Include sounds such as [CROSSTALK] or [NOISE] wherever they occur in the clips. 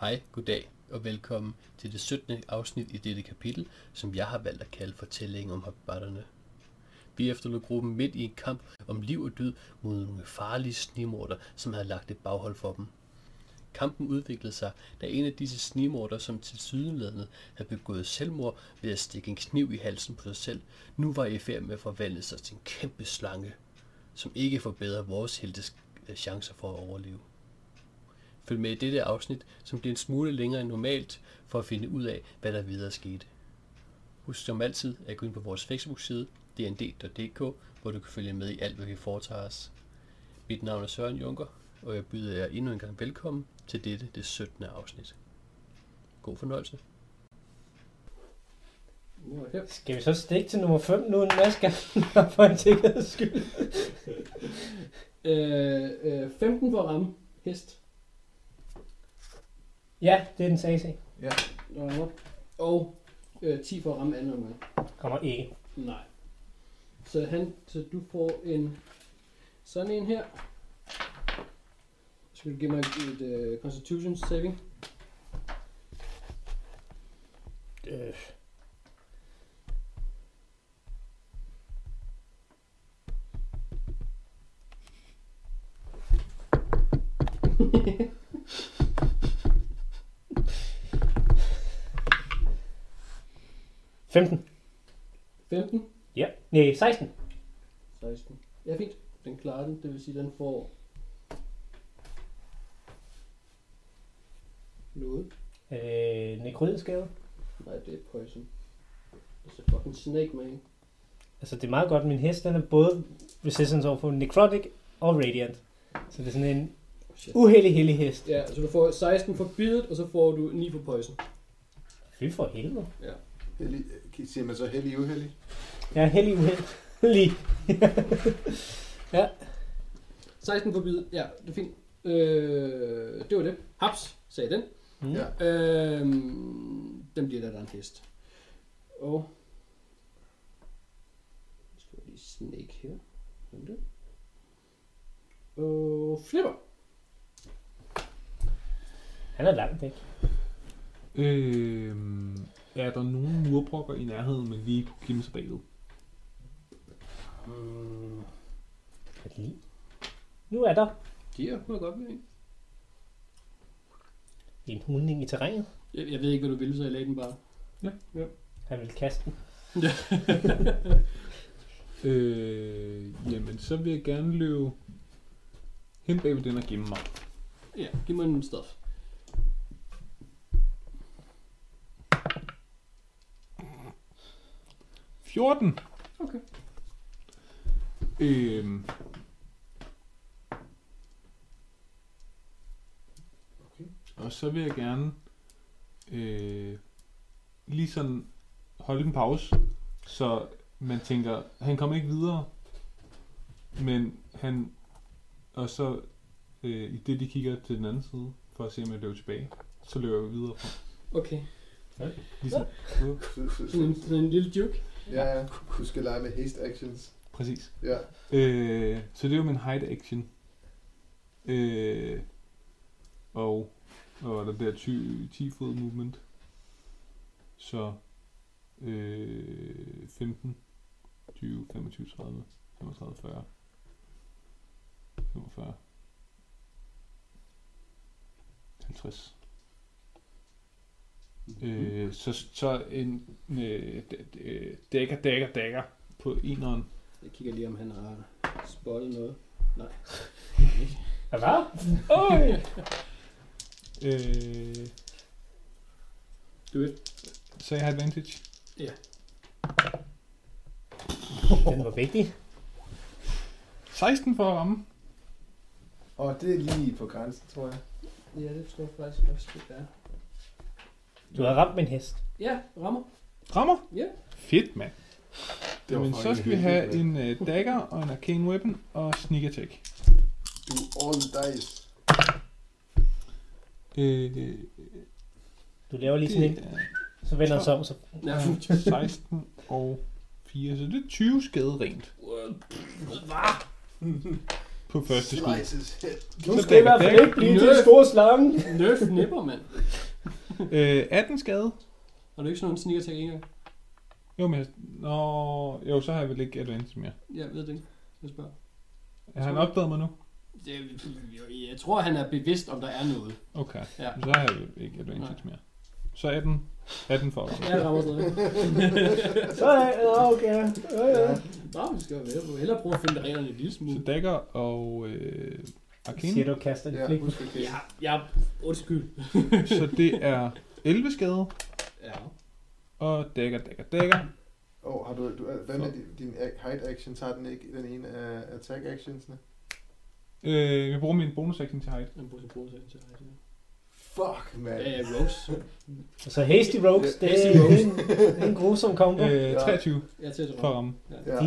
Hej, goddag og velkommen til det 17. afsnit i dette kapitel, som jeg har valgt at kalde fortællingen om habbatterne. Vi efterlod gruppen midt i en kamp om liv og død mod nogle farlige snimorder, som havde lagt et baghold for dem. Kampen udviklede sig, da en af disse snimorder, som til sydenladende havde begået selvmord ved at stikke en kniv i halsen på sig selv, nu var i færd med at forvandle sig til en kæmpe slange, som ikke forbedrer vores heltes øh, chancer for at overleve. Følg med i dette afsnit, som bliver en smule længere end normalt, for at finde ud af, hvad der videre skete. Husk som altid at gå ind på vores Facebook-side, dnd.dk, hvor du kan følge med i alt, hvad vi foretager os. Mit navn er Søren Junker, og jeg byder jer endnu en gang velkommen til dette, det 17. afsnit. God fornøjelse. Skal vi så stikke til nummer 5 nu, en maske [LAUGHS] for en sikkerheds skyld? Øh, øh, 15 for at ramme hest. Ja, det er den AC. der rammer. Og øh, 10 for at ramme anden omgang. Kommer ikke. Nej. Så, han, så du får en sådan en her. Så skal du give mig et øh, Constitution saving. Øh. Femten. 15. Ja. Nej, 16. 16. Ja, fint. Den klarer den. Det vil sige, den får noget. Øh, nekroidskade. Nej, det er poison. Det er så fucking snake, man. Altså, det er meget godt. Min hest, den er både resistance overfor necrotic og radiant. Så det er sådan en Oh, Shit. uheldig, heldig hest. Ja, så du får 16 for bidet, og så får du 9 for poison. Fy for helvede. Heldig, øh, siger man så heldig uheldig? Jeg er heldig [LAUGHS] uheldig. 16 for bid. Ja, det er fint. Øh, det var det. Haps, sagde den. Mm. Ja. Øh, Øhm, den bliver der, der er en hest. Og... Nu skal vi lige snake her. Sådan det. Og flipper. Han er langt væk. Øhm, er der nogen murbrokker i nærheden, man lige kunne kæmpe sig bagved? Mm, Godt lige. Nu er der de her kunne jeg godt være en. en hundning i terrænet. jeg, jeg ved ikke, hvad du ville, så jeg lagde den bare. Han vil kaste den. Øh, jamen, så vil jeg gerne løbe hen bagved den og gemme mig. Ja, giv mig en stof. Mm. 14. Okay. Øhm. Okay. Og så vil jeg gerne øh, lige sådan holde en pause, så man tænker, han kommer ikke videre, men han, og så øh, i det de kigger til den anden side, for at se om jeg løber tilbage, så løber jeg videre. frem. Okay. Ligesom, Så- så- Sådan en, så- sådan en lille juke. Mm. Ja, ja. Du skal lege med haste actions. præcis. Ja. Øh, så det var min hide action. Øh, og, og der bliver 10, 10 fod movement. Så øh, 15, 20, 25, 30, 35, 40, 45, 50. Øh, så, så en øh, d- d- øh, dækker, dækker, dækker på eneren. Jeg kigger lige, om han har spottet noget. Hvad? Øj! Øh, Du ved, Så jeg har advantage. Den var vigtig. 16 for at ramme. Og det er lige på grænsen, tror jeg. Ja, det tror jeg faktisk også, det er. Du har ramt min hest. Ja, rammer. Rammer? Ja. Fedt, mand. Det var Men fucking så skal vi heldigt, have mand. en uh, dagger og en arcane weapon og sneak attack. Du er all dice. Øh, øh, Du laver lige sådan en, det øh, så vender han sig om, så Ja. er 16 og 4, så det er 20 skade rent. på første skud. Nu skal i hvert fald ikke blive til Nø. store slange. Nerf nipper, mand. Øh, 18 skade. Har du ikke sådan nogen sneak attack engang? Jo, men jeg, nå, jo, så har jeg vel ikke advantage mere. Jeg ved det ikke. Jeg spørger. Har han opdaget mig nu? Det, jeg tror, han er bevidst, om der er noget. Okay, Ja. så har jeg vel ikke advantage mere. Så 18, 18 for os. Jeg rammer stadig. Så er jeg, okay. Ja, ja. Nå, vi skal jo være på. Hellere prøve at finde reglerne en lille Så smule. dagger og øh, Siger arcane. du kaster det Ja, flik? husk okay. Ja, ja, undskyld. Så det er 11 skade Ja. og dagger, dagger, dagger. [LAUGHS] Åh, oh, har du, du, hvad med din, din ac- hide action? Tager den ikke den ene af attack actionsene? Øh, jeg bruger min bonus action til hide. Han bruger sin bruger til til at rejse. Fuck, man. Ja, ja, Rose. Så Hasty Rogues, det Hasty er Rogues. en, en grusom kombo. Øh, 23 Jeg er til at for at ramme. ramme.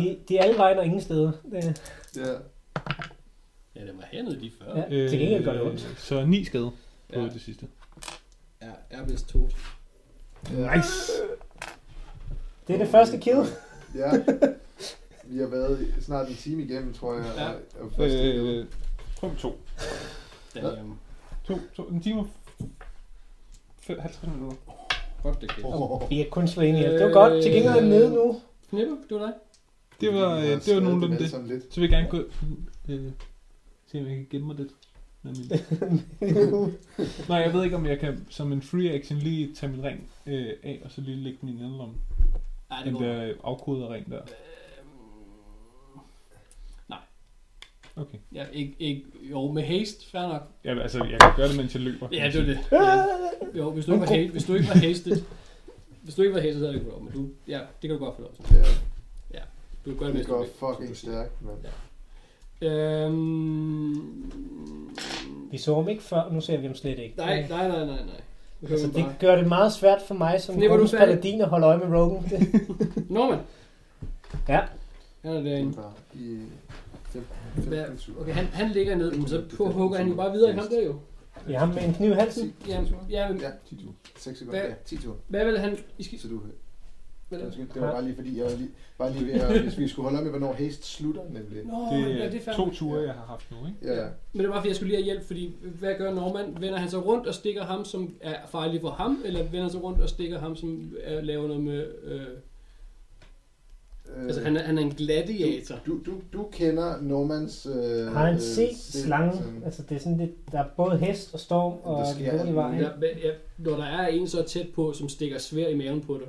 Ja, De, de er alle vejen og ingen steder. Det, ja. Ja, den var hernede lige før. ja, Øh, til gengæld gør det ondt. Så 9 skade Ja. på det sidste. Ja, jeg er vist tot. Nice! Det er det første kill. Ja. Vi har været snart en time igennem, tror jeg. Ja. Og, og første øh, Øh, Krum 2. Den Hvad? er um, 2, 2, en time og f- 50 minutter. godt dygtig. oh, Vi er kun slået ind i Det var godt. Til gengæld er den nede nu. Knipper, du er dig. Det var, øh, det var nogenlunde det. Lidt. Så vil jeg gerne gå øh, se, om jeg kan gemme mig lidt. Med min... Nej, jeg ved ikke, om jeg kan som en free action lige tage min ring øh, af, og så lige lægge den i en anden Nej, det Den går. der afkoder ring der. Øhm, Okay. Ja, ikke, ikke, jo, med haste, fair nok. Ja, altså, jeg kan gøre det, mens jeg løber. Ja, det var det. Ja. Jo, hvis du ikke var, haste, hvis du ikke var hastet, hvis du ikke var hastet, så havde du ikke fået lov, men du, ja, det kan du godt få lov til. Ja, Du kan gøre det, det hvis du går vil, som du fucking siger. stærkt, mand. Øhm, Vi så ham ikke før, nu ser vi ham slet ikke. nej, nej, nej, nej, nej. Nu Altså, hører vi det bare. gør det meget svært for mig som Knipper du gruppens færdig? paladin at holde øje med [LAUGHS] Rogan. Norman, ja, han er Det derinde. var i øh, fem, Hvad? fem, syv. Okay, han, han ligger ned, men så på hugger han jo bare videre i ham der jo. vi har ham med en kniv i halsen. Jamen, jamen, Ja, 10 tur. 6 sekunder. Hvad? Ja, 10 tur. hvad vil han... I skal, Så du... hvad laver- Undskyld, Det var bare lige fordi, jeg var lige, bare lige ved [LAUGHS] at, hvis vi skulle holde op med, hvornår haste slutter, nemlig. Nå, Det ja, er det er fair. to ture, jeg har haft nu, ikke? Ja, ja. Men det var fordi, jeg skulle lige have hjælp, fordi hvad gør Norman? Vender han sig rundt og stikker ham, som er farlig for ham, eller vender han sig rundt og stikker ham, som er, laver noget med... Øh, Øh, altså, han er, han er en gladiator. du, du, du kender Normans... Øh, Har han øh, set sind, slangen? sådan- Altså, det er sådan lidt, der er både hest og storm og Der sker noget i alt vejen. Ja, men, ja, når der er en så tæt på, som stikker svær i maven på dig.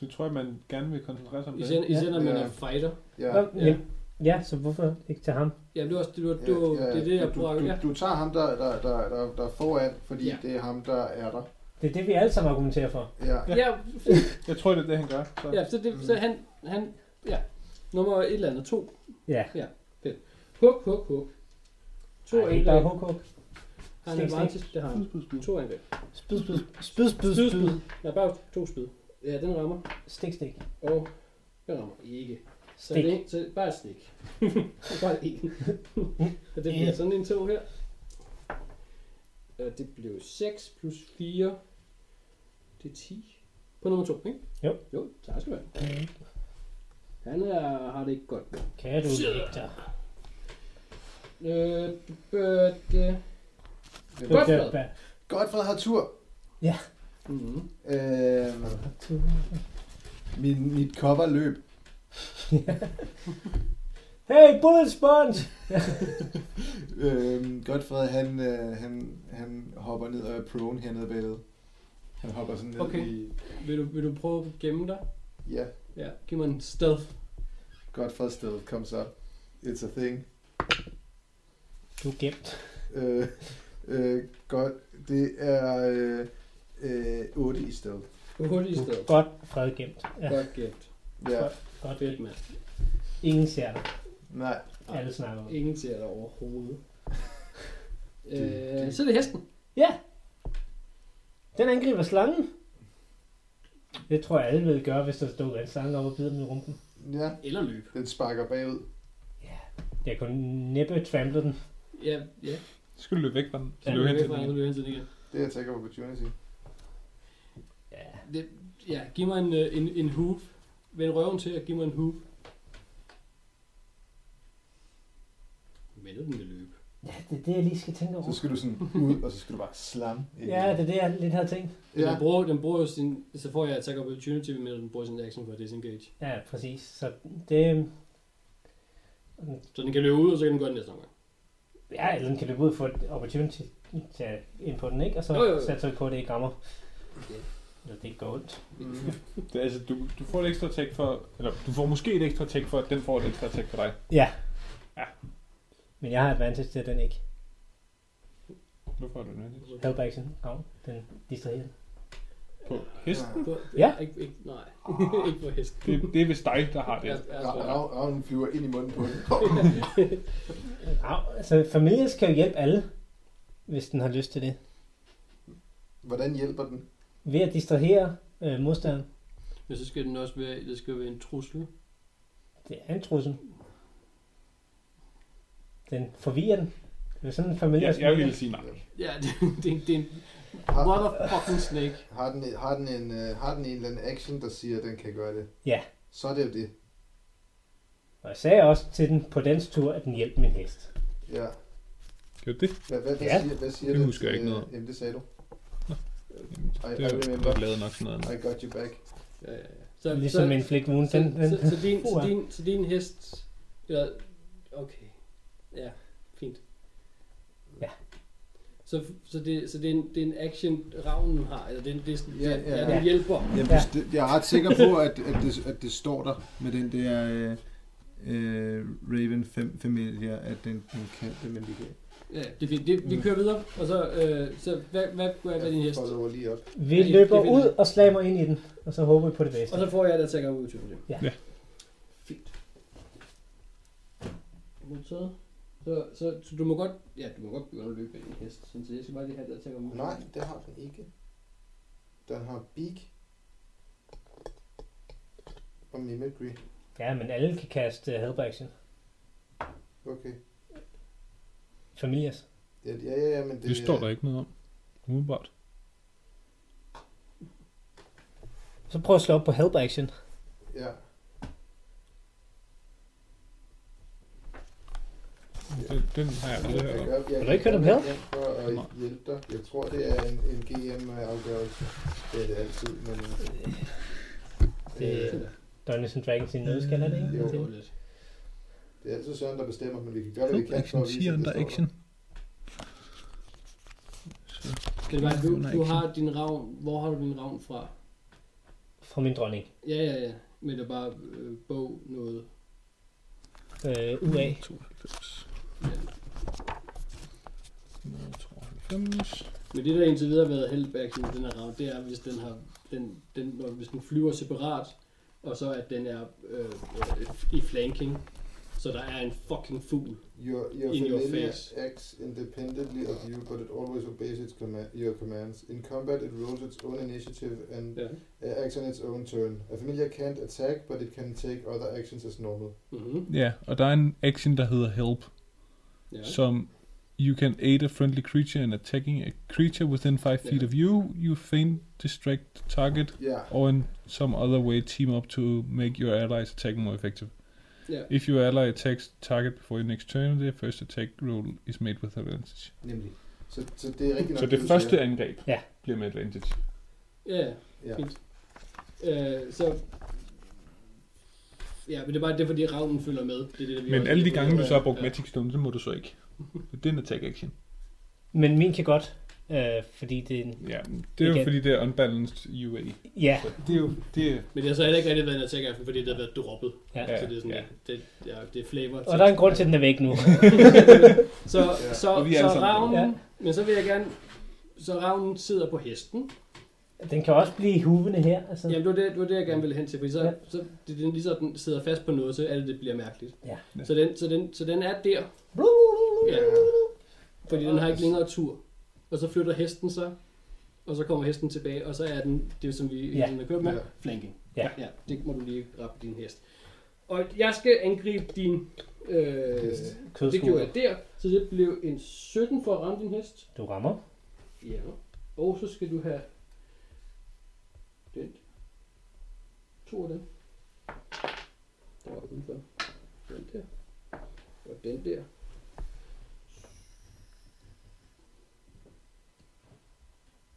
Det tror jeg, man gerne vil koncentrere sig om Især, det. især når man Ja. er fighter. Ja. Nå, Ja. ja, så hvorfor ikke til ham? Ja, det var også det, var, det, Ja, var, ja, det er det, jeg du- prøver at ja. du, du, tager ham, der, der, der, der, der er foran, fordi Ja. det er ham, der er der. Det er det, vi alle sammen argumenterer for. Ja. Mm. Ja, Jeg tror, det er det, han gør. Så. ja, så, det, så han, han, ja, nummer et eller andet, to. Ja, Hug, hug, hug. To Ej, bare angreb. huk, huk. Har han Stik, stik. advantage? Det har han. To angreb. Spyd, spyd, spyd, spyd, Spyd, spyd. spyd. Nej, bare to spyd. Ja, den rammer. Stik, stik. Og den rammer ikke. Så, Stik. det, så bare et stik. [LAUGHS] bare en. så [LAUGHS] det bliver sådan en to her. Og det blev 6 plus 4. Det er 10. På nummer 2, ikke? Jo. Jo, tak skal du have. Han er, har det ikke godt. Kan du, Shit. Victor? Øh, but, uh, Det Godt. var- Det er bare- Godfred har tur. mm, Øh, min, mit cover løb. Hey, bullet sponge! Øh, Godfred, han, øh, han, han hopper ned og er prone hernede bagved. Han hopper sådan ned Okay. i... vil, du, vil du prøve at gemme dig? Ja, Ja, giv mig en stealth. Godfred still comes up. It's a thing. Du er gemt. Øh, øh, godt. Det er øh, øh, 8 i stedet. Hurtigt i Du stealth. er godt fredgemt. Uh. Ja, Godt gæt. Ja. godt Fedt, gemt. mand. Ingen ser dig. Nej. Alle snakker om det. Ingen ser dig [LAUGHS] overhovedet. øh, det- så er det hesten. Ja! Den angriber slangen. Det tror jeg alle vil gøre, hvis der stod en slange op og bider dem i rumpen. Ja. Eller løb. Den sparker bagud. Jeg kunne næppe trample den. Ja, ja. Så skal du løbe væk fra den. Så Ja, løb løb hen væk til fra den. den, igen. løb hen til den igen. Det er attack of opportunity. Ja. Det, ja, giv mig en, øh, en, en hoof. Vend røven til og giv mig en hoof. vælge den vil løbe. Ja, det er det, jeg lige skal tænke over. Så skal du sådan ud, og så skal du bare slamme. ind i Ja, den. det er det, jeg lidt har tænkt. Ja. ja. Den, bruger, den bruger jo sin, så får jeg attack opportunity, men den bruger sin action for at disengage. Ja, præcis. Så det... Så den kan løbe ud, og så kan den gøre det næste omgang. Ja, eller den kan løbe ud og få et opportunity til at ind på den, ikke? Og så Jo, jo, jo. satser vi på, at det ikke rammer. Ja. Eller det ikke går ondt. Mm. Det er, altså, du, du får et ekstra tag for... Eller du får måske et ekstra tag for, at den får et ekstra tag for dig. Men jeg har advantage til, at den ikke. Nu får du den Help action. Gavn. Den distraherer. på hesten. Ja. Ikke, ikke, nej, [LAUGHS] ikke på hest. Det, det er vist dig, der har det. Ja, Ja, ja, rav- så- rav- Ravnen flyver ind i munden på [LAUGHS] den. Rav, altså, familier skal jo hjælpe alle, hvis den har lyst til det. Hvordan hjælper den? Ved at distrahere øh, modstanderen. Men så skal den også være, det skal jo være en trussel. Det er en trussel. Den forvirrer den. Det er sådan en familie. Jeg, jeg ville sige nej. Ja, [LAUGHS] det, det, det er en Har, motherfucking snake. har, den, har, den en, øh, har den en eller anden action, der siger, at den kan gøre det? Ja. Så er det jo det. Og jeg sagde også til den på dens tur, at den hjalp min hest. Ja. Gør det? Hvad, hvad, hvad, Ja. siger, hvad siger Det den husker jeg til- ikke noget om. Jamen, det sagde du. I- Det I er remember. godt lavet nok sådan noget. I got you back. Ja, ja, ja. Så, ligesom så, en flick wound. så, Den, den, så, så, din, så, Uha. din, så din hest... Ja, okay. Ja, fint. Ja. Så, så, det, så det, er en, det er en action, ravnen har, eller det, er en- det, er sådan- Ja, ja, ja. ja, den hjælper. Jamen, Ja. ja. det, jeg er ret sikker på, at, at, det, at det står der med den der øh, øh, Raven fam- familie, at den, den kan det, men det kan. Ja, det er fint. Det, vi kører videre, og så, øh, så hvad, hvad, hvad er din hest? Jeg folder lige op. Vi Ja, ja, løber det vil ud jeg. og slammer ind i den, og så håber vi på det bedste. Og så får jeg et attack ud til det. Ja. Ja. Fint. Modtaget. Så, så, så, du må godt, ja, du må godt begynde at løbe med din hest, sådan, så jeg skal bare lige have det attack ud. Nej, det har den ikke. Den har Beak. Og Mimicry. Ja, men alle kan kaste uh, help action. Okay. Familiers. Ja, ja, ja, ja men det, Det står der ikke noget om. Umiddelbart. Så prøv at slå op på help action. Ja. Den, den har jeg aldrig hørt om. gør- Har du ikke hørt om jeg Hell? gør alt For Nej. at hjælpe dig. Jeg tror, det er en, en GM-afgørelse. Det er det altid, men... Det Øh, er Dungeons and Dragons i en nødskal, er det ikke? Jo. Det var lidt. det er altid Søren, der bestemmer, men vi kan gøre, hvad vi kan for at vise, at det står der. Kan det være, du, du har din ravn, hvor har du din ravn fra? Fra min dronning. Ja, ja, ja. Men det er bare øh, bog noget. Øh, UA. 92. Ja. 192. Men det, der indtil videre har været heldbacking med den her ravn, det er, hvis den, har, den, den, når, hvis den flyver separat, og så at den er øh, øh, i flanking, så der er en fucking fugl. Your, your In in your familiar face. acts independently of you, but it always obeys its command, your commands. In combat, it rolls its own initiative and Ja. uh, acts on its own turn. A familiar can't attack, but it can take other actions as normal. Mm-hmm. Ja, og der er en action, der hedder help, ja. som You can aid a friendly creature in attacking a creature within 5 feet Ja. of you. You feint, distract the target, Yeah. or in some other way team up to make your allies attack more effective. ja. If your ally attacks the target before your next turn, the first attack roll is made with advantage. Nemlig. Så, så det er rigtig nok, Så det du første siger. angreb Ja. bliver med advantage. Ja, Ja. fint. Øh, så... Ja, men det er bare det, er, fordi ravnen følger med. Det er det, der vi Men også- alle de gange, du så har brugt Ja. Magic Stone, så må du så ikke. Det er en attack action. Men min kan godt, øh, fordi det er en... Ja, det er jo Igen. fordi, det er unbalanced UA. Ja, Det er jo... Det er, Men det har så heller ikke rigtig været en attack action, fordi det har været droppet. ja. Ja, så det er sådan, ja. det, ja, det er flavor. Og der er en grund til, at den er [LAUGHS] væk nu. Så, Ja. så, så, Og vi er alle så sammen ravnen, Ja. ja. men så vil jeg gerne, så ravnen sidder på hesten. Den kan også blive huvende her. Altså. Jamen, det var det, det, var det jeg gerne ville hen til, fordi så, Ja. ja. så det, det, er lige så den sidder fast på noget, så alt det bliver mærkeligt. Ja. Så, den, så, den, så den er der, Ja. fordi den har ikke længere tur. Og så flytter hesten sig, og så kommer hesten tilbage, og så er den, det som vi Ja. ja. har kørt med, Ja. ja. flanking. Ja. ja. Det må du lige rappe din hest. Og jeg skal angribe din øh, Hest. Det gjorde jeg der, så det blev en 17 for at ramme din hest. Du rammer. Ja. Og så skal du have den. To af dem. Der var udenfor. Den der. Og den der.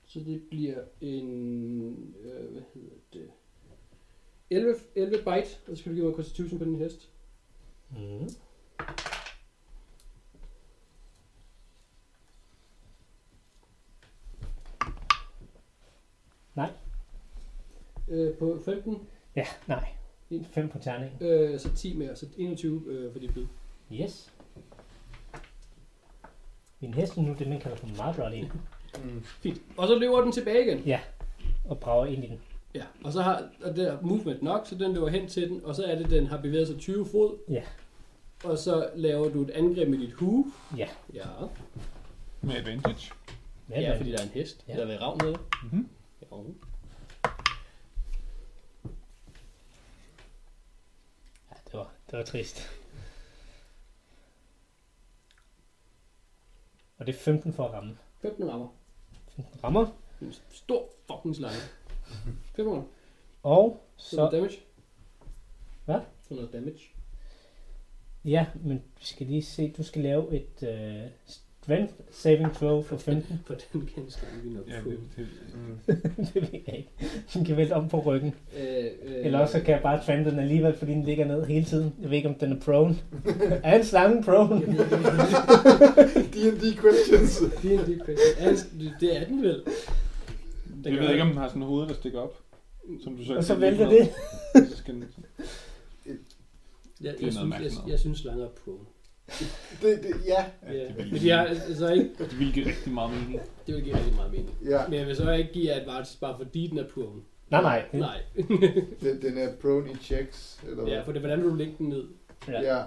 Så det bliver en... Øh, hvad hedder det? 11, 11 byte, og så skal du give mig Constitution på den hest. Mm. Øh, på 15, Ja, nej. Fem på terningen. øh, så 10 mere, så 21 øh, for dit bid. Yes. Min hest er nu det, man kalder for meget blot en, Mm. Fint. Og så løber den tilbage igen. og brager ind i den. Ja, og så har og der er movement nok, så den løber hen til den, og så er det, den har bevæget sig 20 fod. Ja. Og så laver du et angreb med dit hue. Ja. Ja, Med advantage. Hvad ja, er ja det? fordi der er en hest. Ja. Ja. Der er en ravn med. Mhm. Jo. Ja, det, var, det var trist. Og det er 15 for at ramme. 15 rammer. 15 rammer, En stor fucking slange. [LAUGHS] 500. og Så noget så... damage. Hvad? Så noget damage. Ja, men vi skal lige se, du skal lave et uh, strength saving throw for [LAUGHS] 15. For den kendskab, vi nok Ja, få. det, det, det ved jeg ikke. Den kan vælte om på ryggen. Øh, øh, Eller også så kan jeg bare tramme den alligevel, fordi den ligger ned hele tiden. Jeg ved ikke, om den er prone. [LAUGHS] er en slange prone? D&D [LAUGHS] questions. Det er en deep question. Er den- altså, Det er den vel? Den jeg ved ikke, om den har sådan hovedet, der stikker op. Som du så Og så kan vælter lægge det. ned. Så skal den... Jeg, Det er jeg, noget synes, jeg, mærkeligt noget. jeg synes slanger er prone. Det, det, ja, Ja, Ja, det men ville, de har altså ikke, det ville give rigtig meget mening. det vil give rigtig meget mening. ja. Men jeg vil så ikke give advantage bare fordi den er prone. Nej, nej. Nej. Den, den er prone i checks. Eller Ja, hvad? for det er, hvordan vil du lægge den ned? Ja. ja. Ja.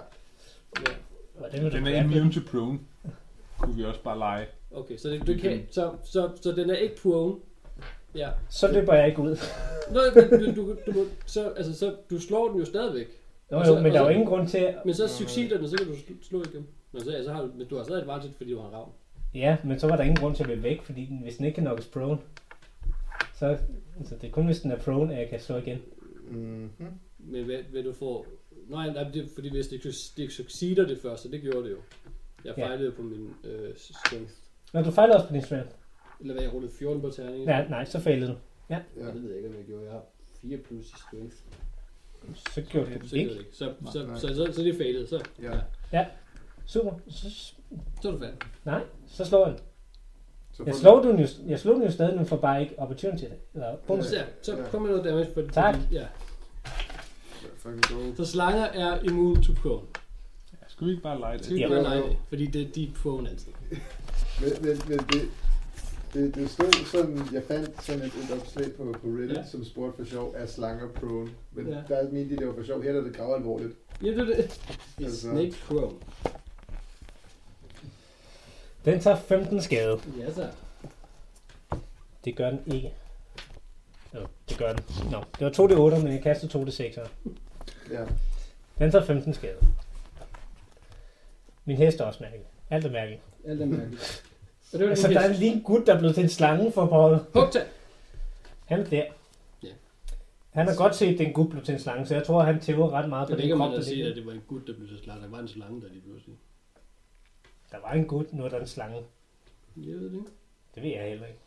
Hvordan vil du Den er grabbe immune to prone. Kunne vi også bare lege. Okay, så, det, du kan, så, så, så den er ikke prone. Ja. Så løber jeg ikke ud. Nå, men du, du, du, må- så, altså, så, du slår den jo stadigvæk. Jo, Og så- jo, men og der er jo så- ingen grund til... Men så succeder den, så kan du sl- slå igen. Men så, ja, så har du, men du har stadig advantage, fordi du har en ravn. Ja, men så var der ingen grund til at løbe væk, fordi den, hvis den ikke kan knockes prone, så, så det er kun, hvis den er prone, at jeg kan slå igen. Mm-hmm. Men hvad, hvad du får... Nej, nej, det er fordi, hvis det, det ikke succeder det første, det gjorde det jo. Jeg Ja. fejlede jo på min øh, strength. Når du fejler også på din strength. Eller hvad, jeg rullede 14 på terningen. Ja, nej, så fejlede du. Ja. Ja. Det ved jeg ikke, om jeg gjorde. Jeg har 4 plus i strength. Så gjorde du det Så, ikke. ikke. Ikke. Så, Nej. så, så, så, så, så det er fadet. Så, Ja. Super. Så, så er du færdig. nej, så slår jeg den. Så Jeg får slog, den jo, jeg slog den jo stadig, men får bare ikke opportunity. Eller bonus. Så, så Ja. kom med noget damage. For, Tak. Fordi, ja. den- Fucking go. Så slanger er immune to prone. Ja, Skulle vi ikke bare lege det? Så vi Ja. ja. nej, nej, fordi det, de er prone altid. Men, men, men det, det, det stod sådan, jeg fandt sådan et, et opslag på, på Reddit, Ja. som spurgte for sjov, er slanger prone? Men Ja. der mente de, det var for sjov. Her er det grav alvorligt. Ja, det er det. It's Altså. snake prone. Den tager 15 skade. Ja, så. Det gør den ikke. Jo, det gør den. Nå, det var 2D8, men jeg kastede 2D6. Ja. Den tager 15 skade. Min hest er også mærkelig. Alt er mærkeligt. Alt er mærkeligt. Og det var Altså, der er den lige en gut, der er blevet til en slange for Paul. Hugta! Han er der. Ja. Han har godt set, at den gut blev til en slange, så jeg tror, han tæver ret meget Det er på den ikke, om krop, man der har set, ligger. at det var en gut, der blev så slange. Der var en slange, der lige pludselig. Der var en gut, nu er der en slange. Jeg ved det ikke. Det ved jeg heller ikke.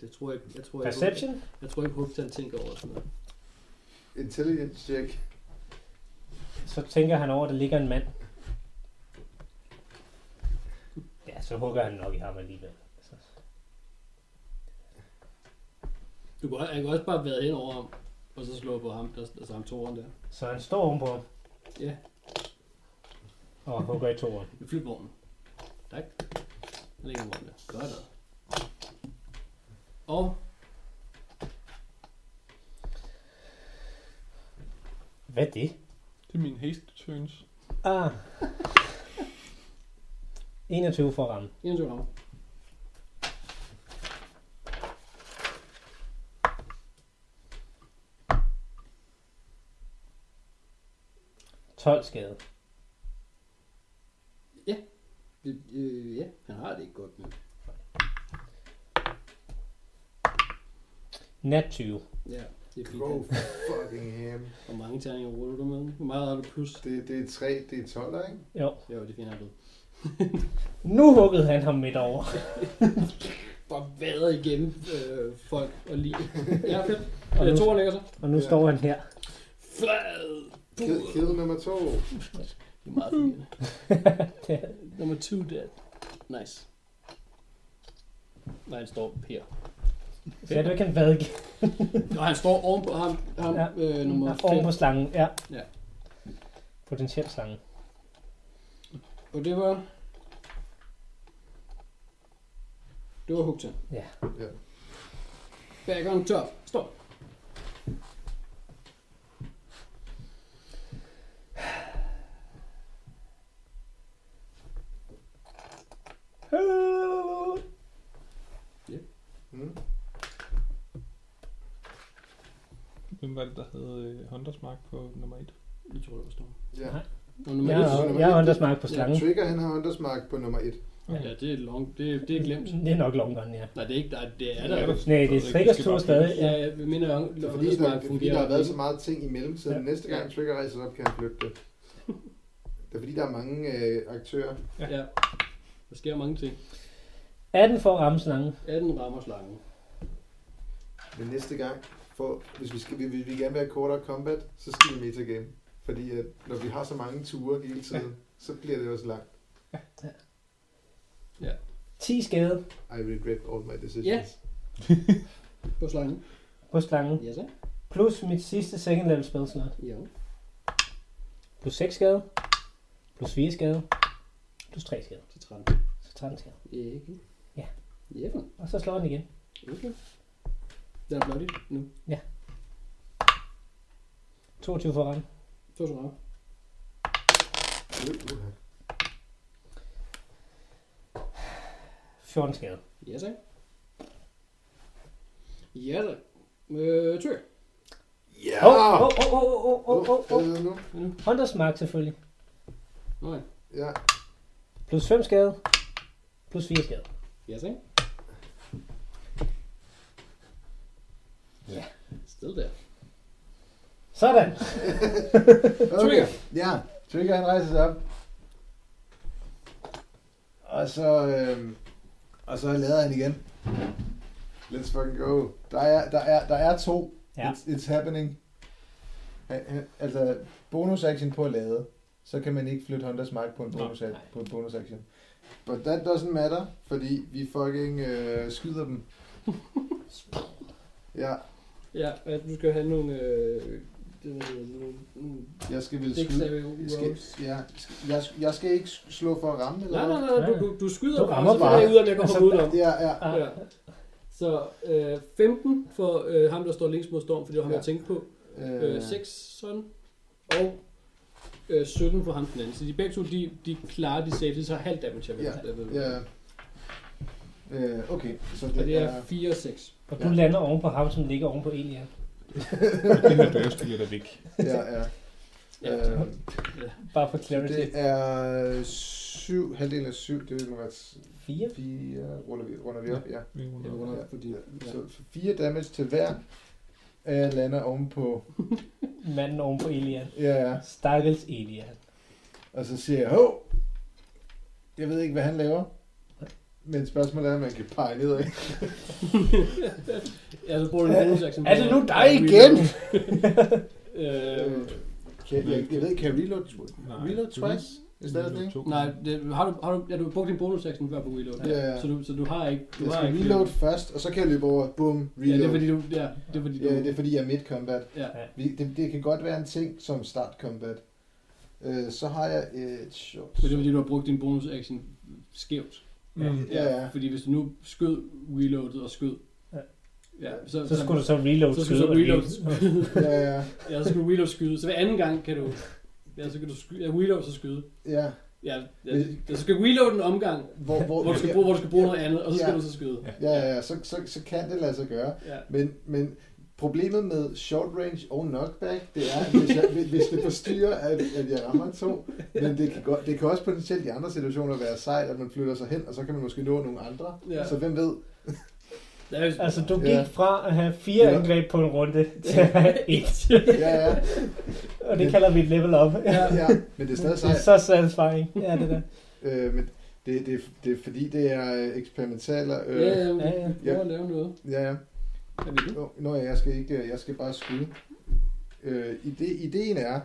Det tror jeg, jeg tror, jeg, Perception? jeg tror ikke, Hugtan tænker over sådan noget. Intelligence check. Så tænker han over, at der ligger en mand. Ja, så hugger han nok i ham alligevel. Altså, Du kan, også- jeg kan også bare være hen over ham, og så slå på ham, der, altså ham toren der. Så han står ovenpå ham Ja, og hugger i toren. med flyvognen. Tak. Der ligger en vogn der. Godt da. Og Hvad er det? Det er min haste [LAUGHS] turns. Ah. 21 for at ramme. 21 rammer. Tolv skade. Det, øh, ja, han har det ikke godt nu. Nat 20. Ja, det er fint. Go fucking ham. Hvor mange terninger ruller du med? Hvor meget har du plus? Det, det er 3, det er 12, ikke? Jo. Jo, det finder jeg ud. Nu huggede han ham midt over. bare vader igennem øh, folk og lige. [LAUGHS] ja, fedt. Og Jeg nu- tror, ligger så. Og nu Ja. står han her. Flad! Kæde, kæde nummer to. Det er meget fint. [LAUGHS] Nummer 2, dead. Nice. Nej, han står her. Så jeg du ikke kan vadge Nå, han står oven på ham, ham Ja. ja. øh, nummer oven på 5. slangen. Ja. Ja. Potentiel slange. Og det var... Det var Hugta. Ja. Ja. Back on top. Stop. Mm. Hvem var det, der havde øh, Hunters Mark på nummer 1? Det tror jeg, der står. Ja. Og nummer Jeg, et, så er- nummer jeg et, er det- undersmagt på Ja, slangen. Trigger, han har undersmark på nummer 1. Ja, det er long. Det, det er glemt. Det er nok long gun, ja. Nej, det er ikke der. Det er Det er der. der. jo. Nej, det ved er ikke, triggers det skal to bare stadig. Ja. Ja, jeg mener, at Det er fordi, der, Undersmark fordi fungerer. der har været så ikke. meget ting i mellemtiden. Ja. Ja. Næste gang Ja. Trigger rejser op, kan han flytte det. Det er fordi, der er mange øh, aktører. Ja. Der sker mange ting. 18 for at ramme slangen. 18 rammer slangen. Men næste gang, for, hvis vi, skal, vi, vi, vi gerne vil have kortere combat, så skal vi metagame. Fordi at, når vi har så mange ture hele tiden, så bliver det også langt. 10 skade I regret all my decisions. Ja. På slangen. på slangen. Ja, så. Plus mit sidste second level spell slot. Ja. Plus 6 skade. Plus 4 skade. Plus 3 skade. Til 13. Så 13 skade. Ikke. Ja. Ja, for. Og så slår den igen. Okay. Den er bloody nu. 22 for at ramme. To så rammer. Uh, uh. 14 skade. Ja, tak. Ja, tak. Øh, tø. Ja! Åh, åh, åh, åh, åh, åh, åh, åh, Hvad åh. er det nu? Hunters mark selvfølgelig. Nå ja. Ja. Plus 5 skade. Plus 4 skade. Ja, tak. Ja. Still der. Sådan. Okay. Ja, Trigger han rejser sig op. Og så, øh, og så lader han igen. Let's fucking go. Der er, der er, der er to. Ja. It's, it's happening. Han- han- Altså, bonus action på at lade. Så kan man ikke flytte Hunters Mark på en Nå, bonus, nej. på en bonus action. But that doesn't matter, fordi vi fucking øh, skyder dem. ja, Ja, og du skal have nogle... Øh, det ved jeg, nogle, nogle jeg skal vel dæk skyde. save Jeg skal, ja, jeg, jeg skal ikke slå for at ramme, eller Nej, hvad? nej, nej, du, du, du skyder Du rammer og så finder bare. jeg ud af, om jeg kan Altså, hoppe udenom. Ja, ja. Ah, Ja. Så øh, 15 for øh, ham, der står længst mod storm, for det var ham, Ja. jeg tænkte på. Øh, Øh, 6 sådan. Og øh, 17 for ham den anden. Så de begge to, de, de klarer de safety, så halv damage, jeg ved. Ja, ja. Øh, okay, så Og det er er... 4 og 6. Og du Ja. lander oven på ham, som ligger oven på Elia. Den her dørspiller der væk. Ja, ja. [LAUGHS] Ja. Øh, Bare for clarity. det er 7, halvdelen af 7, det vil være 4. 4, runder vi, runder vi op, ja. Vi runder op. Runder, Ja, fordi- ja. Så 4 damage til hver øh, lander ovenpå. Manden oven på Elian. Ja, ja. Stakkels Elian. Og så siger jeg, hov, jeg ved ikke, hvad han laver. Men spørgsmålet er, om man kan pege ned af. Ja, så bruger du en bonus action. Er det nu dig igen? øh, Kan, jeg, jeg ved ikke, kan jeg reload, reload twice? Is that a thing? nej, det, har du, har du, ja, du har brugt din bonus action før på reload. Ja, ja. Så, du, så du har ikke... Du Jeg har skal ikke reload først, og så kan jeg løbe over. Boom, Ja, reload. det er fordi, du, ja, det er fordi, du, Ja, det er fordi, jeg er midt combat. ja. Vi, det, det kan godt være en ting som start combat. Øh, så har jeg et short. Men det er fordi, du har brugt din bonus action skævt. Mm. Ja, ja. Fordi hvis du nu skød reloadet og skød... Ja. Ja, så, Så skulle du så reload så skulle du så skyde, reload, og- Ja, ja, [LAUGHS] ja, så skulle du reload skyde. Så hver anden gang kan du... Ja, så kan du skyde, ja, reload så skyde. ja. Ja, ja, ja, så skal du reload en omgang, Hvor, hvor, hvor du skal bruge, hvor du skal bruge noget andet, og så skal Ja. du så skyde. Ja, ja, ja. Så, så, så kan det lade sig gøre. Ja. Men, men problemet med short range og knockback, det er, at hvis, jeg, hvis det forstyrrer, at, at jeg rammer to, men det kan, godt, det kan også potentielt i andre situationer være sejt, at man flytter sig hen, og så kan man måske nå nogle andre. Ja. Så [LAUGHS] hvem ved? Ja, hvis- Altså, du gik Ja. fra at have fire Ja. angreb på en runde til at have et. Ja, ja, Og det kalder vi et level up. [LAUGHS] ja, ja. Men det er stadig Det er sejt. så satisfying. Ja, det der. Øh, men Det, det, det er fordi, det er øh, eksperimentale. Øh, Ja, ja, Ja, ja. prøv at lave noget. ja, ja. Hvad vil du? Nå, Nå, jeg skal ikke, jeg skal bare skyde. Øh, ide, ideen er,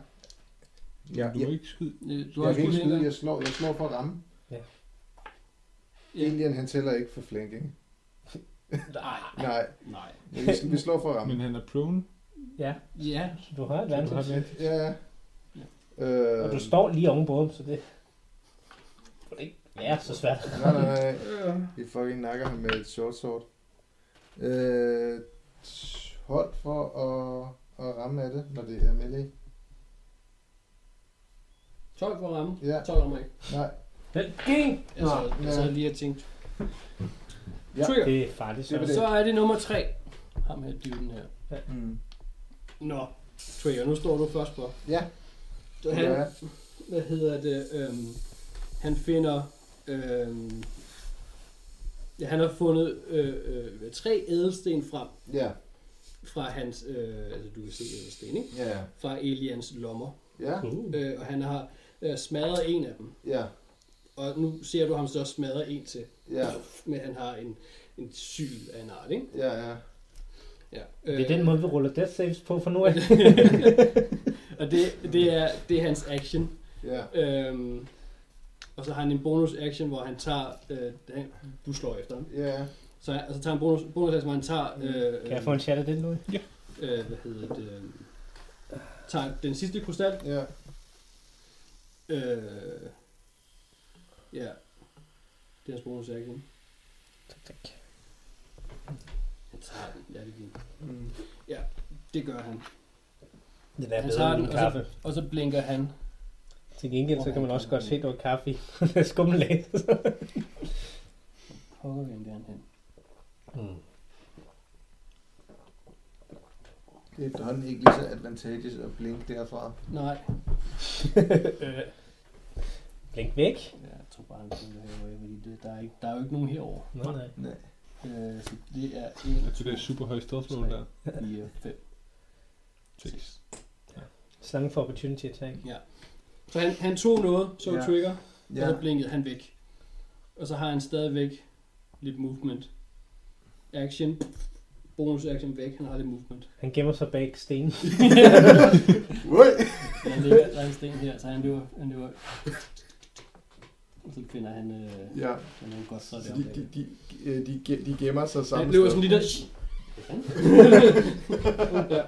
Ja, du ja. må ikke skyde. Øh, Du har jeg vil også ikke skudt en skyde, gang. jeg slår, jeg slår for at ramme. Ja. Alien, han tæller ikke for flanking. Nej, Nej, nej. men vi, vi slår for at ramme. Men han er prone. Ja, Ja, så du har et så du har advantage. den. Ja, ja. Øh, Og du står lige ovenpå ham, så det... Det er ikke være så svært. Nej, nej, nej. Vi fucking nakker ham med et short sword. Øh, hold for at, at ramme af det, når det er melee. 12 for at ramme. Ja, 12 rammer ikke. nej. Den ging! Jeg sad, Nå, jeg sad ja. lige og tænkte. Ja. Trigger. Det er farligt så. Det var det. Så er det nummer 3. Ham her dyven her. Mm. Nå, Trigger, nu står du først på. Ja, Du- Han, ja. hvad hedder det, øhm, han finder, øhm, ja, han har fundet øh, øh, tre ædelsten frem Ja, fra hans, øh, altså du kan se ædelsten, ikke? ja, fra Elians lommer, ja, Uh, øh, og han har øh, smadret en af dem, ja, og nu ser du ham så smadre en til, ja, men han har en, en syl af en art, ikke? Øh, ja, ja. Ja, det er den måde, vi ruller death saves på for nu af. [LAUGHS] øh, og det, det, er, det er hans action. ja. Øhm, og så har han en bonus action, hvor han tager, øh, han, du slår efter ham, Ja, Så han, altså, tager han bonus, bonus action, hvor han tager, øh, Kan jeg få en chat af det nu? øh, øh, hvad hedder det, øh, tager den sidste krystal, ja, øh, ja, det er hans bonus action. Han tager den, ja, det er din. mm. Det gør han. Den er Han bedre tager end den, min kaffe. Og så blinker han. Til gengæld, så Hvor kan man han også kommer godt se, hen. at du har kaffe i. [LAUGHS] Det er skummelag. Hvor vender han hen? Mm. Det er efterhånden ikke lige så advantageous at blinke derfra. Nej. Blink væk. Ja, jeg tror bare, han blinker herovre, fordi det, der, er ikke, der er jo ikke nogen herovre. Nej, nej. Nej. Øh, så det er Jeg tror, det er super høj stedslål der. 1, 4, 5, Seks. 6. Slange for opportunity attack. Så han, han tog noget, så Ja. ja. trigger, Ja, Og så blinkede han væk. Og så har han stadigvæk lidt movement. Action. Bonus action væk. Han har lidt movement. Han gemmer sig bag stenen. Han ligger, der er en sten her, så han løber. Han løber. Og så finder han, øh, ja. han er jo godt så Så der. de, de, bagved. de, øh, de, ge- de gemmer sig sammen. Han løber sådan lige der. Hvad fanden? Ja.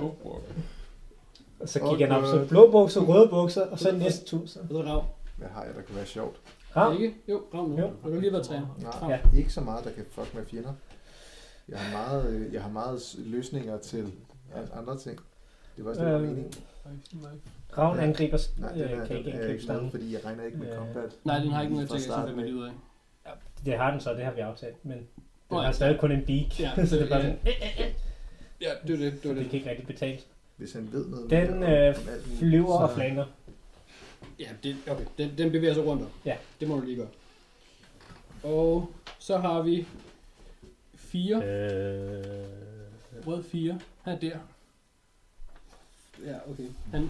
Og så kigger han op, så blå bukser, røde bukser, og så næste tur. Så. Og så Rav. Hvad har jeg, der kan være sjovt? Ah, Ikke? Jo, Rav nu. Jo. Har du lige været træner? Nej, Rav. Ja. ikke så meget, der kan fuck med fjender. Jeg har meget, øh, jeg har meget s- løsninger til an- andre ting. Det var også det, der var Øh, meningen. Ravn angriber Nej, øh, den er, kan den ikke er jeg angribe ikke med, stangen. fordi jeg regner ikke med Øh, combat. Nej, den har ikke nogen Fra attack, så starten finder vi af. ud af. Det har den så, det har vi aftalt, men den Nå, ja. har stadig kun en beak. Ja, [LAUGHS] så det er bare ja. sådan, Ja, det er det. Det så var det det. kan ikke rigtig betales. Hvis han ved noget Den mere øh, om- om alt muligt, flyver så- og flaner. Ja, det, okay. Den, den bevæger sig rundt om. Ja. Det må du lige gøre. Og så har vi 4. Øh, Rød 4. Han er der. Ja, okay. Han.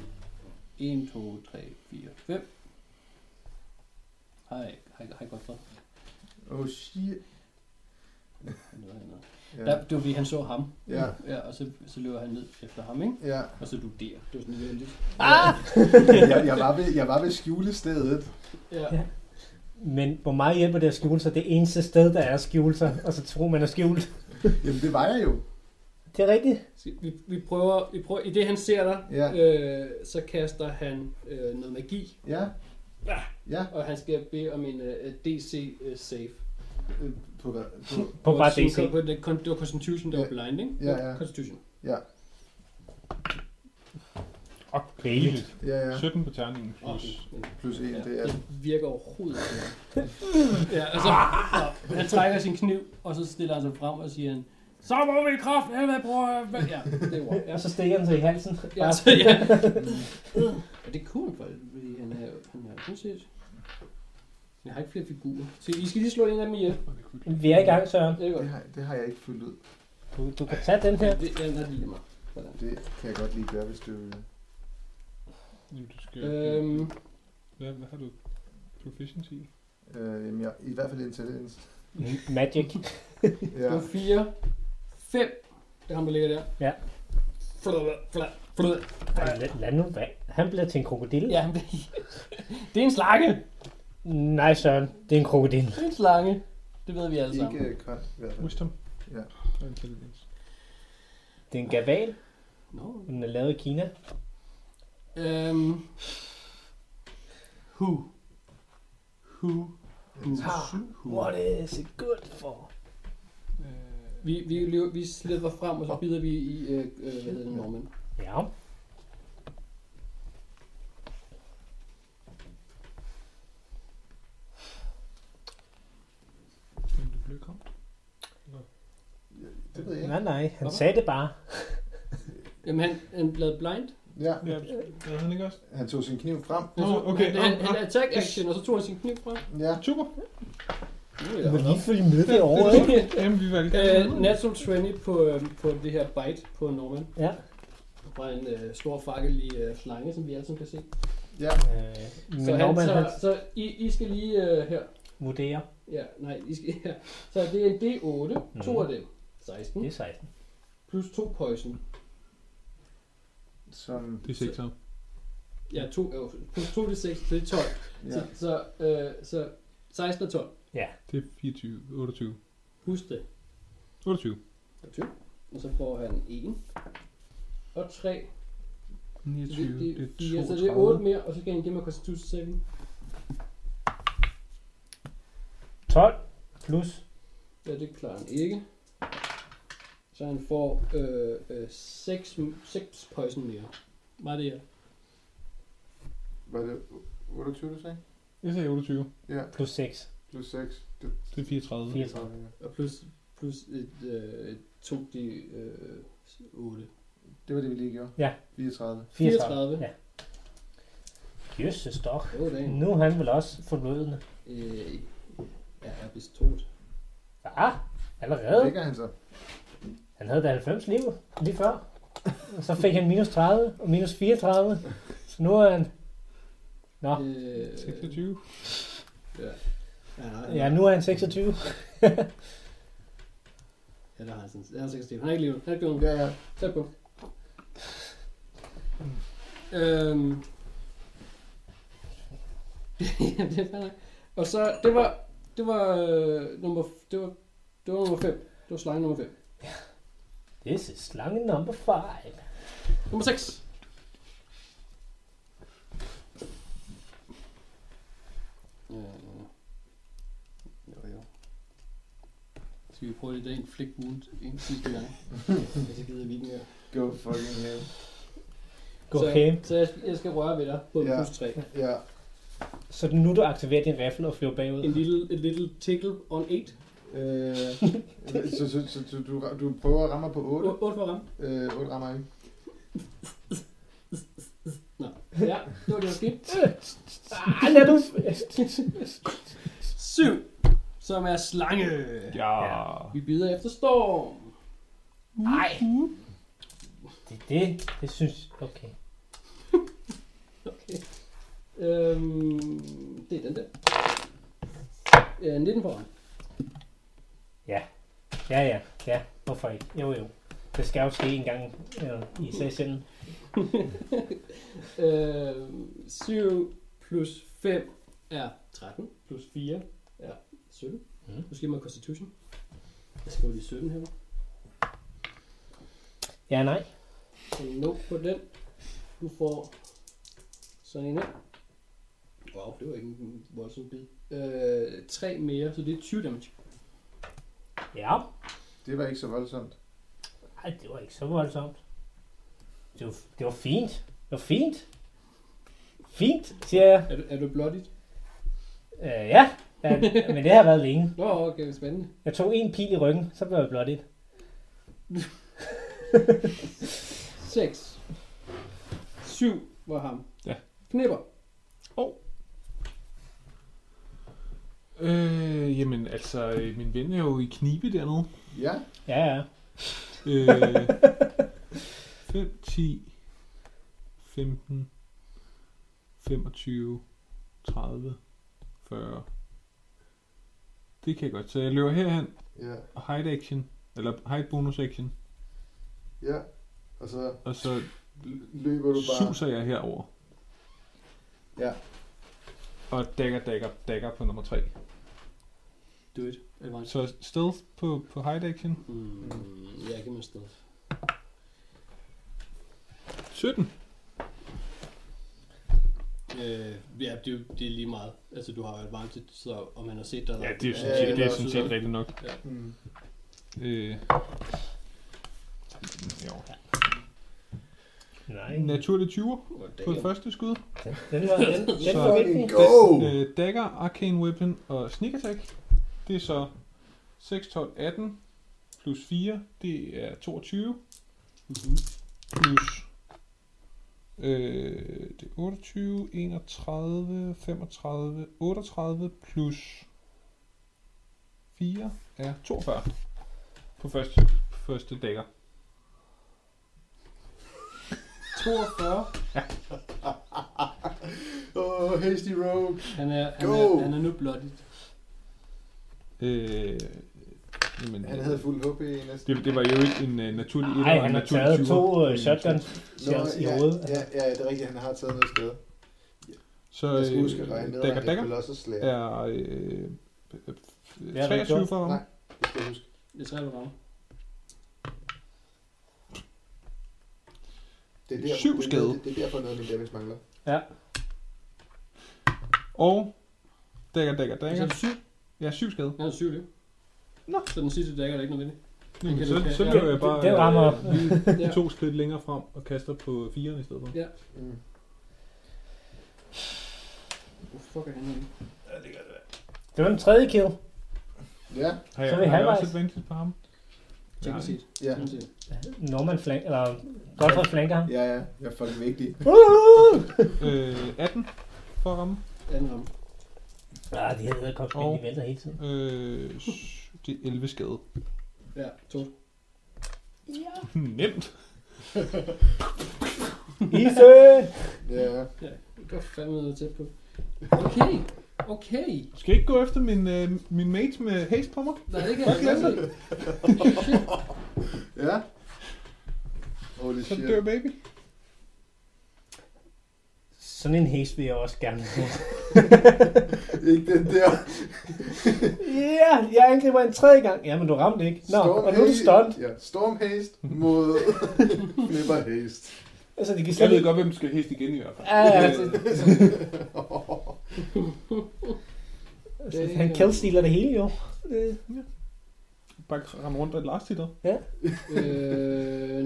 1, 2, 3, 4, 5. Hej, hej, hej godt for. Oh shit. Han løber hernede. Ja, Der, det var fordi, han så ham. ja, Ja, og så, så løber han ned efter ham, ikke? ja. Og så er du der. Det var sådan lidt heldigt. Jeg, jeg, var ved, jeg var ved skjulestedet. Ja. Ja. men hvor meget hjælper det at skjule sig? Det eneste sted, der er skjulelser, og så tror man er skjult. Jamen, det var jeg jo. Det er rigtigt. Så Vi, vi, prøver, vi prøver, i det han ser dig, Ja. øh, så kaster han øh, noget magi, Ja. Ja, og han skal bede om en øh, DC øh, save. øh, på hvad? På, På bare Hvor- DC. På, det, kon- det var Constitution, der Ja. var blind, ikke? Ja, ja. Constitution. ja, Og rigeligt. ja, ja. 17 på terningen Og- plus. Plus en, Ja, det er... det virker overhovedet ikke. ja, og så, så, han trækker sin kniv, og så stiller han sig frem og siger han, så må vi kraft, hvad bror, hvad? Ja, det var ja. Og så stikker den sig i halsen. Ja, så, ja. ja, det kunne han faktisk, fordi han er, han er sådan set. Jeg har ikke flere figurer. Så I skal lige slå en af dem ihjel. Vi er i gang, Søren. Det er godt. Det har, det har jeg ikke fyldt ud. Du, du kan tage den her. Ja, det, ja, den er lige mig. Sådan. Det kan jeg godt lige gøre, hvis du... Jamen, du skal... Øhm, Hvad, hvad har du proficiency i? Øh, jamen, jeg, I hvert fald intelligens. Magic. Ja. Det var 4, 5. Det er ham, der ligger der. Ja. Flød, flød, flød. Ej, lad- Lad nu være. Han bliver til en Mm. krokodille. Ja, det, det er en slange. Nej, Søren. Det er en krokodille. Det er en slange. Det ved vi alle sammen. Ikke køn, i hvert fald. Wisdom. Ja. Og intelligens. Det er en gaval. No. Den er lavet i Kina. Øhm. Who? Who? Who? What is it good for? Øh, Vi, vi, løber, vi slipper frem, og så bider vi i, øh, øh, hvad hedder det, Norman. Ja. men du blev kom. Det ved jeg ikke. Nej, nej. Han Hvorfor? sagde det bare. Jamen, han, han blev blind. Ja, Ja, havde han ikke også? Altså, han tog sin kniv frem. Nå, okay. Ah, Han, han, Nå, han nå. attack action, og så tog han sin kniv frem. Ja. Super. Nu er Du må jeg lige følge med det over, ikke? [LAUGHS] Jamen, vi valgte. Øh, natural 20 på, øh, på det her bite på Norman. Ja. Fra en øh, stor fakkel i øh, slange, som vi alle sammen kan se. Ja, Øh, men Så, når han, man så, så I, I skal lige øh, her. vurderer, Ja, nej, I skal, [LAUGHS] ja. Så det er en D8, mm. to Mhm. af dem. 16. det er 16. Plus to poison. som... Det er seks Ja, to, øh, plus to det er 6, så det er 12. Ja. Så, så, øh, så 16 og 12. Det er 24. 28. Husk det. 28. Og 20. Og så får han 1. Og 3. Så 29. det, det, er det 4, er så det er 32. 8 mere, og så skal han give mig Constitution saving. 12 plus Ja, det klarer han ikke. Så han får øh, øh, 6, 6 poison mere. Var det her? Var det 28, du sagde? Jeg sagde 28. Ja, plus 6. plus 6. Det, Det er 34. 34. Og plus, plus et, øh, et 2D øh, 8. det var det, vi lige gjorde. Ja. 34. 34. Ja. Jøsses dog. Jo, det er en. Nu er han vel også forlødende. Øh, ja, jeg er vist tot. Ah, allerede? Ligger han så? Han havde da 90 liv lige før. Og så fik han minus 30 og minus 34. Så nu er han... Nå, Øh, 26. Ja. Ja, ja, nu er han 26. ja, der har han sådan. Der har 26. Han er altså ikke livet. Han er ikke blevet. Ja, ja. Tag på. Øhm. Jamen, det er fair nok. Og så, det var, det var, øh, nummer, det var, det var nummer 5. Det var slange nummer 5. This is slange number 5. Nummer 6. Øh, jo, jo. Skal vi prøve lidt af en flick wound en sidste [LAUGHS] gang? Hvis jeg gider vi ikke mere. Go fucking hell. Gå så, hjem. Så jeg, jeg skal røre ved dig på en Ja. plus 3. Ja, Så er det nu du aktiverer din rifle og flyver bagud. En lille, en lille tickle on 8. [LAUGHS] øh, så, så, så, så du, du prøver at ramme mig på 8. 8 for [LAUGHS] ramme. Øh, 8 rammer ikke. Nå. Ja, det var det, der skete. Ah, lad du... 7, som er slange. Ja. Vi bider efter storm. Nej. Det er det, det synes... Okay. Okay. Øhm, det er den der. Ja, 19 for ramme. Ja, ja, ja. Hvorfor ikke? Jo, jo. Det skal jo ske en gang øh, i sessionen. [LAUGHS] Øhm, 7 plus 5 er 13. Plus 4 er 17. Mm. Mm. Måske med Constitution. Jeg skriver lige 17 her. Ja, nej. Så no på den. Du får sådan en her. Wow, det var ikke en voldsom bid. Øh, tre mere, så det er 20 damage. Ja. Det var ikke så voldsomt. Ej, det var ikke så voldsomt. Det var, det var fint. Det var fint. Fint, siger jeg. Er du, er du blodigt? Øh, ja. ja, men det har været længe. Nå, okay, spændende. Jeg tog en pil i ryggen, så blev jeg blot et. 6. 7 var ham. Ja. Knipper. Øh, jamen altså, øh, min ven er jo i knibe dernede. Ja, Ja, ja. [LAUGHS] Øh, 5, 10, 15, 25, 30, 40, Det kan jeg godt. Så jeg løber herhen, Ja, hide action, eller hide bonus action, ja. Og så og så løber du bare... suser jeg herover. Ja. Og dækker, dækker, dækker på nummer 3. Do it. Advance. Så stealth på, på hide action. Mm, ja, giv mig sted. 17. Øh, ja, det, er jo- det er lige meget. Altså, du har jo advantage, så om han har set dig... Øh, eller- Ja, det er Ja, jo sådan eller set, det er sådan set rigtigt nok. Mm. Øh, jo. Nej. Naturlig 20 på det Goddag. første skud. Den, den var, den, den var vigtig. Fucking go! Øh, dagger, arcane weapon og sneak attack. Det er så 6, 12, 18 plus 4, det er 22 Mhm. plus øh, det er 28, 31, 35, 38 plus 4 er 42 på første, på første dagger. 42. [LAUGHS] Åh, oh, hasty rogue. Han er, han, Go! er, han er nu blottet. Øh, jamen, Han havde fuld HP i næsten. det, det var jo ikke en uh, naturlig etter Nej, og en han har naturlig taget 20'er. to uh, shotguns shots i ja, hovedet. ja, ja, det er rigtigt. Han har taget noget skade. Så Jeg skal huske at øh, regne ned, dagger, at han dagger kan også slag. Ja. er øh, Hvad er det, 23 gjort? for ham. Nej. Det skal jeg huske. Det træder ramme. Det er derfor, Syv det er- skade. Det, det, er derfor, noget af min damage mangler. Og dagger, dagger, Så er dagger. det syv. Ja, syv skade. Han er syv løb. Nå. Så den sidste dækker er ikke nødvendig. Jamen, kan så, du kaste. så Ja, løber jeg det- bare det rammer. øh, [LAUGHS] lige Ja. to skridt længere frem og kaster på firen i stedet for. Mm. Hvor fuck er han henne? Det var den tredje kill. Ja, Har jeg, Så er har vi jeg halvvejs. også advantage på ham? Check Nej. and set. ja, Check and set. Norman flank, eller Godfred flanker ham. ja, ja. Jeg er fucking vigtig. Øh, 18 for at ramme. Anden ramme. Ah, de her edderkopsmænd, Og- de vælter hele [LAUGHS] tiden. Øh, s- det er 11 skade. [LAUGHS] Ja, to. Nemt. Ise! Ja. Ja, det går fandme noget tæt på. Okay, okay. Skal jeg ikke gå efter min, øh, min mate med haste på mig? Nej, det kan Fuck, jeg ikke. Ja. Holy Så shit. dør baby. Sådan en haste vil jeg også gerne have. Ikke den der. Ja, jeg angriber en tredje gang. Ja, men du ramte ikke. Nå, og nu er du haste- stunt. Ja, storm haste mod [LAUGHS] flipper haste. [LAUGHS] Altså, det kan Jeg slet ved ikke... godt, hvem skal haste igen i hvert fald. Øh, Ja, ja, altså, altså, han kældstiler det hele, jo. Det- Bare ramme rundt af et last hitter. Øh,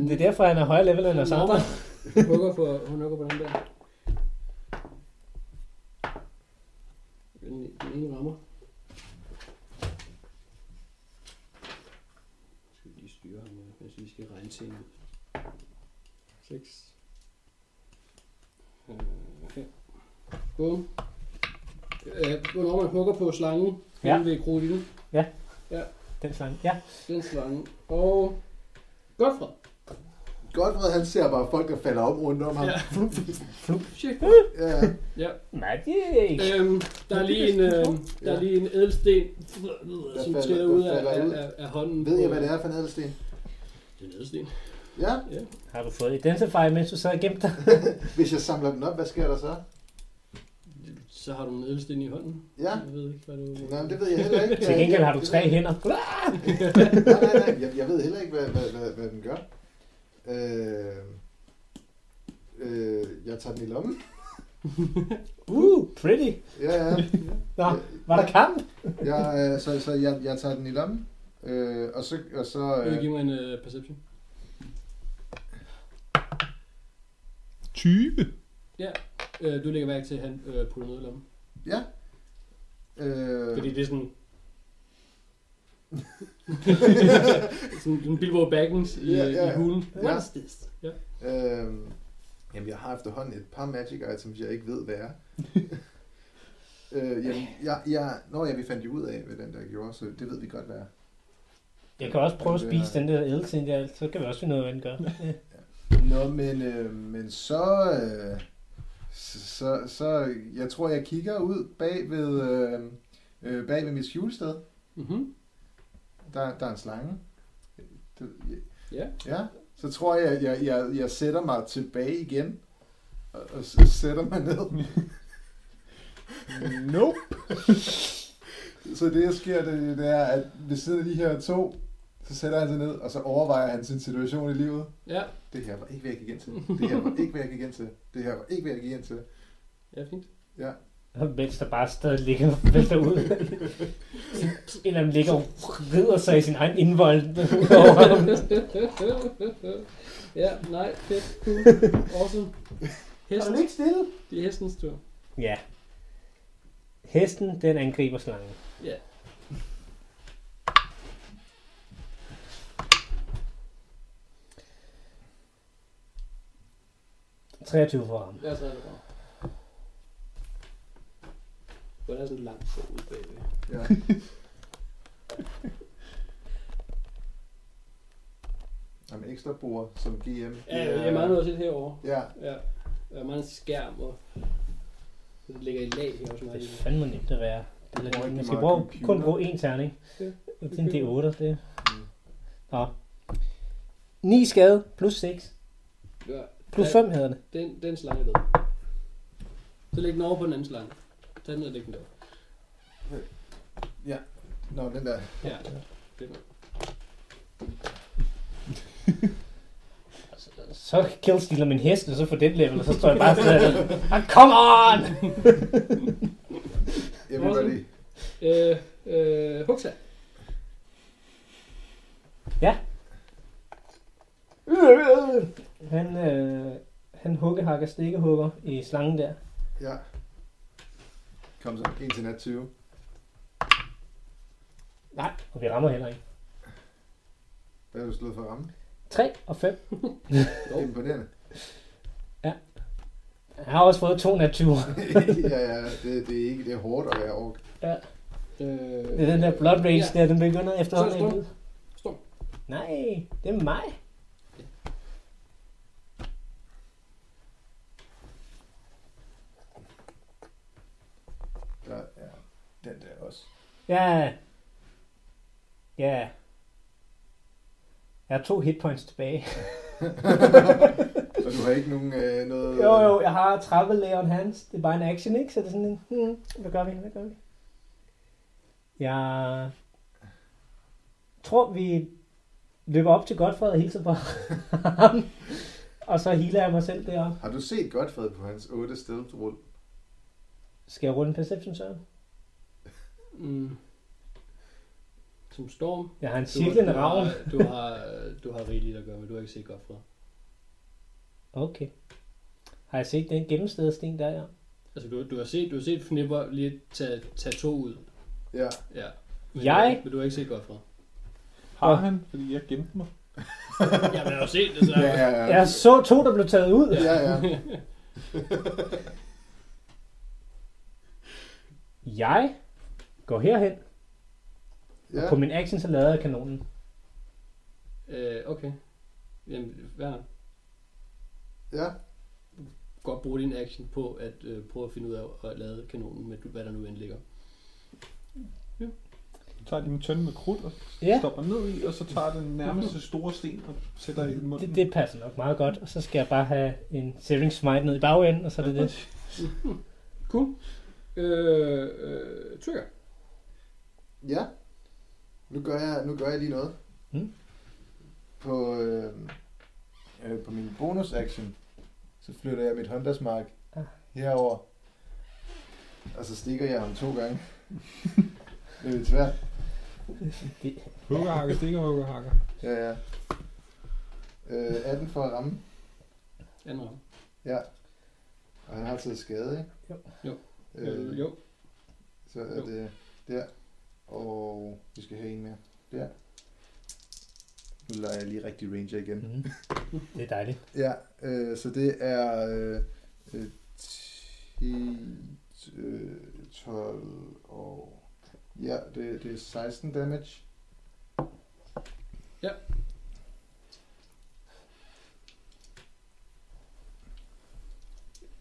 Det er derfor, han er højere level end os andre. Hun hugger på, hun hugger på den der. Den, den ene rammer. Nu skal vi lige styre ham, jeg synes, vi skal regne ting ud. 6. Øh, 5. Bum. Øh, hvornår man hugger på slangen, Ja. ja. den ved krudilden, Den slange. Ja, den slange, og Godfred. Godfred, han ser bare folk, der falder op rundt om ham. Ja. Shit, Ja. Ja. magic. Øh. Øhm, der er lige en, øh, der er Ja. lige en ædelsten, som falder- triller der ud af, falder ud. af, af, af hånden. Ved på- jeg, hvad det er for en ædelsten? Det er en ædelsten. Ja. Ja. Har du fået identify, mens du sad og gemte dig? Hvis jeg samler den op, hvad sker der så? Så har du en ædelsten i hånden. Ja. Jeg ved ikke, hvad du... Nej, det ved jeg heller ikke. Til gengæld har du tre hænder. Nej, nej, nej. Jeg, jeg ved heller ikke, hvad, hvad, hvad, hvad den gør. Øh, øh, jeg tager den i lommen. Uh, pretty. Ja, ja. Nå, var der kamp? Jeg, øh, så så jeg, jeg tager den i lommen. Øh, og så... Og så Vil øh, du give mig en uh, perception? 20. Øh, du lægger mærke til, at han øh, putter noget i lommen. ja. Øh, Fordi det er [LAUGHS] sådan... sådan en Bilbo Baggins i, Ja, ja, ja. i hulen. Ja. What is this? Ja. øh, jamen, jeg har efterhånden et par magic items, jeg ikke ved, hvad [LAUGHS] er. øh, jamen, jeg, jeg, når jeg, vi fandt jo ud af, hvad den der gjorde, så det ved vi godt, hvad er. Jeg kan også prøve at spise den der ædelsen der, så kan vi også finde ud af, hvad den gør. [LAUGHS] Nå, men, øh, men så, øh, så, så, så, jeg tror, jeg kigger ud bag ved, øh, øh, bag ved mit skjulested, Mm-hmm. Der, der er en slange. Det- Ja. Ja, så tror jeg, at jeg, jeg, jeg sætter mig tilbage igen. Og, og s- sætter mig ned. Nope. [LAUGHS] Så det, der sker, det, det er, at ved siden af de her to, så sætter han sig ned, og så overvejer han sin situation i livet. Ja, Det her var ikke, hvad jeg gik ind til. Det her var ikke, hvad jeg gik ind til. Det her var ikke, hvad jeg gik ind til. ja, fint. Og mens der bare stadig ligger og vælter ud. en af dem ligger og rider sig i sin egen indvold. [LAUGHS] ud over ham. ja, nej, fedt, [LAUGHS] cool, awesome. Hesten, ikke stille? det er hestens tur. ja. Hesten, den angriber slangen. Ja. Yeah. 23 for ham. Lad os redde det bare. Hvor er der sådan en lang fod bagved? Ja. Jamen ekstra bruger som GM. Ja, jeg er meget nødt til herovre. Ja, Ja. Jeg er meget en skærm, og så det ligger i lag her hos mig. Det er fandme nemt at være. Det bruger Man rigtig skal meget bruge, computer. kun bruge én terning. Ja, Det er en køber D8, det. Mm. Nå. 9 skade, plus 6. Ja, Plus Ja. 5 hedder det. den, den slange er død. Så læg den over på den anden slange. Tag den ned og læg den der. nå den der. Ja, det er Så killstealer min hest, og så får den level, og så står jeg bare sådan ah, come on! Everybody. Øh, øh, Huxa. Han, øh, han huggehakker stikkehugger i slangen der. Ja. Kom så, en til nat 20. Nej, og vi rammer heller ikke. Hvad har du slået for at ramme? 3 og 5. Det er [LAUGHS] imponerende. Jeg har også fået 2 nat 20. ja, ja, det, det, er ikke, det er hårdt at være ork. Øh, Det er den der blood rage ja. der, den begynder efterhånden. Så er det at Storm. Storm. æde. Nej, det er mig. Der er den der også. Ja. Ja. Jeg har to hitpoints tilbage. Så du har ikke nogen øh, noget... Jo, jo, jeg har 30 Leon Hans. Det er bare en action, ikke? Så det er sådan en, hmm, hvad gør vi, hvad gør vi? Jeg tror, vi løber op til Godfred og hilser på ham. og så healer jeg mig selv deroppe. Har du set Godfred på hans 8 stealth-rull? Skal jeg runde Perception, Søren? Mm. Som storm. Jeg har en Du- cirklende du har- ravn. Du har, du har rigeligt at gøre med. Du har ikke set godt fra. Okay. Har jeg set den gennemstedsten der, ja? Altså, du, du har set, du har set Fnipper lige tage, tage to ud. Ja. Ja. Jeg? Men du har ikke set godt fra. Har han? Fordi jeg gemte mig. Ja, men jeg har set det, så... Ja, ja, ja. Jeg så to, der blev taget ud. ja, ja. Jeg går herhen, ja. og på min action, så lader jeg kanonen. [LAUGHS] Øh, okay. Jamen, hvad har ja. godt bruge din action på at øh, prøve at finde ud af at lade kanonen med, hvad der nu end ligger. Så tager de en tønde med krudt og Ja, stopper ned i, og så tager den nærmeste store sten og sætter i munden. det, det passer nok meget godt. Og så skal jeg bare have en Searing Smite ned i bagenden, og så er det det. Cool. Øh, øh, trigger. Ja. Nu gør jeg, nu gør jeg lige noget. Mm. På, øh, øh, på min bonus action, så flytter jeg mit Hondas mark Ah. herover. Og så stikker jeg ham to gange. [LAUGHS] det er lidt svært. Huggerhakker, stikker, huggerhakker. Ja, ja. Øh, 18 for at ramme, Anden ramme. og han har taget skade, ikke? Jo. Jo. Øh, Øh, jo. Så er Jo. det der. Og vi skal have en mere. Der. Nu leger jeg lige rigtig ranger igen. Mm. Det er dejligt. Ja, øh, så det er øh, øh, 10, øh, 12 og... Ja, det, det er 16 damage. Ja.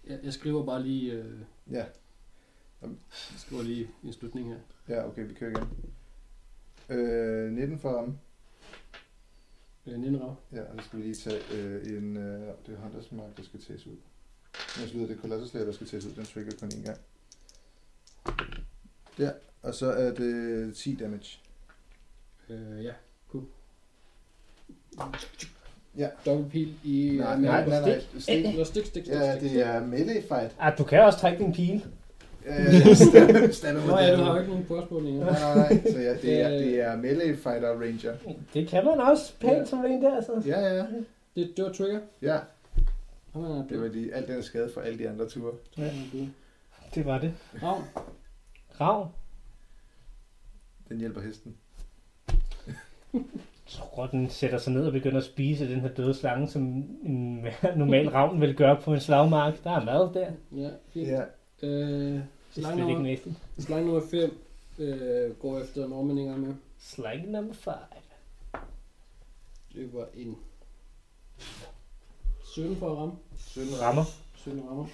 Jeg, jeg skriver bare lige, øh, Ja, jeg skriver lige en slutning her. ja okay, vi kører igen. Øh, 19 for ham. Øh, Nina Rav. Ja, og så skal vi lige tage øh, en... Øh, det er Hunters Mark, der skal tages ud. Men så lyder det kollaterslag, der skal tages ud. Den trigger kun én gang. Der, og så er det 10 damage. Øh, ja, cool. Ja. Dobbelt pil i... Nej, med- nej, nej, nej. Stik, Stik. stik, stik, stik, stik. Ja, det er melee fight. Ah, du kan også trække din pil. Ja, ja, [LAUGHS] ja. Stab- stab med Øh, Nå ja, du den. har Øh. jo ikke nogen spørgsmål længere. Nej, nej, nej. Så ja, det er, det er melee fighter ranger. Det kan man også Ja. pænt som en der, så. Ja, ja, ja. Det, det var trigger. Ja, Ham er det var de, alt den skade fra alle de andre ture. Ja. Det var det. Ravn. Ravn. Den hjælper hesten. Jeg tror, den sætter sig ned og begynder at spise den her døde slange, som en [LAUGHS] normal ravn vil gøre på en slagmark. Der er mad der. Ja, fint. Ja. Ja, Øh, Det er slange slet ikke nummer, næsten. slange nummer 5 øh, går efter Norman en gang med. Slang number 5. Det var en 17 for at ramme. 17 Rammer. 17 rammer.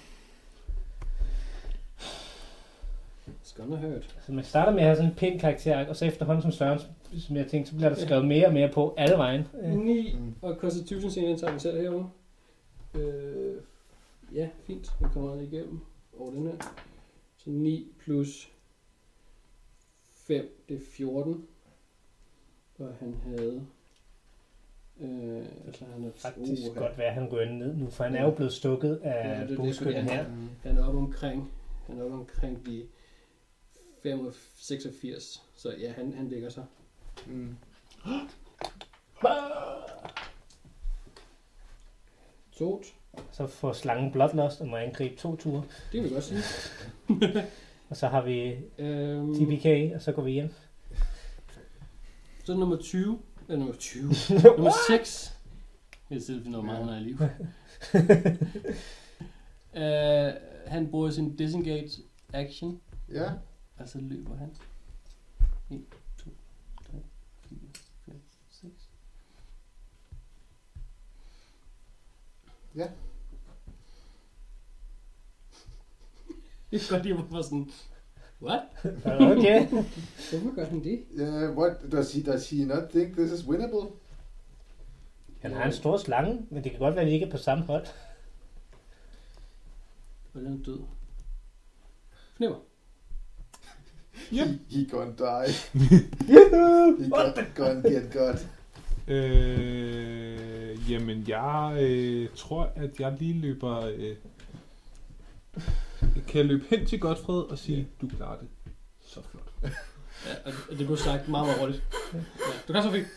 It's gonna hurt. Så man starter med at have sådan en pæn karakter, og så efterhånden som Søren, som jeg tænkte, så bliver der skrevet mere og mere på alle vejen. Øh, 9 Mm. og Constitution scenen tager vi selv herovre. Øh, ja, fint. Den kommer han igennem over den her. Så 9 plus 5, det er 14. Og han havde... Øh, så han er Faktisk Uha. godt være, at han ryger ned nu, for han er jo blevet stukket Ja, af det er det, fordi boskytten han- her. Han er oppe omkring, han er oppe omkring de 85, så ja, han, han ligger sig. Mm. Tot, Så får slangen bloodlust og må angribe to ture. det vil jeg godt sige. Og så har vi Øhm, TPK, og så går vi hjem. så nummer 20, eller nummer 20, nummer 6. Jeg selv finder meget, han er i liv. øh, han bruger sin disengage action, Ja, og så løber han. 1, 2, 3, 4, 5, 6. Ja. Det er godt, jeg var sådan, what? Okay. Hvorfor gør han det? yeah, what does he, does he not think this is winnable? Han har en stor slange, men det kan godt være, at vi ikke er på samme hold. Og den er død. Fornemmer. Ja. He gonna die. he gonna, gonna [LAUGHS] get godt. Øh, jamen, jeg øh, tror, at jeg lige løber... Øh, kan jeg løbe hen til Godfred og sige, du klarer det. Så flot. Ja, og og det blev sagt meget, meget [LAUGHS] hurtigt. Ja, du kan så fint.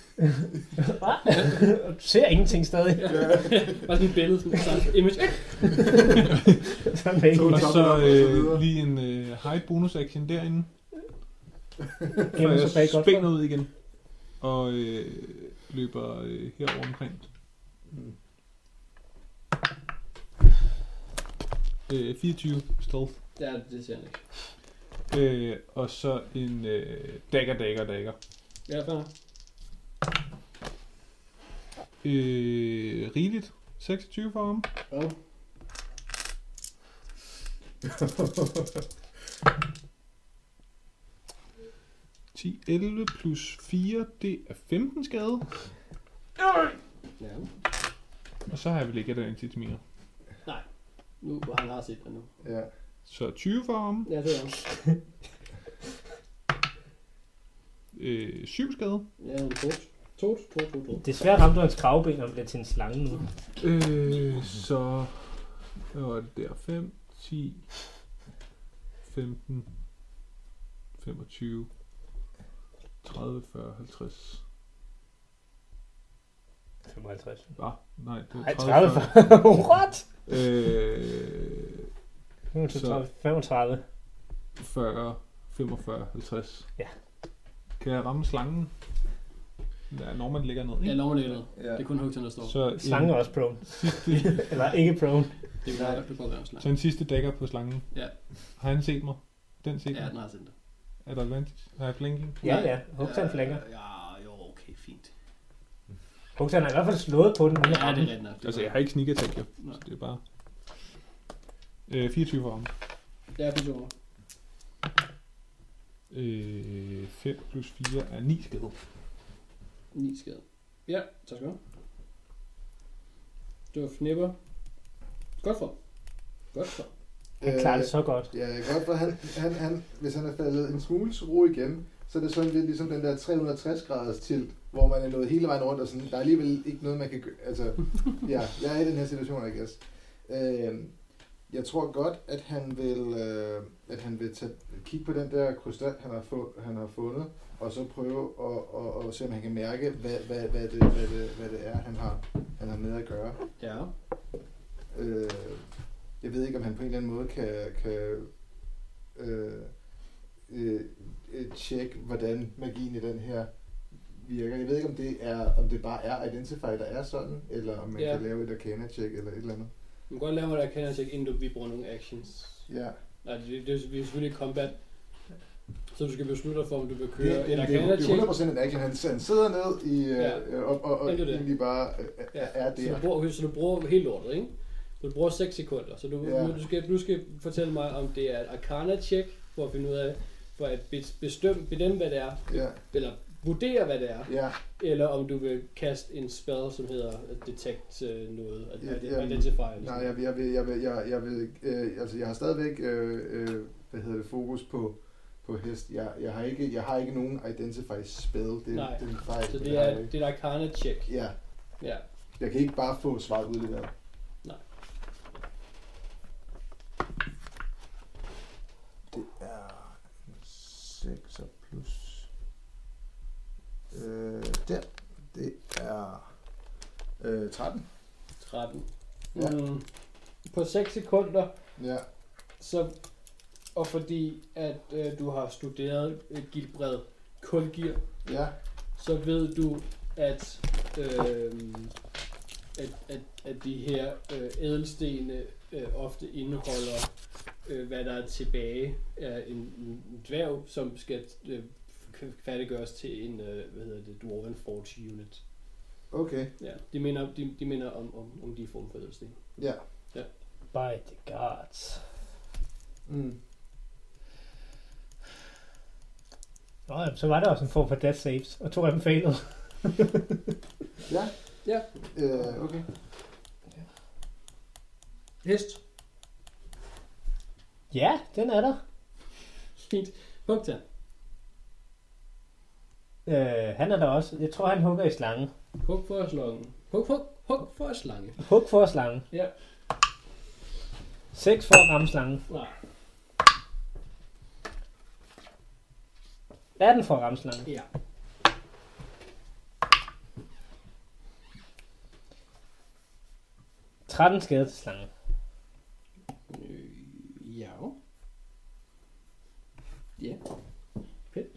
Og [LAUGHS] Du ser ingenting stadig. [LAUGHS] Bare sådan et billede, sådan et sagt image. Eh! Så er det ikke. To Toppen Og op så og så videre. øh, lige en øh, high bonus action derinde. Gemmer sig bag jeg godt. spænder ud igen. Og øh, løber øh, herover omkring. Mm. Øh, 24 stealth. Ja, det ser han ikke. Øh, og så en øh, dagger, dagger, dagger. Ja, fair. Øh, rigeligt. 26 for ham. Ja. ti 11 plus 4, det er 15 skade. ja. Og så har jeg vel ikke den til mere. Nu, hvor han har set det nu. Ja. Så 20 for ham. Ja, det er han. Øh, 7 skade. Ja, han er tot. Tot, tot, tot, tot. Desværre ramte du hans kravben og blev til en slange nu. Øh, så... Hvad var det der? 5, 10, 15, 25, 30, 40, 50. 55. Ah, nej, det Nej, er 30. 30, 40. [LAUGHS] What? [LAUGHS] Øh, Nu er det Så- 30, 35. 40, 45, 50. Ja. Kan jeg ramme slangen? Ja, når man ligger ned, Jeg ikke? lover det noget. Ja. Det er kun Hugton, der står. Så øh, en, Slange er også prone. sidste, Eller ikke prone. Det er godt, du går gerne snart. så en sidste dækker på slangen. Ja. Har han set mig? Den set Ja, mig? den har sendt dig. Er der advantage? Har jeg blinking? Ja, ja. Hugtan flænger. Ja, jo, okay, fint. Hugtan har i hvert fald slået på den. Ja, uden at det er ramme. rigtigt nok. Det er Altså, jeg godt. har ikke sneak attack, jo. Nej. Så det er bare... Øh, 24 for ham. Ja, det er Øh, 5 plus 4 er 9 skade. 9 skade. Ja, tak skal du have. Det var fnipper. Godt for. Godt for. Øh, Han klarer Øh. det så godt. Ja, jeg kan godt, for han, han, han, hvis han er faldet en smule til ro igen, så er det sådan lidt ligesom den der 360-graders tilt, hvor man er nået hele vejen rundt, og sådan, der er alligevel ikke noget, man kan gøre. Altså, ja, jeg er i den her situation, I guess. Øh, jeg tror godt, at han vil, øh, at han vil tage, kigge på den der krystal, han har, få, han har fundet, og så prøve at, at, at, se, om han kan mærke, hvad, hvad, hvad, det, hvad, det, hvad det er, han har, han har med at gøre. Ja. Øh, jeg ved ikke, om han på en eller anden måde kan, kan øh, øh, øh, tjekke, hvordan magien i den her virker. Jeg ved ikke, om det, er, om det bare er Identify, der er sådan, eller om man Ja. ja. kan lave et Arcana-check eller et eller andet. Du kan godt lave, hvad der kan, altså, inden du, vi bruger nogle actions. Ja, Nej, det, det, vi er selvfølgelig i combat. Så du skal beslutte dig for, om du vil det, køre det, en det, det, er arcana-check. 100% en action. Han, han sidder ned i, Ja. øh, og, og, og Det er det. egentlig bare øh, Ja, er, er Så du der. bruger, okay, så du bruger helt lortet, ikke? Du bruger 6 sekunder, så du, Ja. ja. du, skal, du skal fortælle mig, om det er et arcana-check, for at finde ud af, for at be- bestemme, bedømme, hvad det er, Ja, eller vurdere, hvad det er, ja, eller om du vil kaste en spell, som hedder øh, detect øh, noget, at Ja, yeah, ja. yeah. identify. eller nej, sådan. jeg vil, jeg vil, jeg vil, jeg, jeg vil øh, altså jeg har stadigvæk, øh, øh, hvad hedder det, fokus på, på hest. Jeg, jeg, har ikke, jeg har ikke nogen identify spell, det, Nej. det er en fejl. Så det har jeg er, ikke. det er et arcana-check. Ja, Ja. jeg kan ikke bare få svaret udleveret. Nej. Det er 6 og plus... Øh, der. Det er øh, 13. 13. Ja. Mm. På 6 sekunder, Ja, så, og fordi at øh, du har studeret øh, Gilbred Kulgir, ja, så ved du, at, øh, at, at, at de her øh, ædelstene øh, ofte indeholder, øh, hvad der er tilbage af en, en dværg, som skal øh, f- færdiggøres til en, øh, hvad hedder det, Dwarven Forge Unit. okay. Ja, de minder, de, de minder om, om, om de form for ædelsten. Ja. By the gods. Mm. Nå, jamen, så var der også en form for death saves, og to af dem failede. Ja. Ja. Øh, okay. Hest. Ja, den er der. Fint. Hugta. Øh, han er der også. Jeg tror, han hugger i slangen. Hug for slangen. Hug, hug, hug for slangen. Hug for slangen. Ja. 6 for at ramme slangen. Nej. 18 for at ramme slangen. Ja. Ja. 13 skade til slangen. Øh, ja. Ja. Fedt.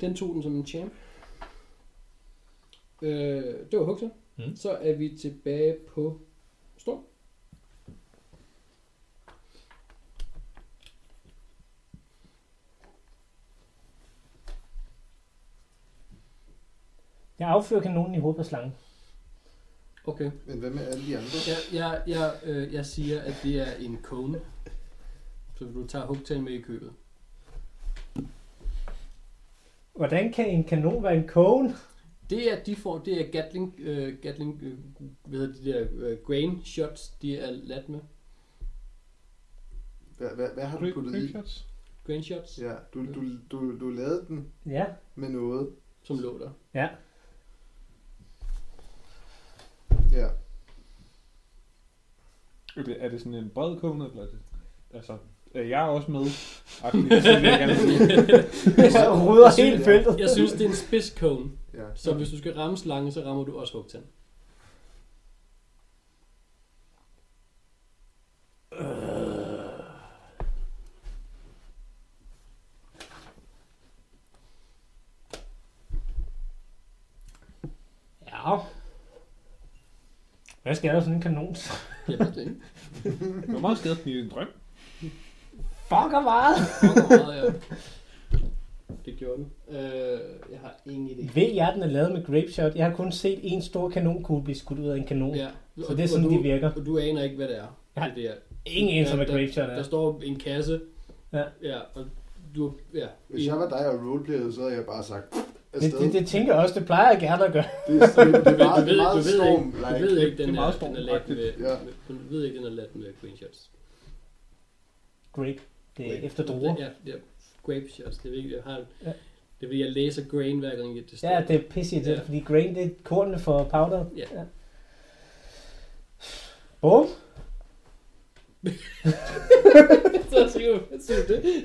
Den tog den som en champ. Øh, det var Huxer. Mm. Mm. Så er vi tilbage på Storm. Jeg affyrer kanonen i hovedet på slangen. Okay. Men hvad med alle de andre? Jeg, jeg, jeg, øh, jeg siger, at det er en kone. Så du tager hugtagen med i købet. Hvordan kan en kanon være en kone? Det at de får, det er Gatling, øh, Gatling øh, hvad hedder de der øh, grain shots, de er ladt med. Hvad, hvad, hvad har du puttet i? shots? Grain shots, ja. Ja, du, du, du, du lavede den Ja. [LAUGHS] med noget. som lå der. Ja. Ja. Er det, Øh, er det sådan en bred kone, eller er det... Altså, er jeg også med? Aktivt, det vil jeg gerne sige. Så ruder Jeg synes- hele [LAUGHS] feltet. Jeg synes, det er en spidskone, Ja. så hvis du skal ramme slangen, så rammer du også hugtand. Ja. Hvad skal der sådan en kanon? Jeg ved det ikke. Hvor meget skade i en drøm? Fucker meget. Fuck, hvor meget jeg- Det gjorde den. Øh, jeg har ingen idé. Ved jeg, den er lavet med grape shot? Jeg har kun set en stor kanonkugle blive skudt ud af en kanon. Ja. Så det er sådan, du, de virker. Og du aner ikke, hvad det er. Nej. Det der Ingen anelse om, hvad der, grave shot Der er. står en kasse. Ja. Ja, og du... Ja. Hvis jeg var dig og roleplayede, så havde jeg bare sagt Det, afsted. det, det tænker jeg også, det plejer jeg gerne at gøre. det, er sådan- [LAUGHS] det, Du ved, er meget, du ved, meget du ved storm. ikke, like. du ved ikke, Det er den er, meget den er ladt med, stormagtigt, ja. du ved ikke, den er ladt med green shots. Grape. Det er Grape. efter druer. Ja, ja, grape shots, det er vigtigt, jeg har det. Ja. Det er fordi, jeg læser grain hver gang, jeg det står. Ja, det er pisse det, Ja. fordi grain, det er kornene for powder. Ja. Bum. [LAUGHS] så skriver jeg, siger du det.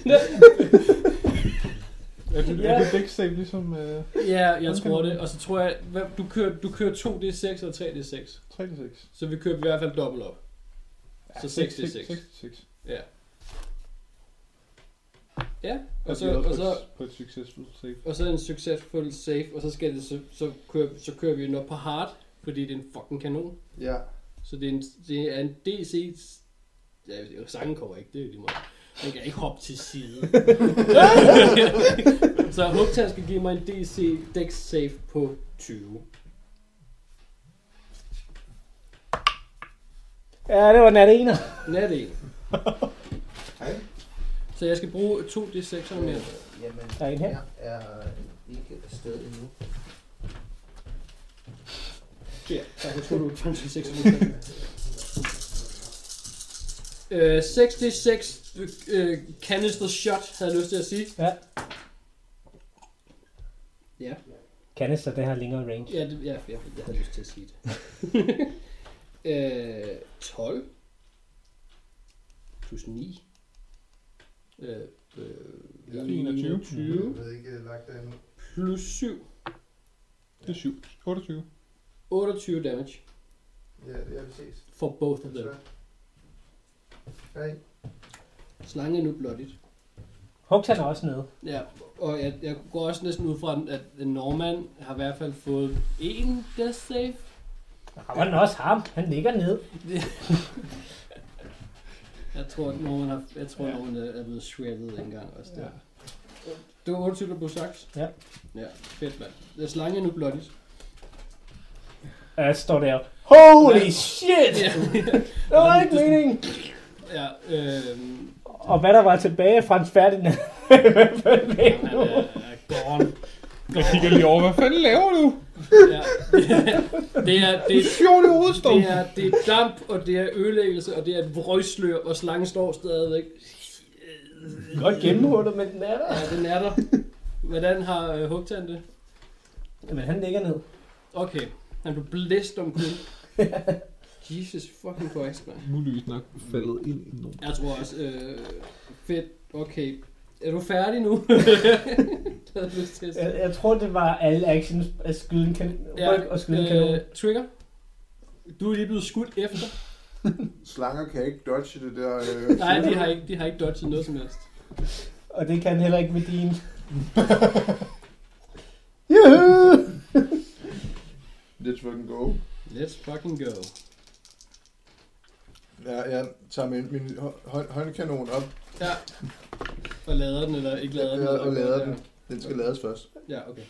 Er det, Ja. er det deck save ligesom øh, Ja, jeg Okay. tror det. Og så tror jeg, hvad, du kører, du kører 2d6 og 3d6. 3d6? Så vi kører i hvert fald dobbelt op. Så 6d6. 6d6. Ja. Ja, Og og så, så, og så, på et succesfuldt save. og så en succesful save, og så, skal det, så, så, kører, så kører vi den op på hard, fordi det er en fucking kanon. Ja, Så det er en, det er en DC... Ja, det er jo sangen kommer ikke, det er jo lige meget. Man kan ikke hoppe til side. så Hugtan skal give mig en DC Dex save på 20. Ja, det var nat ener. Nat 1. Hej. Så jeg skal bruge 2 D6'er mere. Jamen, Der er en her. jeg er ikke afsted endnu. Ja, tak. Jeg tror, du fandt 6 Øh, 6D6 øh, canister shot, havde jeg lyst til at sige. Ja. Ja. Canister, det har længere range. Ja, det, ja, ja, jeg havde lyst til at sige det. [LAUGHS] øh, 12 plus 9. Øh, øh, 21. 21 ved ikke, jeg lagt det endnu. plus 7. Det er 7. 28. 28 damage Ja, det er præcis. for both of them. Hej. Slangen er nu blottigt. Hugtan er også nede. Ja, og jeg, jeg går også næsten ud fra, at en Norman har i hvert fald fået én death save. Rammer den også ham? Han ligger nede. Jeg tror, at Norman, har, jeg tror, ja. Norman er er blevet shredded engang også der. Ja. Det var 28, der blev sagt. Ja. Ja, fedt mand. Jeg slanger nu blottigt. Og jeg står der. Holy Ja. shit! Ja, Det var ikke meningen. ja øhm, Og hvad der var tilbage, Frans Ferdinand. i hvert fald væk han nu. er, er gone. Jeg kigger lige over. Hvad fanden laver du? øh, Ja. Det er, det, Det er sjovt i hovedet, Storm. det er, det er damp, og det er ødelæggelse, og det er et vrøgslør, og slangen står stadigvæk. Godt gennemhullet, men den er der. Ja, den er der. Hvordan har øh, Hugtan det? Jamen, han ligger ned. Okay, han blev blæst om kul. Jesus fucking Christ, man. Muligvis nok faldet ind i nogen. Jeg tror også, øh, fedt, okay. Er du færdig nu? [LAUGHS] det havde jeg lyst til at Jeg, sige. jeg tror, det var alle actions at skyde en kan- ryg og skyde en kanon. Øh, trigger. Du er lige blevet skudt efter. Slanger kan ikke dodge det der... [LAUGHS] Øh, Nej, de har ikke, de har ikke dodget noget som helst. Og det kan han heller ikke med [LAUGHS] din. Juhu! Let's fucking go. Let's fucking go. Ja, jeg tager min, min hå- hånd, håndkanon op. Ja. Og lader den, eller ikke lader den? Ja, eller og hvad lader det er. den. Den skal lades først. Ja, okay.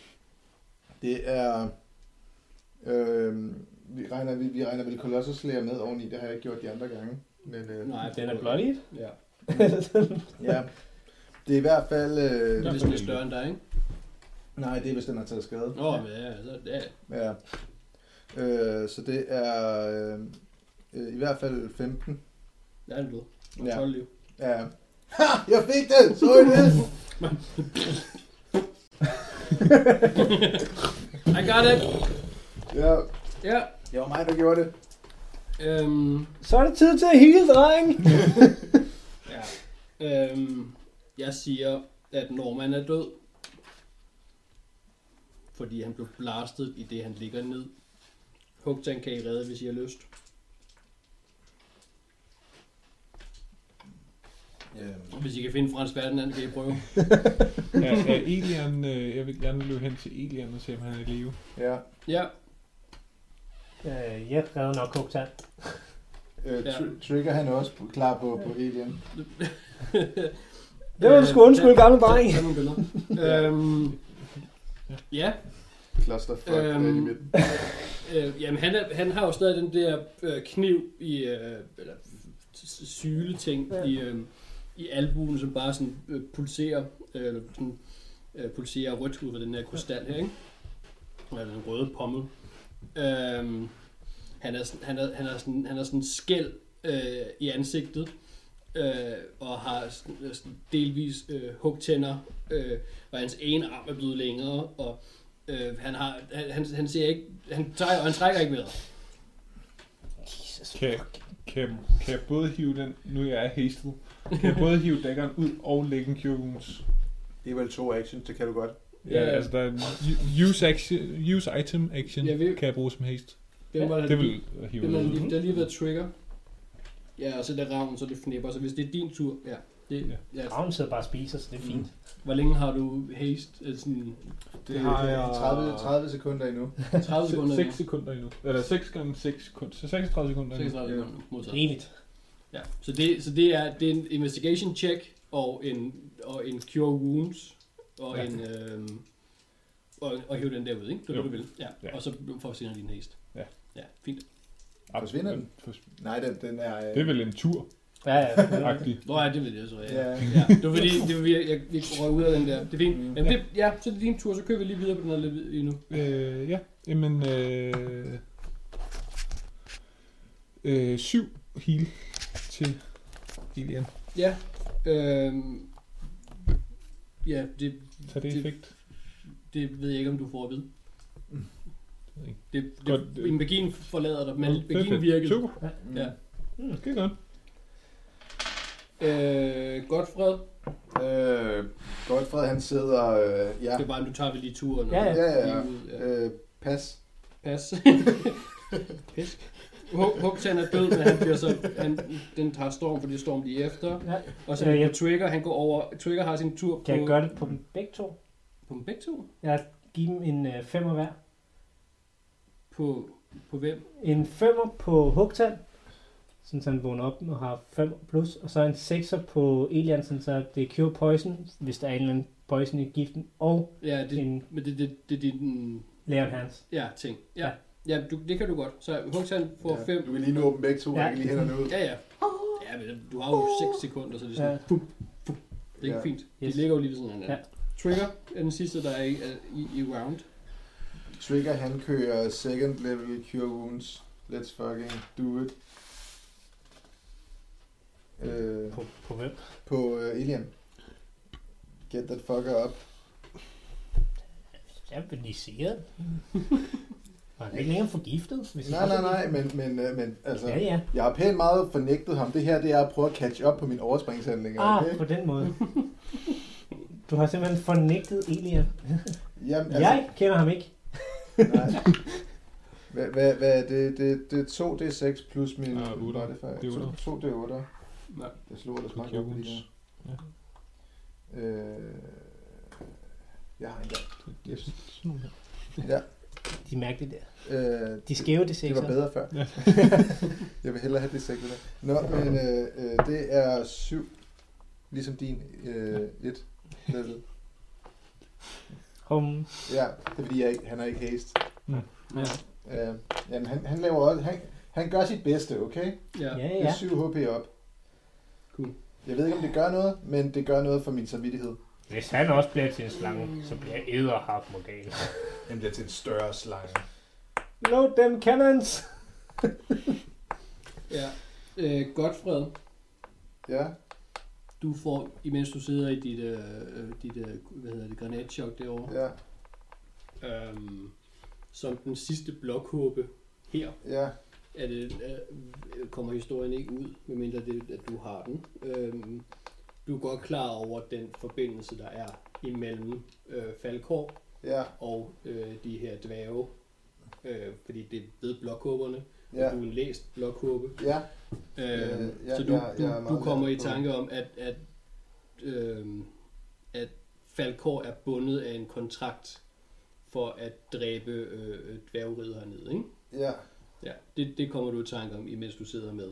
Det er... Øh, vi, regner, vi, vi regner vel Colossus Slayer med oveni. Det har jeg ikke gjort de andre gange. Men øh, Nej, Den er bloody. Ja. ja, det er i hvert fald... Det er Øh, vist lidt større end dig, ikke? nej, det er hvis den har taget skade. Nå, men ja, så ja. Ja. Øh, så det er øh, øh, i hvert fald 15. Ja, den er blod. Ja. Ja. 12 liv. Ja. Ha! Jeg fik det! Så er det! I got it! Ja, Ja. det var mig, der gjorde det. Øhm, [LAUGHS] Så er det tid til at hele, dreng! Ja. Øhm, jeg siger, at Norman er død. Fordi han blev blastet i det, han ligger ned. Hugtan kan I redde, hvis I har lyst. Øhm, Hvis I kan finde Frans Ferdinand, kan I prøve. Ja, ja, Elian, øh, jeg vil gerne løbe hen til Elian og se, om han er i live. ja. Ja, [LAUGHS] Øh, jeg redder nok Kogtan. Øh, Ja. tr- trigger han er også på- klar på, på [LAUGHS] Alien. Det var du Øh, sgu undskylde, gamle dreng. Tag nogle billeder. øhm, ja, Cluster fuck, Øhm. øhm. i midten. øh, jamen han, er, han har jo stadig den der øh, kniv i, øh, eller s- syleting Ja. ja. i, øh, i albuen, som bare sådan øh, pulserer, øh, eller sådan, øh, pulserer rødt ud af den her krystal her, ikke? Eller den røde pommel. Øhm, han er sådan, han er, han er sådan, han er sådan skæld øh, i ansigtet, øh, og har sådan, øh, sådan delvis øh, hugtænder, øh, og hans ene arm er blevet længere, og øh, han, har, han, han, han, ser ikke, han, tager, han trækker ikke vejret. Jesus. Kan, kan, kan jeg både hive den, nu jeg er hastet, kan jeg både hive daggeren ud og lægge en cure wounds? Det er vel to actions, det kan du godt. Ja, altså der er en u- use, action, use item action, Jeg vil- kan jeg bruge som haste. Hvem var det, Det vil jeg hive Hvem er det, ud. lige- der har lige været trigger? Ja, og så er det ravn, så er det fnipper. Så hvis det er din tur, ja. Det, ja. Ravnen sidder bare og spiser, så det er fint. Hvor længe har du haste? Øh, Sådan Det har jeg... 30, 30 sekunder endnu. [LAUGHS] 30 sekunder? 6 sekunder endnu. Eller 6 gange 6 sekunder. Så 36 sekunder endnu. 36 sekunder. Modtaget. Rigeligt. Ja. Så, det, så det, er, det er en investigation check og en, og en cure wounds og Ja. en... Øh, og, og hive den derud, ikke? Det er Jo. det, du vil. Ja. Ja. ja. Og så får du din haste. Ja. Ja, fint. Forsvinder den? Nej, den, den er... øh, Det er vel en tur, Ja, ja. [LAUGHS] agtig. Nå ja, det vil jeg så, ja. Ja, Ja, det var fordi, det var, fordi, jeg, jeg, jeg røg ud af den der. Det er fint. Mm. Jamen, det, ja, så er det din tur, så kører vi lige videre på den her lidt endnu. Øh, ja, jamen... Øh, øh, syv heal til Elian. Ja. Øhm, ja, det, Så det er Det- effekt. det ved jeg ikke, om du får at vide. ved jeg ikke. Det, det, Godt, øh. magien forlader dig, men Fedt, magien fedt. virkede. Super, mm. Ja. det er godt. Øh, Godfred, Øh, Godfred, han sidder... Øh, ja, det er bare, nu tager vi lige turen. og- Ja, ja, ja. lige ud, ja. øh, pas. [LAUGHS] Pas. Pisk. Hug- Hugtan er død, men han bliver så, han, den tager Storm, fordi Storm lige efter. ja. Og så Ja, ja. ja, Trigger, han går over, Trigger har sin tur Kan på, jeg gøre det på dem begge to? på dem begge to? Jeg giver dem en øh, femmer hver. På, på hvem? En femmer på Hugtan, sådan så han vågner op og har 5 plus, og så en sekser på Elian, sådan så det er Cure Poison, hvis der er en eller anden poison i giften, og Ja, det, en men det, det, det er din, Leon Hans. ja, ting. Ja, Ja. ja du, det kan du godt. Så Hugtan får 5. Ja, du kan lige nå dem begge to, Ja. ja. jeg kan lige hænderne ud. Ja, ja. Ja, men du har jo 6 sekunder, så det er sådan, Ja. ja. bum, bum. Det er Ja. ja. fint. Yes. Yes. De ligger jo lige ved siden af hinanden. Ja. Ja. Trigger er den sidste, der er i, er i, i round. Trigger, han kører second level cure wounds. Let's fucking do it. Øh, På, på hvem? på øh, Alien. Get that fucker up. Jeg vil lige se det. Han er ikke længere forgiftet. Hvis Nej, nej, nej, men, men, øh, men altså, Ja, ja. jeg har pænt meget fornægtet ham. Det her, det er at prøve at catch up på mine overspringshandlinger, Ah, okay? på den måde. Du har simpelthen fornægtet Elian. Jamen, altså, Jeg kender ham ikke. nej. Hvad, hvad, hvad er det? Det, det er 2 D6 plus min... Ah, otter. hvad er Det er otter. det 2 D8. Nej. Jeg slog ellers meget Cure godt på de wounds. der. Øh, jeg har en gang. Yes. Sådan nogle her. De er mærkelige der. Øh, De skæve, det det sekser. var bedre før. Ja. [LAUGHS] jeg vil hellere have det sækket der. Nå, men øh, øh, det er syv. Ligesom din øh, et. level. Hum. Ja, det er fordi, jeg ikke, han er ikke haste. Ja. Øh, jamen, han, han laver også... Han, han gør sit bedste, okay? ja. Ja, Det ja. er 7 HP op. Cool. Jeg ved ikke, om det gør noget, men det gør noget for min samvittighed. Hvis han også bliver til en slange, så bliver æderhap morgan. Den bliver til en større slange. Load them cannons! ja. Øh, Godfred, Ja, du får, imens du sidder i dit, øh, øh, dit øh, hvad hedder det, granatchok derovre, ja, ja. øhm, som den sidste blokhåbe her, ja. at, øh, kommer historien ikke ud, medmindre det, at du har den. Øhm, du er godt klar over den forbindelse, der er imellem øh, Falkår Ja, og øh, de her dværge, øh, fordi det er ved blokhåberne, ja, og du er en læst blokhåbe. ja. Øh, Øh, ja, så du, jeg- jeg er du, meget du kommer i lært på- tanke om, at, at, øh, at Falkor er bundet af en kontrakt for at dræbe øh, dværgeridder hernede, ikke? Ja, Ja, det, det kommer du i tanke om, imens du sidder med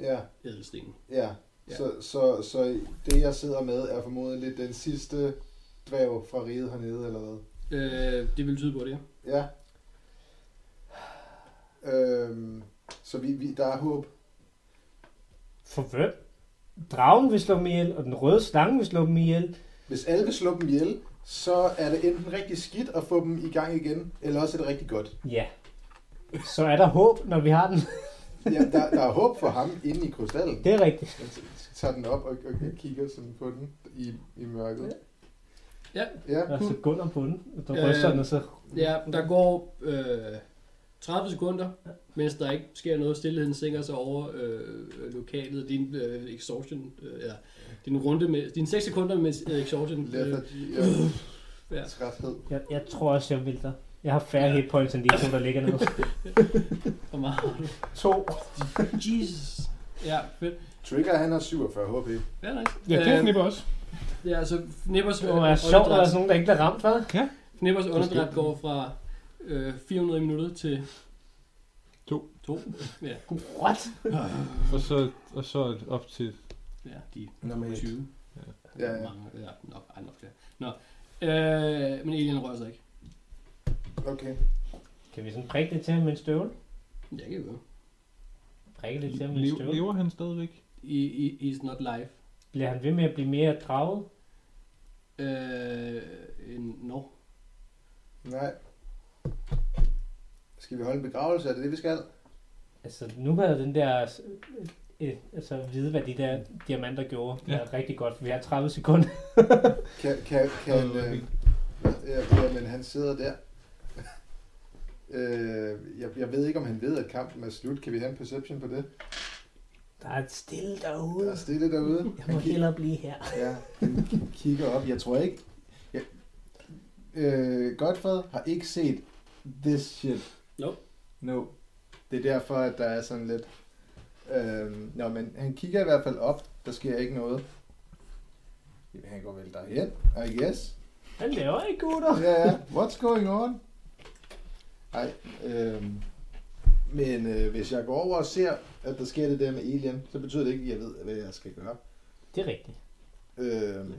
ja, ædelstenen. ja. Ja. Så, så, så det, jeg sidder med, er formodentlig den sidste dværg fra riget hernede, eller hvad? Øh, det vil tyde på det, ja. Ja. Øhm, så vi, vi, der er håb. For hvem? Dragen vil slå dem ihjel, og den røde slange vil slå dem ihjel. Hvis alle vil slå dem ihjel, så er det enten rigtig skidt at få dem i gang igen, eller også er det rigtig godt. Ja. Så er der håb, når vi har den. Ja, der, der er håb for ham inde i krystallen. Det er rigtigt. Han t- tager den op og, og kigger sådan på den i, i mørket. Ja. Ja. Og så gulder på den, og Ja, der ryster ja. den, og så... Ja, der går øh, 30 sekunder, mens der ikke sker noget. Stilheden sænker sig over øh, lokalet. Din øh, exhaustion, øh, eller din runde med, din 6 sekunder med øh, exhaustion. Øh, Lethargi og ja. træthed. Jeg, jeg tror også, jeg vælter. Jeg har færre hit points end de to, der ligger nede. Hvor meget har du? To. Jesus. Ja, fedt. Trigger, han har 47 HP. Ja, nice. Jeg kan Øh, knippe også. Ja, så Nippers, øh, Det må være sjovt, altså. at der er sådan nogen, der ikke bliver ramt, hva'? Nippers underdræt går fra øh, 400 minutter til... To. To. What? Og så, og så op til... [LAUGHS] Ja, de Nå, men 20. Ja, ja. Mange, ja, nok, ej, nok flere. Nå. Øh, men Alien rører sig ikke. Okay. Kan vi sådan prikke det til ham med en støvle? Jeg kan jo. Prikke det til ham med en Lev, støvle? lever han stadigvæk? I, I, is not live. Bliver han ved med at blive mere draget? Øh, en- no. Nej. Skal vi holde en begravelse? Er det det, vi skal? Altså, nu havde den der... øh, øh, Altså, at vide, hvad de der diamanter gjorde. Ja. Ja. er rigtig godt, for vi har 30 sekunder. Kan, kan, kan, øh, ja, ja, men han sidder der. [LAUGHS] Øh, jeg, jeg ved ikke, om han ved, at kampen er slut. Kan vi have en perception på det? Der er et stille derude. Der er stille derude. Jeg Han må kig- hellere blive her. Ja, den kigger op. Jeg tror ikke... Jeg... Øh, Godfred har ikke set this shit. No. No. Det er derfor, at der er sådan lidt... Øh, nå, men han kigger i hvert fald op. Der sker ikke noget. Jamen, han går vel derhen, I guess. Han laver ikke, gutter. Ja, ja. What's going on? Ej, øh, men øh, hvis jeg går over og ser, at der sker det der med Alien, så betyder det ikke, at jeg ved, hvad jeg skal gøre. Det er rigtigt. Øhm,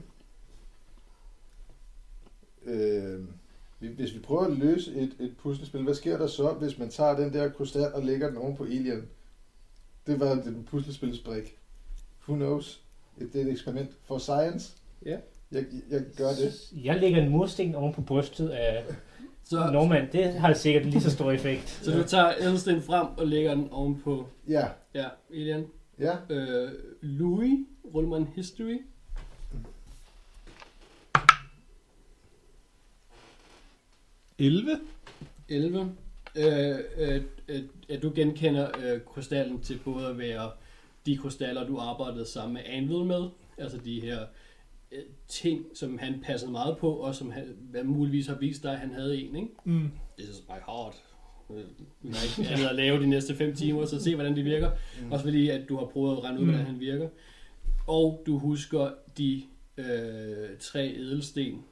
øhm, vi- hvis vi prøver at løse et, et puslespil, hvad sker der så, hvis man tager den der krystal og lægger den oven på alien? Det var den puslespilsbrik. Who knows? Det det er et eksperiment for science. Ja. Jeg, jeg gør det. Jeg lægger en mursten oven på brystet af Så, Normand. Det har sikkert en lige så stor effekt. så du tager ædelsten frem og lægger den ovenpå. Ja, Ja, Alien. ja. Øh, Louis, ruller man history. Elve? 11. Øh, øh, øh, at du genkender øh, krystallen til både at være de krystaller, du arbejdede sammen med Anvil med, altså de her øh, ting, som han passede meget på, og som han hvad muligvis har vist dig, at han havde en, ikke? Mm. This is my heart. Øh, Vi har ikke andet at lave de næste 5 timer, så se, hvordan det virker. Mm. Også fordi, at du har prøvet at regne ud, hvordan Mm. han virker. Og du husker de øh, tre edelsten.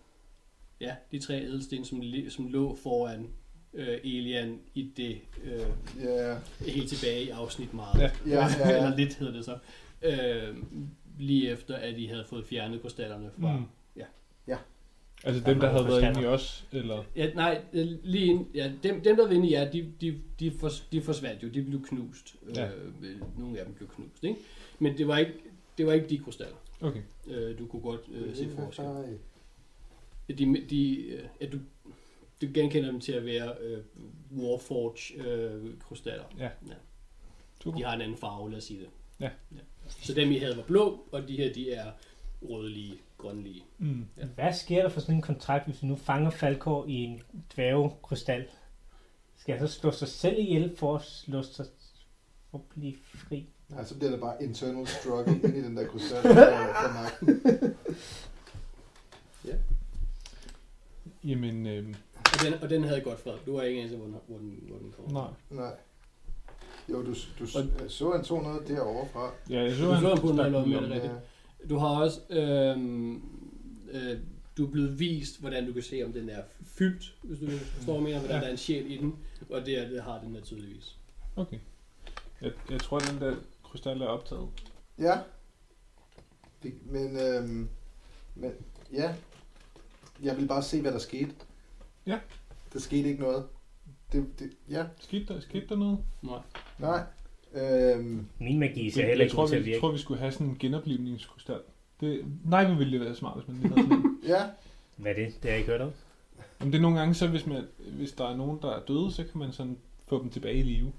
Ja, de tre edelsten, som, li- som lå foran øh, Elian i det øh, Ja, helt tilbage i afsnit meget. Ja. ja, ja, Eller ja. lidt hedder det så. Øh, lige efter, at I havde fået fjernet krystallerne fra... Mm. Ja. Ja. Altså dem, der havde været inde i Forstander. os, eller... Ja, nej, øh, lige ind, ja, dem, dem, der var inde i jer, de, de, de, for, de forsvandt jo, de blev knust. Ja. Øh, vel, nogle af dem blev knust, ikke? Men det var ikke, det var ikke de krystaller. Okay. Øh, du kunne godt øh, se forskel. Ej. De, de, øh, ja, du, du genkender dem til at være øh, Warforge-krystaller. Ja. Super. De har en anden farve, lad os sige det. Ja. ja. Så dem, I havde, var blå, og de her, de er rødlige, grønlige. Mm. Hvad sker der for sådan en kontrakt, hvis vi nu fanger Falkor i en dværgekrystal? Skal han så slå sig selv ihjel for at slå sig for at blive fri? Nej, så bliver det bare internal struggle ind i den der [LAUGHS] krystal. der er for magten. Jamen, øhm, Og den, og den havde godt fra. Du var ikke engang, hvor den, hvor den, hvor den kom. nej. Nej. Jo, du, du så han tog noget derovre fra. Ja, jeg så, Du han så ham på den stak her lomme, den ja, det er lomme. rigtigt. Du har også, øhm, øh, du er blevet vist, hvordan du kan se, om den er fyldt, hvis du forstår, hvad jeg mener, hvordan Ja. der er en sjæl i den, og det, er- det har den naturligvis. Okay. Jeg, jeg tror, den der krystal er optaget. Ja. Det, men, øhm, men, ja. Jeg vil bare se, hvad der skete. Ja. Der skete ikke noget. Det, det, ja, Skidt der, skidt der noget? Nej. nej. Øhm, Min magi ser Jeg, heller jeg, ikke tror, ud til at vi, jeg virke. tror, vi skulle have sådan en genoplivningskrystal. Det, nej, vi ville det være smart, hvis man lige havde [LAUGHS] sådan en. ja, [LAUGHS] Hvad er det? Det har jeg ikke hørt om. Men det er nogle gange, så hvis, man, hvis der er nogen, der er døde, så kan man sådan få dem tilbage i live. Det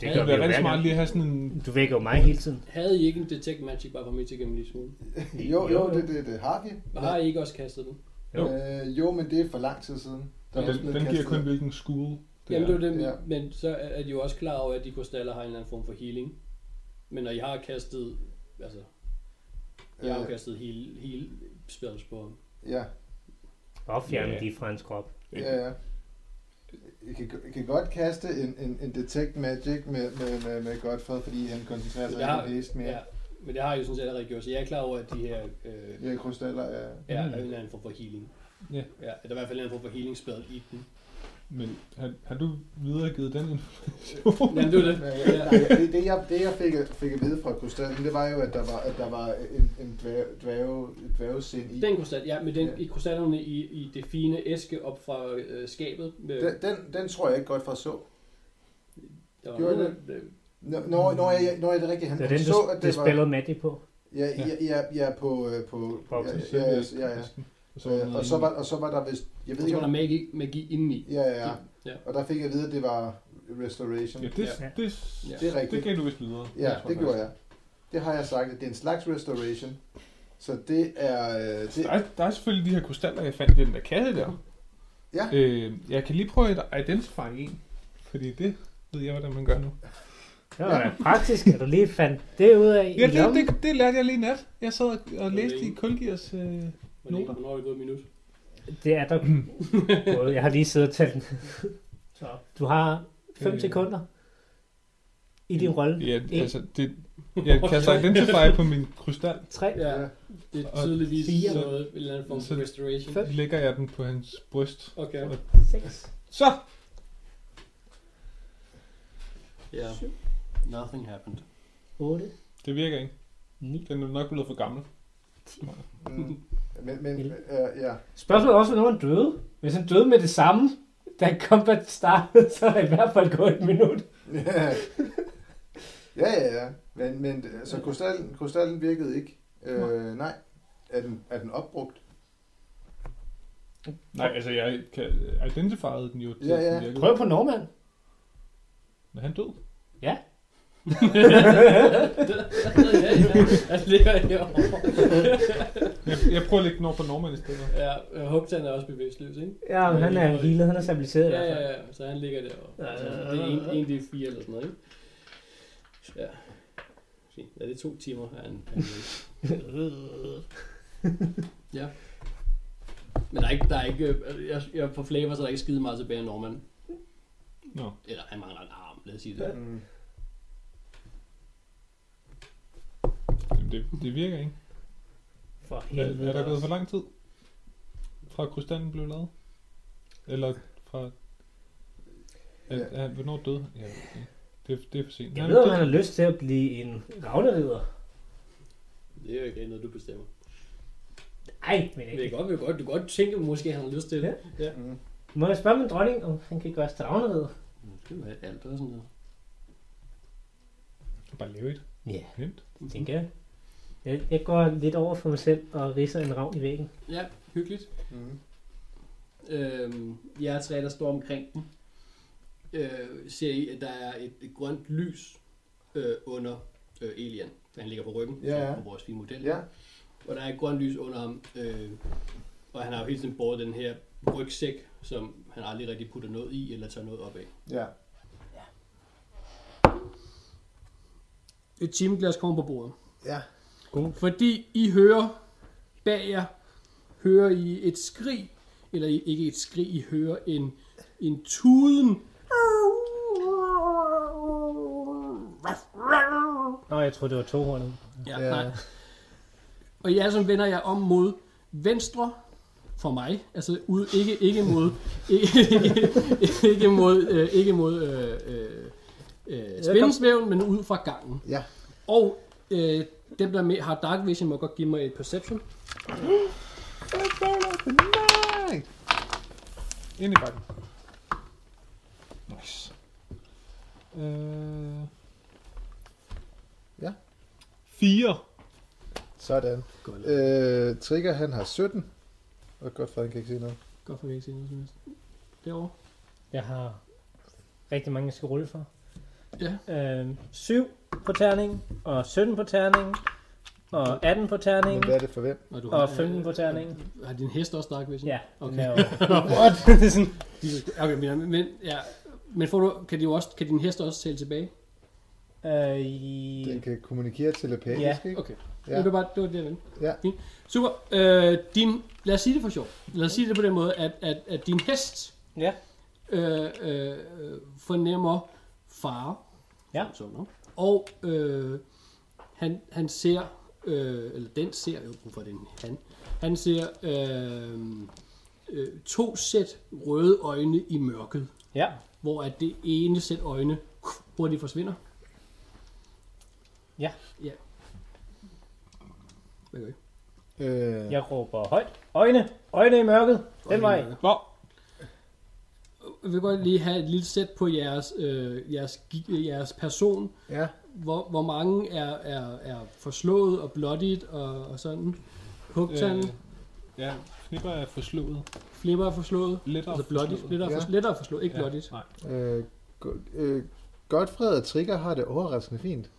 Det, gør det vi jo bliver rigtig hver smart gang. lige at have sådan en... Du vækker jo mig hele tiden. Havde I ikke en Detect Magic bare for mig til gennem lige smule? jo, jo, det, det, det har vi. Og har I ikke også kastet den? Jo. Øh, jo, men det er for lang tid siden. Ja, også den, blevet den giver kastet. kun hvilken school. Det Jamen, det er. var det, Ja. men så er er de jo også klar over, at de krystaller har en eller anden form for healing. Men når I har kastet, altså, jeg har jo Øh, kastet heal, heal spells på ham. ja, Og fjerne Ja. de fra hans krop. ja, Øh, ja. I kan, I kan godt kaste en, en, en Detect Magic med, med, med, med Godfred, fordi han koncentrerer sig Jeg ikke har- om læst mere. Ja, men det har jeg jo sådan set allerede gjort, så jeg er klar over, at de her øh, Ja, krystaller er... er Mm. en eller anden form for healing. Ja. ja der er i hvert fald en eller anden form for healing spell i den. Men har, har du videregivet den Jamen, det er det. [LAUGHS] Ja, ja, ja. Det, det, jeg, det, jeg fik, fik at vide fra krystallen, det var jo, at der var, at der var en, en dværge, dværge, et dværgesind i. Den krystal, ja, men den, Ja. i krystallerne i, i det fine æske op fra øh, skabet. Med, Den, den, den tror jeg ikke godt fra så. der var gjorde noget, øh, Nå, når, når, jeg, når jeg det rigtigt, han Det er den, den, du, så, at du det var... spillede Magic på. Ja, ja, ja, ja på... øh, på Boksen. ja, ja, ja, ja. Og så, Øh, var der noget og, så andet. var, og så var der vist... jeg Jeg ved tror, ikke, der er om, magi, magi indeni. ja, ja, Ja. ja. Og der fik jeg at vide, at det var Restoration. Ja, det, Ja. det, det, Ja. Det er rigtigt. det gav du vist videre. Ja, det gjorde jeg. Det har jeg sagt, at det er en slags Restoration. Så det er... øh, Det, Der er, der er selvfølgelig de her krystaller, jeg fandt i den der kasse der. Ja. Øh, jeg kan lige prøve at identify en, fordi det ved jeg, hvordan man gør nu. Det var da praktisk, at du lige fandt det ud af. i Ja, det, lommen. det, det lærte jeg lige i nat. Jeg sad og- og læste i Kulgiers... Øh, Hvornår, Noter. hvornår er det gået et minut? Det er der både. Jeg har lige siddet og talt den. Så du har 5 Øh. sekunder i din rolle. ja, altså, det, jeg kaster identify på min krystal. 3, Ja, ja. det er Og tydeligvis fire. noget, en eller anden form for Så- restoration. Fem. Lægger jeg den på hans bryst. Okay. 6. Så! Ja. Nothing [LAUGHS] happened. 8, Det virker ikke. 9. Den er nok blevet for gammel. Mm. Men, men øh, ja. Spørgsmålet er også, hvornår han døde. Hvis han døde med det samme, da combat startede, så er der i hvert fald gået et minut. ja, ja, ja. Men, men så krystallen, krystallen virkede ikke. Øh, nej. Er den, er den opbrugt? Nej, altså jeg kan identifierede den jo til, Ja, at ja. den virkede. Prøv på Norman. Men han død. ja, ja. Altså, det er herovre. Jeg, jeg prøver at lægge den over på Norman i stedet. Ja, Hugtan er også bevidstløs, ikke? Øh, Ja, men han er healet, han er stabiliseret i Ja, hvert fald. ja, ja. Så han ligger derovre. Ja, Altså, ja, det er en, ja, ja. en D4 eller sådan noget, ikke? Ja. Se, Ja, det er to timer, han, han ligger. Ja. Men der er ikke, der er ikke, øh, jeg, jeg, for flavor, så er der ikke skide meget tilbage af Norman. Nå. Eller han mangler en arm, lad os sige det. Mm. Jamen, det, det virker ikke. For Er, er der gået helvede. for lang tid? Fra krystallen blev lavet? Eller fra... Er, Ja. er, hvornår døde han? Ja, okay. det, det er for sent. Jeg Han ved, om død. han har lyst til at blive en ravnerider. Det er jo ikke noget, du bestemmer. Ej, men Det ikke. er godt, vi godt, du kan godt tænke, måske han har lyst til det. Ja. Mm. Må jeg spørge min dronning, om han kan gøre os til ravnerider? Nu skal du have alt og sådan noget. Bare lave et. Ja, Nemt. Mm-hmm. det tænker jeg. jeg. Jeg går lidt over for mig selv og ridser en ravn i væggen. Ja, hyggeligt. Mm. Øhm, jer tre, der står omkring den, øh, ser I, at der er et, et grønt lys øh, under øh, Elian. Han ligger på ryggen Ja, ja. på vores fine model. Ja. Og der er et grønt lys under ham. Øh, og han har jo hele tiden båret den her rygsæk, som han aldrig rigtig putter noget i eller tager noget op af. Ja. Et timeglas kommer på bordet. Ja. Fordi I hører bag jer, hører I et skrig, eller I- ikke et skrig, I hører en, en tuden. Nå, jeg troede, det var tohornet. Ja, Ja. nej. Og jeg som vender jer om mod venstre for mig, altså ud, ikke, ikke mod, [LAUGHS] ikke, ikke, ikke mod, øh, ikke mod øh, øh, øh, spændingsvæven, men ud fra gangen. Ja. Og øh, dem, der med, har dark vision, må godt give mig et perception. Nej! Ind i bakken. Nice. Øh, Ja. 4. Sådan. Godt. Øh, Trigger, han har 17. Og godt for, han kan ikke se noget. Godt for, at vi ikke ser noget som helst. Derovre. Jeg har rigtig mange, jeg skal rulle for. Ja. Øh, 7 på terningen, og 17 på terningen, og 18 på terningen, Men hvad er det for hvem? Og, du og 15 på terningen. Har din hest også dark vision? Ja, Okay. den [LAUGHS] er jo... What? Det er sådan, De- Okay, men, men, ja. men får du, kan, de jo også, kan din hest også tale tilbage? øh, i- Den kan kommunikere telepatisk, Ja. ikke? Okay. Ja. Ja. Det var bare det, var det jeg ville. Ja. Fint. Super. Øh, din, lad os sige det for sjov. Lad os sige det på den måde, at, at, at din hest Ja. øh, øh, øh, fornemmer fare. Ja. Sådan, no? Og øh, han, han ser, øh, eller den ser, jo hvorfor er det en han, han ser øh, øh, to sæt røde øjne i mørket, ja. hvor at det ene sæt øjne hurtigt forsvinder. Ja. Ja. Hvad gør I? Øh, Jeg råber højt. Øjne! Øjne i mørket! Den vej! Hvor? Jeg vil godt lige have et lille sæt på jeres, øh, jeres, gi- øh, jeres person. ja. Hvor, hvor mange er, er, er forslået og blottigt og, og sådan. Hugtan, øh. Ja, Flipper er forslået. flipper er forslået. Lettere Altså blottigt, lettere, ja. Ja. for, lettere forslået, ikke ja. Ja. blottigt. Nej. Øh, go- øh, Godfred og Trigger har det overraskende fint.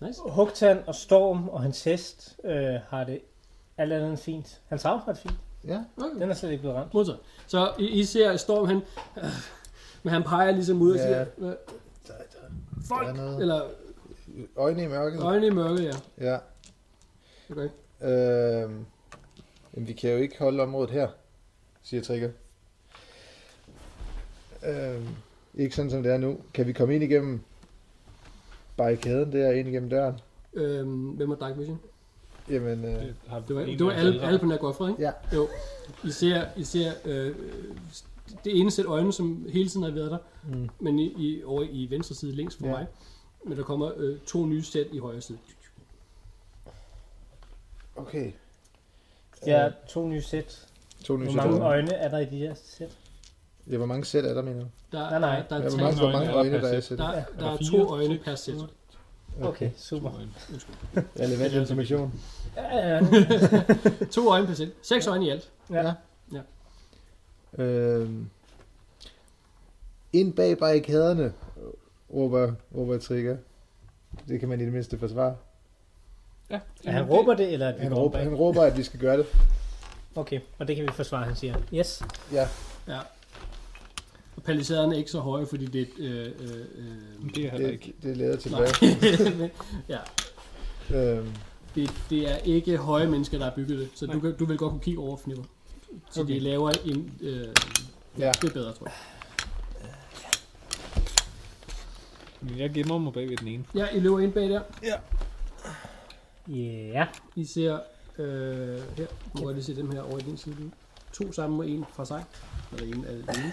Nice. Hugtan og Storm og hans hest øh, har det alt andet end fint. Hans arv har det fint. Ja, Okay. Den er slet ikke blevet ramt. Modsat. Så I, I ser Storm, han, øh, men han peger ligesom ud og Ja. siger, øh, Folk. der er noget. eller Øjne i mørket. øjnene i mørket, ja. Ja. Okay. Øh, men vi kan jo ikke holde området her, siger Trigger. Øh, ikke sådan, som det er nu. Kan vi komme ind igennem barrikaden der, ind igennem døren? Øhm, hvem var Dark Vision? Jamen, øh, Det, har Det var, en det var af os alle, alle alle sammen. på den her goffer, ikke? Ja. Jo. I ser, I ser øh, det ene sæt øjne, som hele tiden har været der, mm, men i, i, over i venstre side længst for ja. Ja. mig. Men der kommer øh, to nye sæt i højre side. okay. De har to nye sæt. To nye Hvor mange sæt. øjne er der i de her sæt? Ja, hvor mange sæt er der, mener du? Der, Nej, nej. Der, der, Ja, er, hvor tre, mange, hvor øjne mange er der øjne per der er i sæt? sæt? der, der Er er der fire, to øjne seks, per sæt. otte? Okay, [LAUGHS] super. Relevant information. Ja, ja, ja. To øjne per sæt. Seks øjne i alt. Ja. Ja. Øhm, ind bag barrikaderne, råber, råber Trigger. Det kan man i det mindste forsvare. Ja, Ja, han råber det, eller at vi Han går råber, bag? han råber, at vi skal gøre det. Okay, og det kan vi forsvare, han siger. Yes. Ja, Ja. Og palisaderne er ikke så høje, fordi det er... et, Øh, øh, øh, Det er heller ikke. det, det lader nej. [LAUGHS] tilbage. Men Øhm, det, det er ikke høje mennesker, der har bygget det, så du, kan, du vil godt kunne kigge over fnipper. Så okay. Okay. det laver en... Øh, ja, det er bedre, tror jeg. Men jeg gemmer mig bag ved den ene. Ja, I løber ind bag der. Ja. I ser øh, her. Nu må jeg lige se dem her over i din side. nu. To sammen og en fra sig. Eller en af den ene.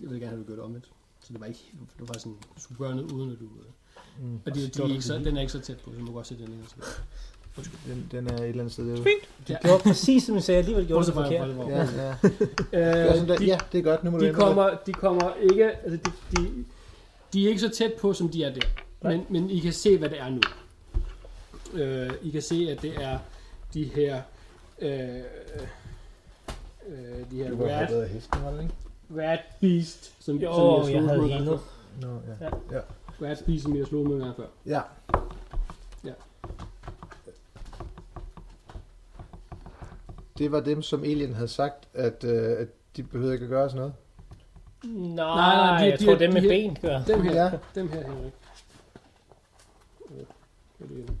Jeg vil gerne have, at du gjorde det omvendt. Så det var ikke det var sådan, du skulle gøre noget uden at du... Øh. Mm. Og de, de er ikke så, den er ikke så tæt på, så du må godt se den her. den, den er et eller andet sted derude. Ja. Det var præcis, som jeg sagde. Alligevel gjorde Bortset det fra- forkert. fra- Ja, fra- ja. Øh, Ja, sådan der. de- ja, det er godt, nu må du De ændre det. kommer, de kommer ikke, altså de, de, de er ikke så tæt på, som de er der. Men, men I kan se, hvad det er nu. Øh, I kan se, at det er de her, øh, øh, de her Du var rat, hoppet af hesten, var det ikke? rat beast, som, Jo, som jeg slog havde mod en gang healet. før. Nå, ja. Rat beast, som jeg slog med en gang før. Ja, Ja. det var dem, som Alien havde sagt, at, øh, at de behøvede ikke at gøre sådan noget. Nej, Nej, nej, nej, de- jeg de- tror, dem de- med de- ben gør. Dem her, Ja. ja. dem her, Henrik. Øh, hvor er det henne?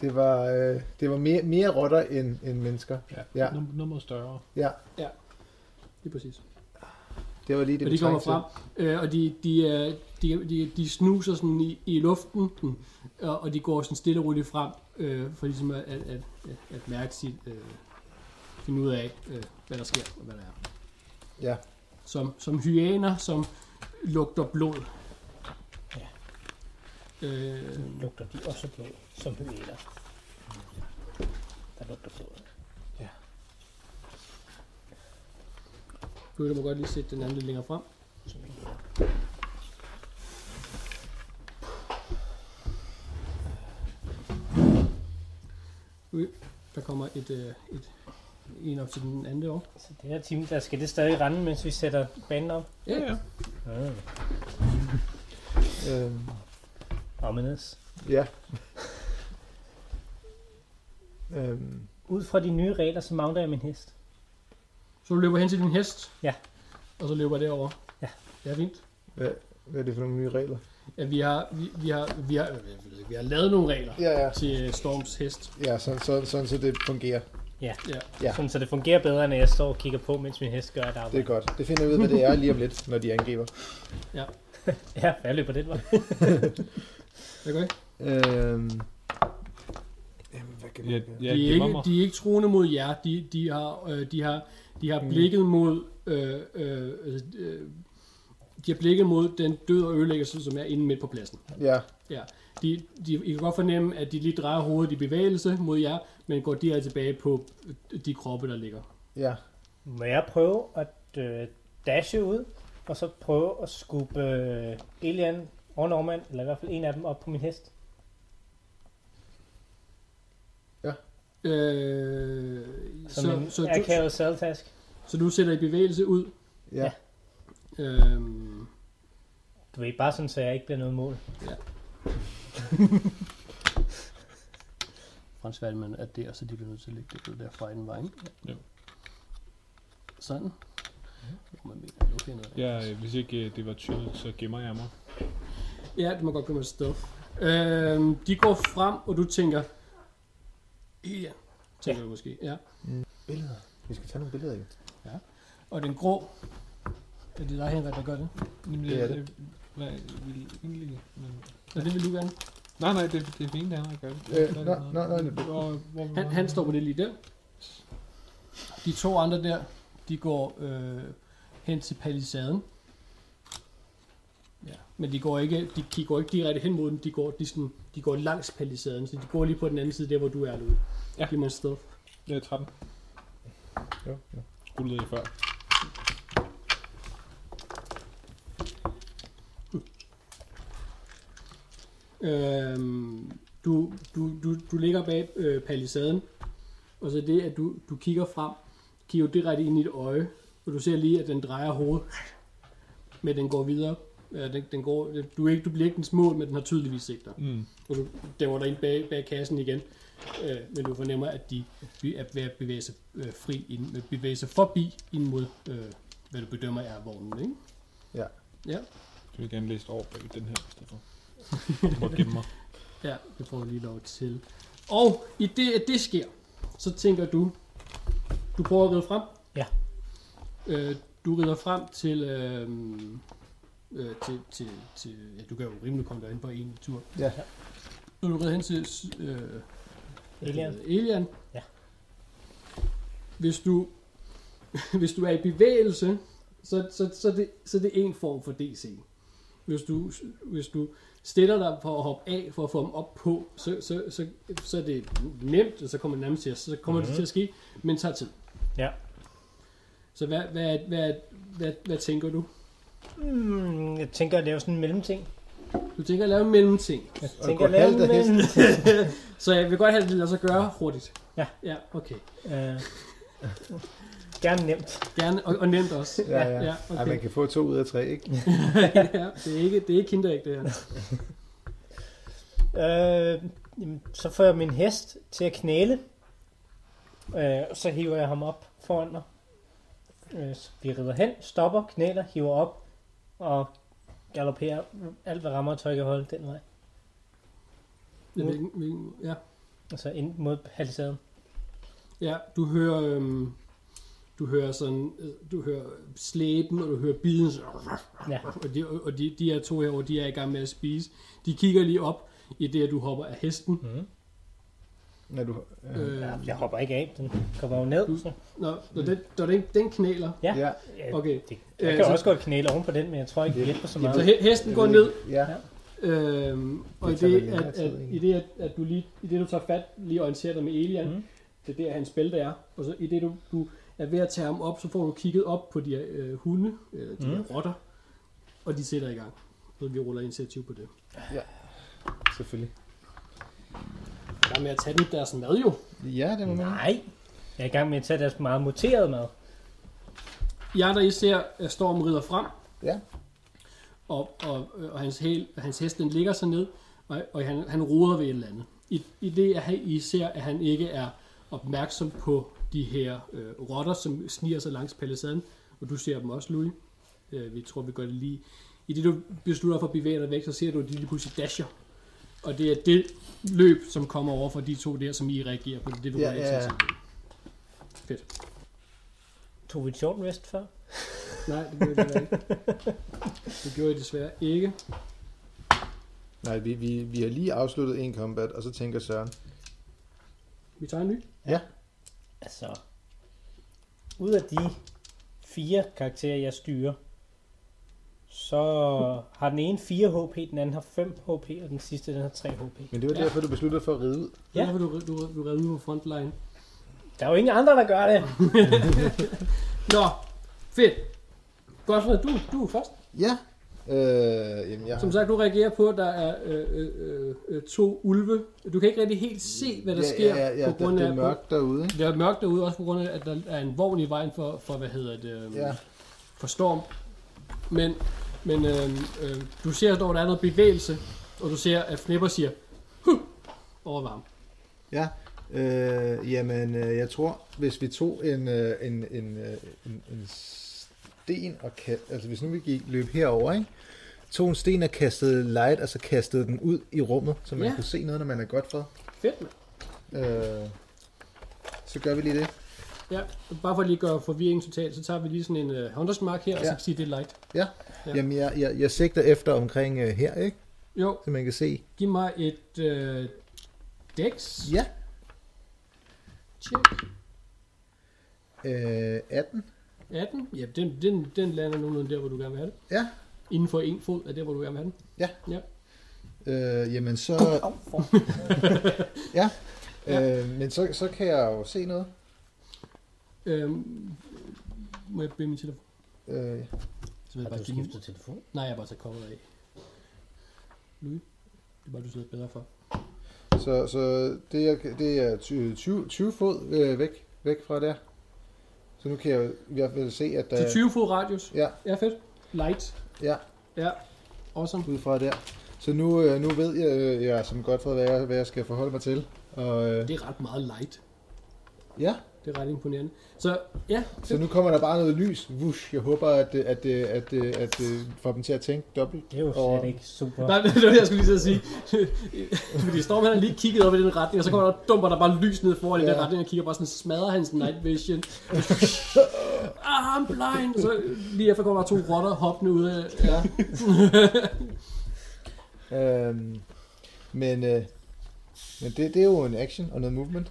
Det var, øh, det var mere, mere rotter end, end mennesker. Ja. Num- Nummer større. Ja, Lige præcis. det var lige det, Og vi de kommer trængte frem, øh, og de, de, øh, de, de, de snuser sådan i, i luften, øh, og, og de går sådan stille og roligt frem, øh, for ligesom at, at, at, at mærke sit, øh, finde ud af, øh, hvad der sker og hvad der er. til. Ja, Som, som hyæner, som lugter blod. Ja. Øh, Lugter de også blod, som hyæner. Der lugter blod. du må godt lige sætte den anden lidt længere frem. Ui, der kommer et, øh, et, en op til den anden år. Så det her time, der skal det stadig rende, mens vi sætter banen op. Ah. Ja, ja. Ja. Øhm, Ominous. Ja. øhm, Ud fra de nye regler, så mounter jeg min hest. Så du løber hen til din hest? Ja. Og så løber jeg derover. Ja. Det er fint. hvad, hvad er det for nogle nye regler? Ja, vi har, vi, vi har, vi har, øh, jeg ved ikke, vi har lavet nogle regler Ja, ja. til øh, Storms hest. Ja, sådan, sådan, sådan så det fungerer. Ja. Ja. Sådan, så det fungerer bedre, end at jeg står og kigger på, mens min hest gør et Det arbejde. er godt. Det finder vi ud, af, hvad det er lige om lidt, når de angriber. Ja, jeg løber den vej. Det gør I? Øhm, jamen, hvad kan jeg, man gøre? jeg de, er gemmer ikke, mig. de er ikke troende mod jer. De, de, har, øh, de, har, de har Mm. blikket mod... Øh, øh, altså, øh, de har blikket mod den død og ødelæggelse, som er inde midt på pladsen. Ja, De, de, I kan godt fornemme, at de lige drejer hovedet i bevægelse mod jer, men går direkte tilbage på øh, de kroppe, der ligger. ja. Må jeg prøve at øh, dashe ud, og så prøve at skubbe øh, Elian og Norman, eller i hvert fald en af dem, op på min hest? Øh, Som så, en så, du, akavet saltask. så du sætter i bevægelse ud. Ja. Øhm, Du ved, bare sådan, så jeg ikke bliver noget mål. Frans Valmann er der, så de bliver nødt til at lægge det ud derfra i den vej. ikke? Jo. Sådan. Hvor man mener, okay, noget Ja, andet. øh, hvis ikke øh, det var tydeligt, så gemmer jeg mig. ja, det må godt komme afsted. Øhm, de går frem, og du tænker... Ja, tænker ja. du måske. Ja. Billeder. Vi skal tage nogle billeder, jo. Og den grå... Er det dig, Henrik, der gør det? Jamen, Det er jeg, det. jeg, hvad, jeg vil egentlig... Men... Og det vil du gerne. Nej, nej, det, det er fint, det er han, der gør det. Øh, nej, nej, nej, nej. Hvor, hvor, Han, han står på det lige der. De to andre der, de går øh, hen til palisaden. Ja, men de går ikke, de, de går ikke direkte hen mod den, de går, de, sådan, de går langs palisaden, så de går lige på den anden side, der hvor du er, Louis. Ja. Giv mig et sted. Det er 13. Jo, jo. Rullede jeg før. Øhm, du, du, du, du ligger bag øh, palisaden, og så det, at du, du kigger frem, kigger jo direkte ind i dit øje, og du ser lige, at den drejer hovedet, men den går videre. Ja, den, den går, du, er ikke, du bliver ikke dens mål, men den har tydeligvis set dig. Mm. Og du dæmmer dig ind bag, bag kassen igen, øh, men du fornemmer, at de de er ved at bevæge sig, øh, fri ind, bevæge sig forbi ind mod, øh, hvad du bedømmer er vognen. Ikke? Du vil gerne læse over bag den her, i [LAUGHS] stedet for. Prøv at gemme mig. Ja, det får du lige lov til. Og i det, at det sker, så tænker du, du prøver at ride frem. Ja. Øh, du rider frem til, øh, øh, til, til, til ja, du kan jo rimelig komme derind på en tur. Ja. Når du rider hen til øh, Elian. Elian. Ja. Hvis du, [LAUGHS] hvis du er i bevægelse, så, så, så, er det, så er det en form for DC. Hvis du, hvis du stiller dig for at hoppe af, for at få dem op på, så, så, så, så er det nemt, og så kommer det nærmest til at, så kommer mm-hmm. det til at ske, men tager tid. Ja. Så hvad, hvad, hvad, hvad, hvad tænker du? Mm, jeg tænker at lave sådan en mellemting. Du tænker at lave en mellemting. Jeg Og tænker gå at lave halvt en af hesten. mellemting. [LAUGHS] Så jeg vil godt have, at det lader sig gøre hurtigt. Ja. Ja, okay. Øh, gerne nemt. Gerne, og, og nemt også. Ja, ja. ja Ej, okay. man kan få to ud af tre, ikke? [LAUGHS] ja, det er ikke, det er ikke kinderæg, det her. Øh, jamen, så får jeg min hest til at knæle. Øh, og så hiver jeg ham op foran mig. Øh, så vi rider hen, stopper, knæler, hiver op og galopperer alt, hvad rammer og tøj kan holde den vej. Hvilken, hvilken, ja. Altså ind mod palisaden. ja, du hører... Øhm, du hører sådan, øh, du hører slæben, og du hører biden, så, Ja. og, de, og de, de her to herovre, de er i gang med at spise. De kigger lige op i det, at du hopper af hesten. Mm. Når du, øh, Øh, Ja, jeg hopper ikke af, den kommer jo ned. Så. Nå, når den, når den, den knæler. Ja. ja. Ja, Okay, Det, Øh, jeg kan så- også godt knæle oven på den, men jeg tror ikke, det hjælper så så meget. he, hesten går Jeg ved ned, ikke. Ja. Øhm, og i tager det, vel at, længere tid, at, egentlig. i det, at, at du lige, i det, du tager fat, lige orienterer dig med Elian, Mm. mm. det er der, hans bælte er, og så i det, du, du er ved at tage ham op, så får du kigget op på de her øh, hunde, øh, de mm. her rotter, og de sætter i gang. Så vi ruller initiativ på det. Selvfølgelig. i gang med at tage dem deres mad jo. Ja, det må man. Nej. Jeg er i gang med at tage deres meget muterede mad. Jeg der I ser, at Storm rider frem. Ja. Og, og, øh, og hans, hel, hans hest den ligger sig ned, og, og han, han roder ved et eller andet. I, I det, at han- I ser, at han ikke er opmærksom på de her øh, rotter, som sniger sig langs palisaden, og du ser dem også, Louis. Øh, vi tror, vi gør det lige. I det, du beslutter for at bevæge dig væk, så ser du, at de lige pludselig dasher. Og det er det løb, som kommer over for de to der, som I reagerer på. Det er det, du Ja, reagerer ja, ja. til. Fedt. Tog vi et short rest før? Nej, det gjorde jeg ikke. Det gjorde jeg desværre ikke. Nej, vi, vi, vi har lige afsluttet en combat, og så tænker Søren, Vi tager en ny. Altså, ud af de fire karakterer, jeg styrer, så har den ene 4 HP, den anden har 5 HP, og den sidste den har 3 HP. men det var Ja. ja. derfor, du besluttede dig for at ride ud. Ja. Derfor du, du, du redde ud på frontline. Der er jo ingen andre, der gør det. Nå, fedt. Godt for du, du er først. Ja. Øh, jamen, jeg Som sagt, du reagerer på, at der er øh, øh, øh, øh, to ulve. Du kan ikke rigtig helt se, hvad der ja, sker ja, ja, ja, på grund det, af... det er mørkt derude, ikke? Det er mørkt derude, også på grund af, at der er en vogn i vejen for, for hvad hedder det, øhm, Ja. for storm. Men, men øhm, øhm, du ser, at der er noget bevægelse, og du ser, at Flipper siger, huh, over varm. Ja. Øh, jamen, øh, jeg tror, hvis vi tog en, øh, en, en, øh, en, en sten og kastede... Altså, hvis nu vi gik, løb herover, ikke? Tog en sten og kastede light, altså kastede den ud i rummet, så man Ja. ja. kunne se noget, når man er godt for. Fedt, mand. Øh, så gør vi lige det. Ja, bare for lige at gøre forvirringen totalt, så tager vi lige sådan en uh, Hunters Mark her, ja. og så Ja. kan vi sige, det er light. Ja. Ja. ja. Jamen, jeg, jeg, jeg sigter efter omkring øh, her, ikke? Jo, Så man kan se. giv mig et øh, dex Ja. check. Øh, 18. 18. Ja, den, den, den lander nogenlunde der, hvor du gerne vil have det. Ja. Inden for en fod er der, hvor du gerne vil have den. Øh, jamen, så... Au, for. [LAUGHS] Ja. Øh, men så, så kan jeg jo se noget. Øhm, må jeg bede min telefon? Øh, Så vil jeg Har bare du give den- skiftet telefon? Nej, jeg har bare taget coveret af. Louis, det er bare, du sidder bedre for. Så, så det er, det er 20, 20, 20 fod øh, væk, væk fra der. Så nu kan jeg jo i hvert fald se, at der Til 20 fod radius. Ja, Ja, fedt. Light. ja, Ja, awesome. ud fra der. Så nu, øh, nu ved jeg, øh, jeg er som godt for, hvad jeg, hvad jeg skal forholde mig til. Og, øh, Det er ret meget light. ja, Det er ret imponerende. Så ja, så nu kommer der bare noget lys. Vush, jeg håber, at, det- at, det- at, det- at, at får dem til at tænke dobbelt. Det er jo over- slet ikke super. Nej, det var det, jeg skulle lige til at sige. [LAUGHS] Fordi Storm han har lige kigget op i den retning, og så kommer der dumper der bare lys ned foran ja. i den Ja. retning, og kigger bare sådan, smadrer hans night [LAUGHS] vision. ah, I'm blind! Og så lige efter kommer der to rotter hoppende ud af... Ja. Øhm, men øh, men det, det er jo en action og noget movement.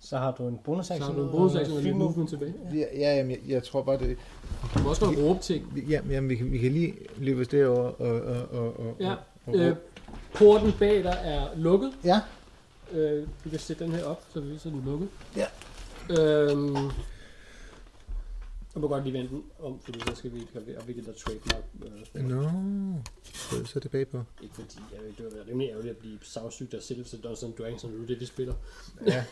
Så har du en Så bonusaktion. har du en ud, bonusaktion og lidt flyve. movement tilbage. Ja, ja jamen, jeg, jeg tror bare, det, Du må også godt råbe ting. vi- ja, jamen, vi, kan, vi kan lige løbe os derover og, og, og, og, Ja. og, og Øh, porten bag dig er lukket. Ja. Øh, du kan sætte den her op, så vi så den er lukket. Ja. Øhm, jeg må godt lige vente den om, fordi så skal vi ikke have hvilket der trademark. Øh, Nå, så er jeg tilbage på. Ikke fordi, jeg ved, det vil være rimelig ærgerligt at blive savsygt af selveste Dungeons and Dragons, når nu er det, vi spiller. [LAUGHS] Ja.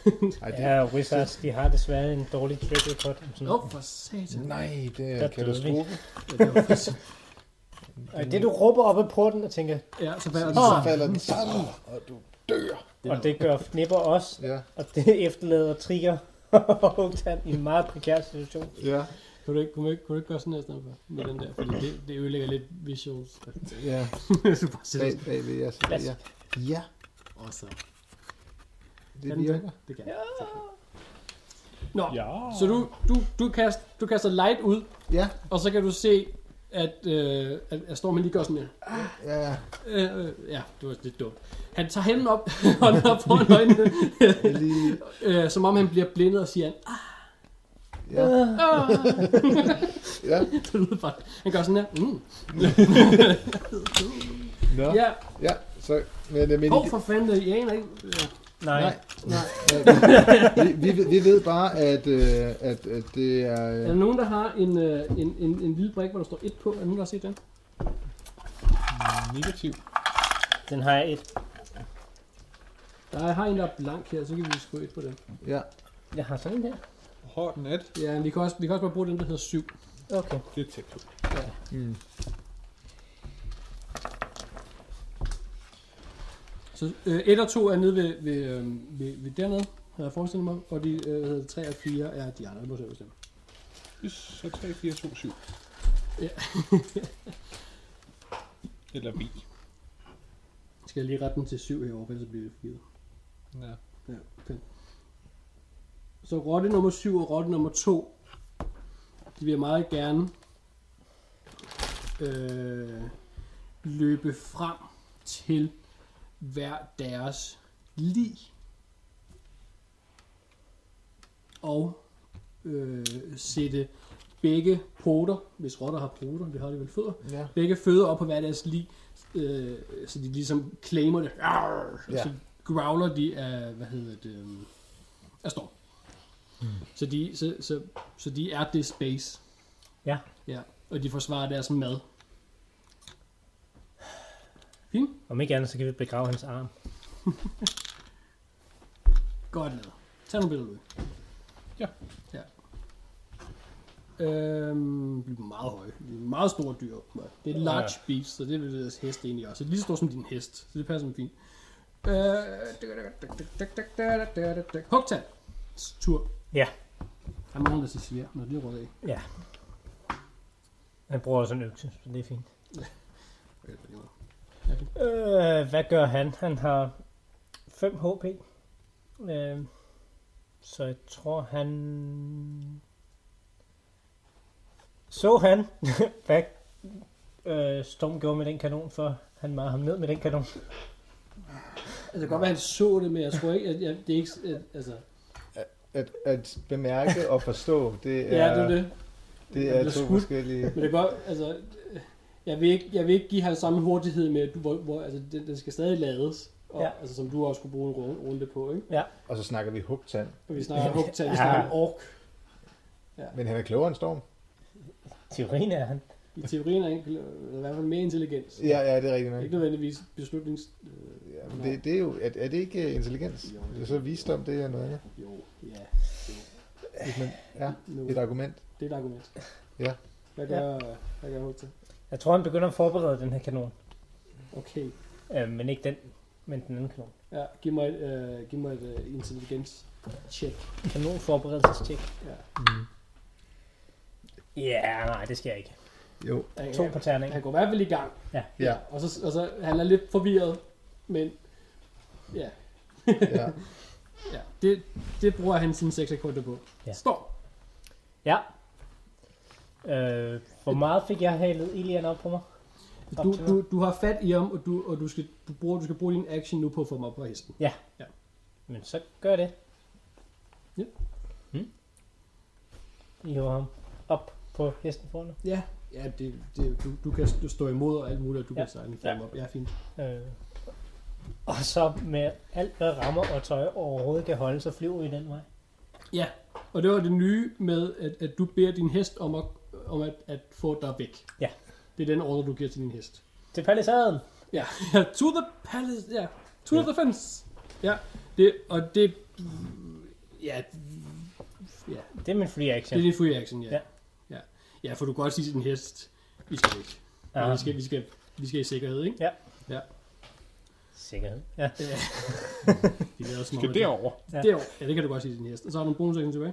Ej, det, Ja, Wizards, de har desværre en dårlig track record. om sådan Nå, noget. for satan. nej, det er Der en katastrofe. Ja, det var faktisk- Og det du råber op ad porten og tænker, Ja, så falder den. Så Ah. falder den sammen, og du dør. og det gør Fnipper også, Ja, og det efterlader Trigger [LAUGHS] og Hugtan i en meget prekær situation. ja, Kunne du ikke, kunne du ikke, kunne du ikke gøre sådan her i stedet for? Med den der, fordi det, det ødelægger lidt [LAUGHS] visuals. ja. du bare Bag, sidder bagved, ja, så, ja. Ja, og så. det Kan den virker. Det kan. Ja. Nå, ja. så du, du, du, kaster, du kaster light ud, Ja, og så kan du se, at, øh, at, at Stormen lige gør sådan her. ja, ja. Øh, øh, ja, det var lidt dumt. Han tager hænden op, [LAUGHS] hånden op foran øjnene, Jeg lige, øh, som om han bliver blindet og siger, ah, ja, ah. ja. det lyder bare, han gør sådan her. Mm. Nå. Ja, Ja, så, men, øh, men hov for fanden, jeg aner ikke. Øh, Ja. Nej, Nej. Nej. vi, vi, ved- vi ved bare, at, øh, at, at det er... Er øh, der nogen, der har en, øh, en, en, en lille brik, hvor der står et på? Er der nogen, der har set den? Negativ. den har jeg et. Der er, har en, der er blank her, så kan vi skrue et på den. Ja. Jeg har sådan en der. Hvor den et? Ja, men vi kan, også, vi kan også bare bruge den, der hedder 7. Okay. Det er tæt på. Ja. Mm. Så øh, 1 og 2 er nede ved, ved, øh, ved, ved dernede, havde jeg forestillet mig, og de øh, hvad hedder, 3 og 4 er de andre, jeg må selv bestemme. Yes, så 3, 4, 2, 7. Ja. Eller vi. Skal jeg lige rette den til 7 herovre, for ellers bliver det 4. Ja. Ja, okay. Så rotte nummer 7 og rotte nummer 2, de vil meget gerne øh, løbe frem til hver deres lig. Og øh, sætte begge poter, hvis rotter har poter, det har de vel fødder, Ja. begge fødder op på hver deres lig, øh, så de ligesom claimer det, Arr! og Ja. så growler de af, hvad hedder det, øh, af storm. Mm. Så de, så, så, så de er det space. Ja. ja. Og de forsvarer deres mad. Om ikke andet, så kan vi begrave hans arm. Godt lavet. Tag nogle billeder ud. Ja. ja. Øhm, de er meget høje. De er meget store dyr. åbenbart. Det er et large Ja. ja. beast, så det vil deres hest egentlig også. Det er lige så stor som din hest, så det passer dem fint. Øh, Hugtand. Tur. Ja. Der er mange, der siger svært, når det lige råd af. Ja. Han bruger også en økse, så det er fint. Øh, hvad gør han? Han har 5 HP. Øh, så jeg tror, han... Så han, [LAUGHS] hvad øh, Storm gjorde med den kanon, for han marede ham ned med den kanon. Altså, det kan godt være, han så det, men jeg tror ikke, at jeg, det er ikke... At, altså, At, at bemærke og forstå, det Ja, er, det er det. det Han er to bliver skudt. forskellige... Men det går, altså, øh, jeg vil ikke, jeg vil ikke give ham samme hurtighed med, at du, hvor, hvor altså, den, den skal stadig lades. Og, Ja. ja. Altså, som du også kunne bruge en runde, runde på, ikke? Ja. Og så snakker vi hugtand. Og vi snakker om hugtag, vi snakker om ork. Men han er klogere end Storm. Teorien er han. I teorien er han eller i hvert fald mere intelligens. Ja, ja, det er rigtigt nok. Ikke nødvendigvis beslutnings... Ja, men det, det er jo, er, er det ikke øh, intelligens? Jo, det er så visdom, det er noget andet. Jo, ja. Hvis man, ja, Nu. et argument. Det er et argument. Ja. Hvad gør, ja. hvad gør hugtag? Jeg tror, han begynder at forberede den her kanon. Okay. Øh, men ikke den, men den anden kanon. Ja, giv mig, et, øh, giv mig et øh, intelligens check. Kanon forberedelsestjek. Ja. Mm. Ja, yeah, nej, det skal jeg ikke. Jo. Han- To på terning. Han går i hvert fald i gang. Ja. Ja. Og så, og så han er lidt forvirret, men ja. Ja. ja. Det, det bruger han sine 6 sekunder på. Ja. Står. Ja. Øh, hvor meget fik jeg halet Elian op på mig? Du, du, du har fat i ham, og du, og du, skal, du, bruger, du skal bruge din action nu på at få ham op på hesten. Men så gør det. Ja. Hmm? I hiver ham op på hesten foran dig. Ja, ja det, det, du, du kan st- stå imod og alt muligt, og du Ja. kan sejle få ham op. Ja, fint. Øh. Og så med alt, hvad rammer og tøj overhovedet kan holde, så flyver vi den vej. Ja, og det var det nye med, at, at du beder din hest om at, om at, at få dig væk. Ja. Det er den ordre, du giver til din hest. Til palisaden. Ja, ja, to the palace, ja. To the fence. Ja, det, og det, ja, ja, Det er min free det action. er din free action, ja. Ja. Ja, ja. ja for du kan godt sige til din hest, vi skal væk. Ja. Ah. Vi, skal, vi, skal, vi skal i sikkerhed, ikke? Sikkerhed. Ja. Ja. De lader som om, Skal at- derover. Ja. Derover. Ja, det kan du godt sige til din hest. Og så har du en bonus action tilbage.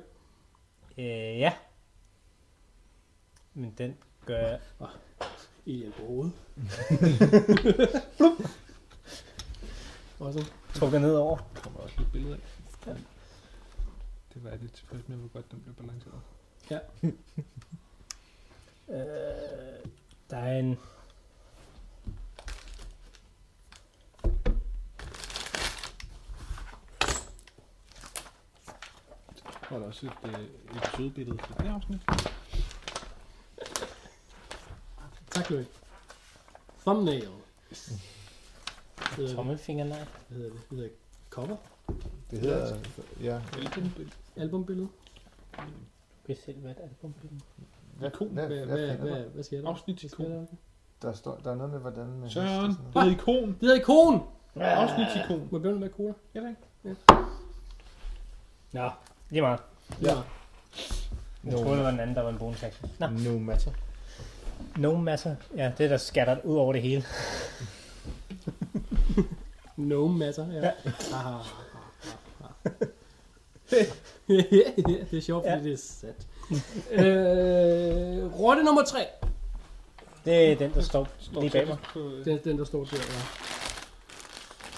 Øh, ja. Men den gør jeg. I en hovedet. Og så Trukker ned over. Der kommer også lidt billede af. Det var jeg lidt tilfreds med, hvor godt den blev balanceret. Øh, der er en... Og der er også et, øh, et sødbillede til det her afsnit. tak, Louis. Thumbnail. Hvad hedder det? Tommelfingernegl. Hvad hedder det? Hvad hedder det? Cover? Det hedder... Ja. Album-billede. Albumbillede? Kan jeg selv, hvad et album bliver? Hvad, hvad, Hvad, hvad, hvad, hvad sker der? Afsnit Hvad sker der? Der, står, der er noget med, hvordan... Med Søren, hest og sådan det er ikon. Det hedder ikon! Afsnitsikon. Må jeg blive med cola? Jeg ved ikke. Nå, lige meget. Ja. Jeg No troede, det var den anden, der var en bonusaction. Nå, No matter. no matter. Ja, det er der skatter ud over det hele. No matter, ja. Ja. ja. ja, [LAUGHS] det er sjovt, fordi Ja. ja. det er sat. øh, rotte nummer tre. Det er den, der står, lige bag mig. øh, Den, den der står der, ja.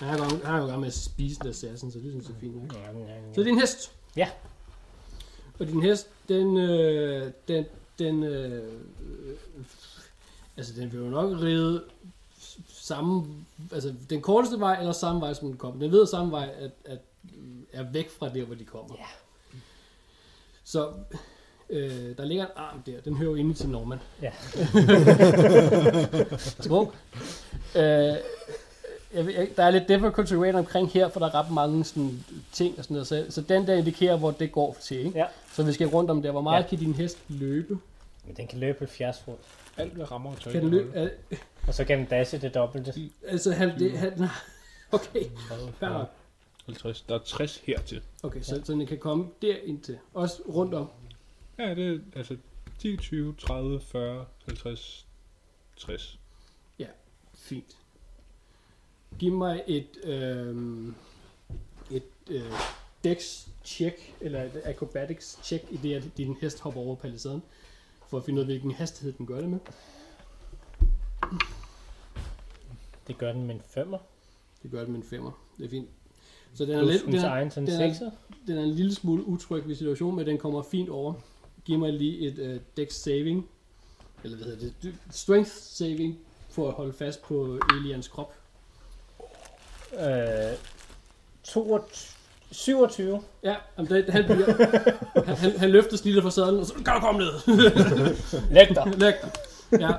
Han er jo gang- han er jo i gang med at spise den assassin, så det synes jeg er fint. Ikke? Ja, ja, ja. Så det er en hest. Ja. Og din hest, den, øh, den, den, øh, øh, altså den vil jo nok ride s- samme, altså den korteste vej eller samme vej, som den kom. Den ved samme vej, at, at øh, er væk fra der, hvor de kommer. Ja. Så øh, der ligger en arm der, den hører jo inde til Norman. Ja. [LAUGHS] Skål. Øh, jeg, ved ikke, der er lidt difficulty rate omkring her, for der er ret mange sådan, ting og sådan noget. Så, så den der indikerer, hvor det går til. Ikke? Ja. Så vi skal rundt om der. Hvor meget Ja. ja. kan din hest løbe? Men den kan løbe 70 fod. Alt hvad rammer og tøj. Kan den løbe? Er, Og så kan den dashe det dobbelte. altså, han, det, han, [LAUGHS] okay, fair nok. 50. Der er 60 hertil. Okay, så, så den kan komme der indtil. Også rundt om. Ja, det er altså 10, 20, 30, 40, 50, 60. Fint. Giv mig et, øh, et øh, dex check, eller et acrobatics check, i det at din hest hopper over palisaden, for at finde ud af, hvilken hastighed den gør det med. Det gør den med en femmer. Det gør den med en femmer. Det er fint. Så den er, Plus lidt, den dens er, egen sådan den er- sekser. den er en lille smule utryg ved situationen, men den kommer fint over. Giv mig lige et øh, dex saving, eller hvad hedder det, strength saving, for at holde fast på Elians krop. Øh, 22, 27. Ja, jamen, det, han, bliver, [LAUGHS] han, han, han løfter snittet fra sadlen, og så kan du komme ned. [LAUGHS] Læg dig. Læg dig. Ja,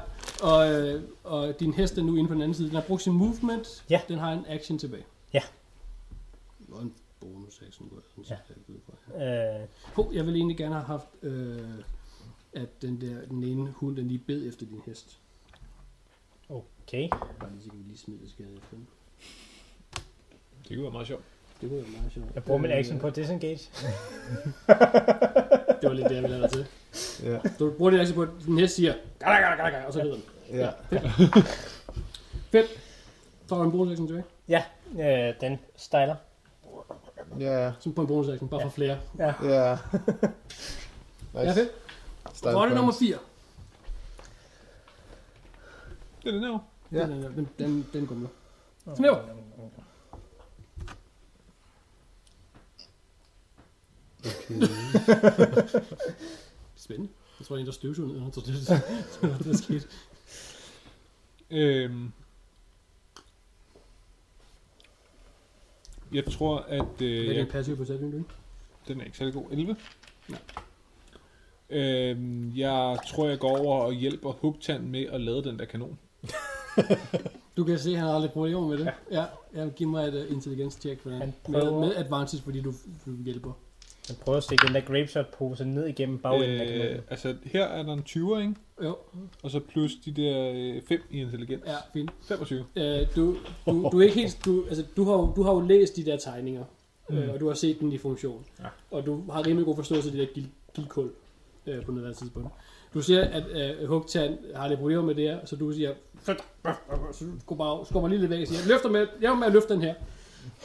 og, øh, og din hest er nu inde på den anden side. Den har brugt sin movement. Ja. Den har en action tilbage. Ja. Og en bonus action, går jeg sådan set ikke ud fra. Øh, Hov, jeg ville egentlig gerne have haft, øh, at den der den ene hund, den lige bed efter din hest. okay. Bare lige så kan vi lige smide det skade efter den. Det kunne være meget sjovt. Det kunne være meget sjovt. Jeg bruger min Øh, action på at disengage. Det var lidt det, jeg ville have dig til. Ja. Så du bruger din action på, at din hest siger, gada, gada, gada, gada, og så rider den. Ja. Fedt. Så har du en bonus action tilbage. Ja, øh, den stejler. Ja. Som på en bonus action, bare for flere. Ja. Nice. Ja, fedt. Style Rolle points. nummer 4. Det er den her. Ja. Ja. Den, den, den, den gumler. Knæv. [LAUGHS] Spændende. Jeg tror, det er en, der støvsuger ned, og så det, [LAUGHS] det, det er sket. Øhm, jeg tror, at... Øh, Hvad er jeg, din passive perception, du? ikke? den er ikke særlig god. 11. Øhm, jeg tror, jeg går over og hjælper Hugtand med at lade den der kanon. Du kan se, at han har lidt problemer med det. Ja. ja jeg giv mig et uh, intelligens-check for den. Han Med, prøver. med advantage, fordi du, du hjælper. Jeg prøver at stikke den der grapeshot-pose ned igennem bagenden af øh, kanonen. altså, her er der en 20'er, ikke? Jo, Og så plus de der 5 i intelligens. ja, fint. 25. Øh, du, du, du er ikke helt... Du, altså, du, har, jo- du har jo læst de der tegninger, øh, og du har set den i funktion. Ja. Og du har rimelig god forståelse af det der gild, gildkul øh, på noget andet tidspunkt. Du ser, at øh, Hugtan har lidt problemer med det her, så du siger... "Flyt dig!" Så du skubber, af- skubber lige lidt væk og siger, løfter med, jeg er med at løfte den her.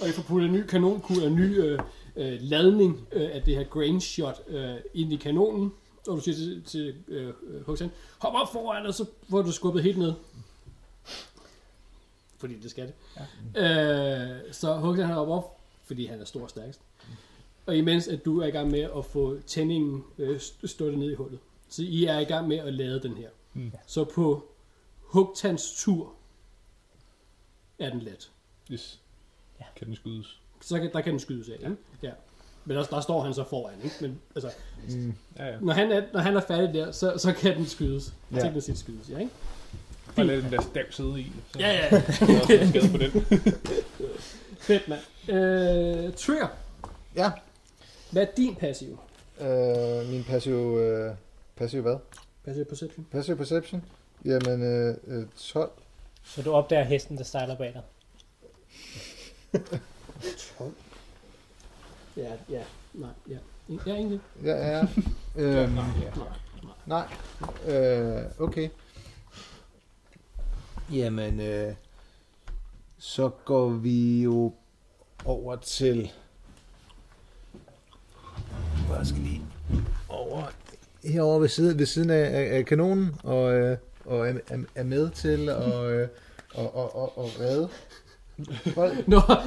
Og I får puttet en ny kanonkugle og en ny øh, øh, ladning øh, af det her grain shot øh, ind i kanonen. Og du siger til, til øh, Hugtan, hop op foran, og så får du skubbet helt ned. Fordi det skal det. Ja. Øh, så Hugtan han hopper op, fordi han er stor og stærkest. Og imens at du er i gang med at få tændingen øh, st- stået ned i hullet. Så I er i gang med at lade den her. Mm. Så på Hugtans tur er den let. Yes. Ja. Kan den skydes? Så kan, der kan den skydes af. Ja. ja. Men der, der, står han så foran. Ikke? Men, altså, Mm. Ja, ja. når, han er, når han er færdig der, så, så kan den skydes. Ja. Ja. Teknisk set skydes, ja, ikke? Bare lad den der stav sidde i. Så Ja, ja. er der også noget skade [LAUGHS] på den. Fedt, mand. Øh, trigger. Ja. Hvad er din passiv? Øh, min passiv... Øh, passiv hvad? Passiv perception. Passive perception? Jamen, øh, øh, 12. Så du opdager hesten, der stejler bag dig. Ja, ja, nej, ja. Ja, egentlig. Ja, ja. ja. øhm, nej. Øh, okay. Jamen, øh, så går vi jo over til... Bare skal lige over herovre ved siden, ved siden af, af, af kanonen, og, øh, og er, er- er med til at og, og, og, og, og redde [LAUGHS] folk. Nå, ja,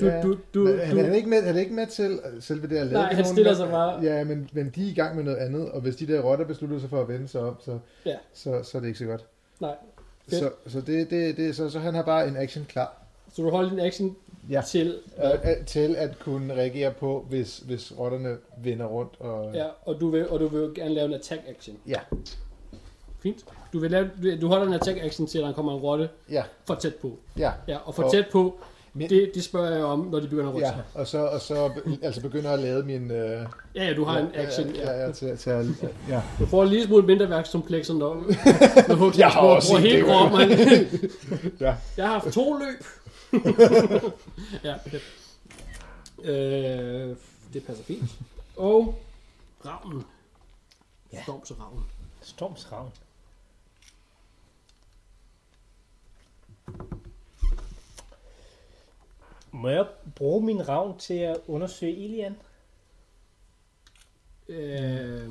du- Ja. du- du- Men han, du- er ikke med, han er ikke med til øh, selve det at lade Nej, han kanonen, stiller men- sig bare- Ja, men, men de er i gang med noget andet, og hvis de der rotter beslutter sig for at vende sig om, så, Ja. så, så er det ikke så godt. Nej. Fedt. Så, så, det, det, det, så, så han har bare en action klar. Så du holder din action Ja. til... Øh, øh, til at kunne reagere på, hvis, hvis rotterne vender rundt. Og, Ja, og du vil, og du vil jo gerne lave en attack action. Ja. Fint. Du, vil lave, du- du holder en attack action til, at der kommer en rotte Ja. for tæt på. Ja. ja og for Og- tæt på, det, det spørger jeg om, når de begynder at rykke Ja, sig. og så, og så be- altså begynder at lade min... Øh, ja, ja, du har en action, Ja, ja, ja, til, til at, ja. Du får en lille smule mindre værkskomplekser, når, når Hugsen Jeg har bruger- også bruger set hele det. kroppen. Ja. ja. Jeg har haft to løb. ja, fedt. Øh, det passer fint. Og ravnen. Ja. Storms og ravnen. Storms ravn. Må jeg bruge min ravn til at undersøge Ilian? Øh,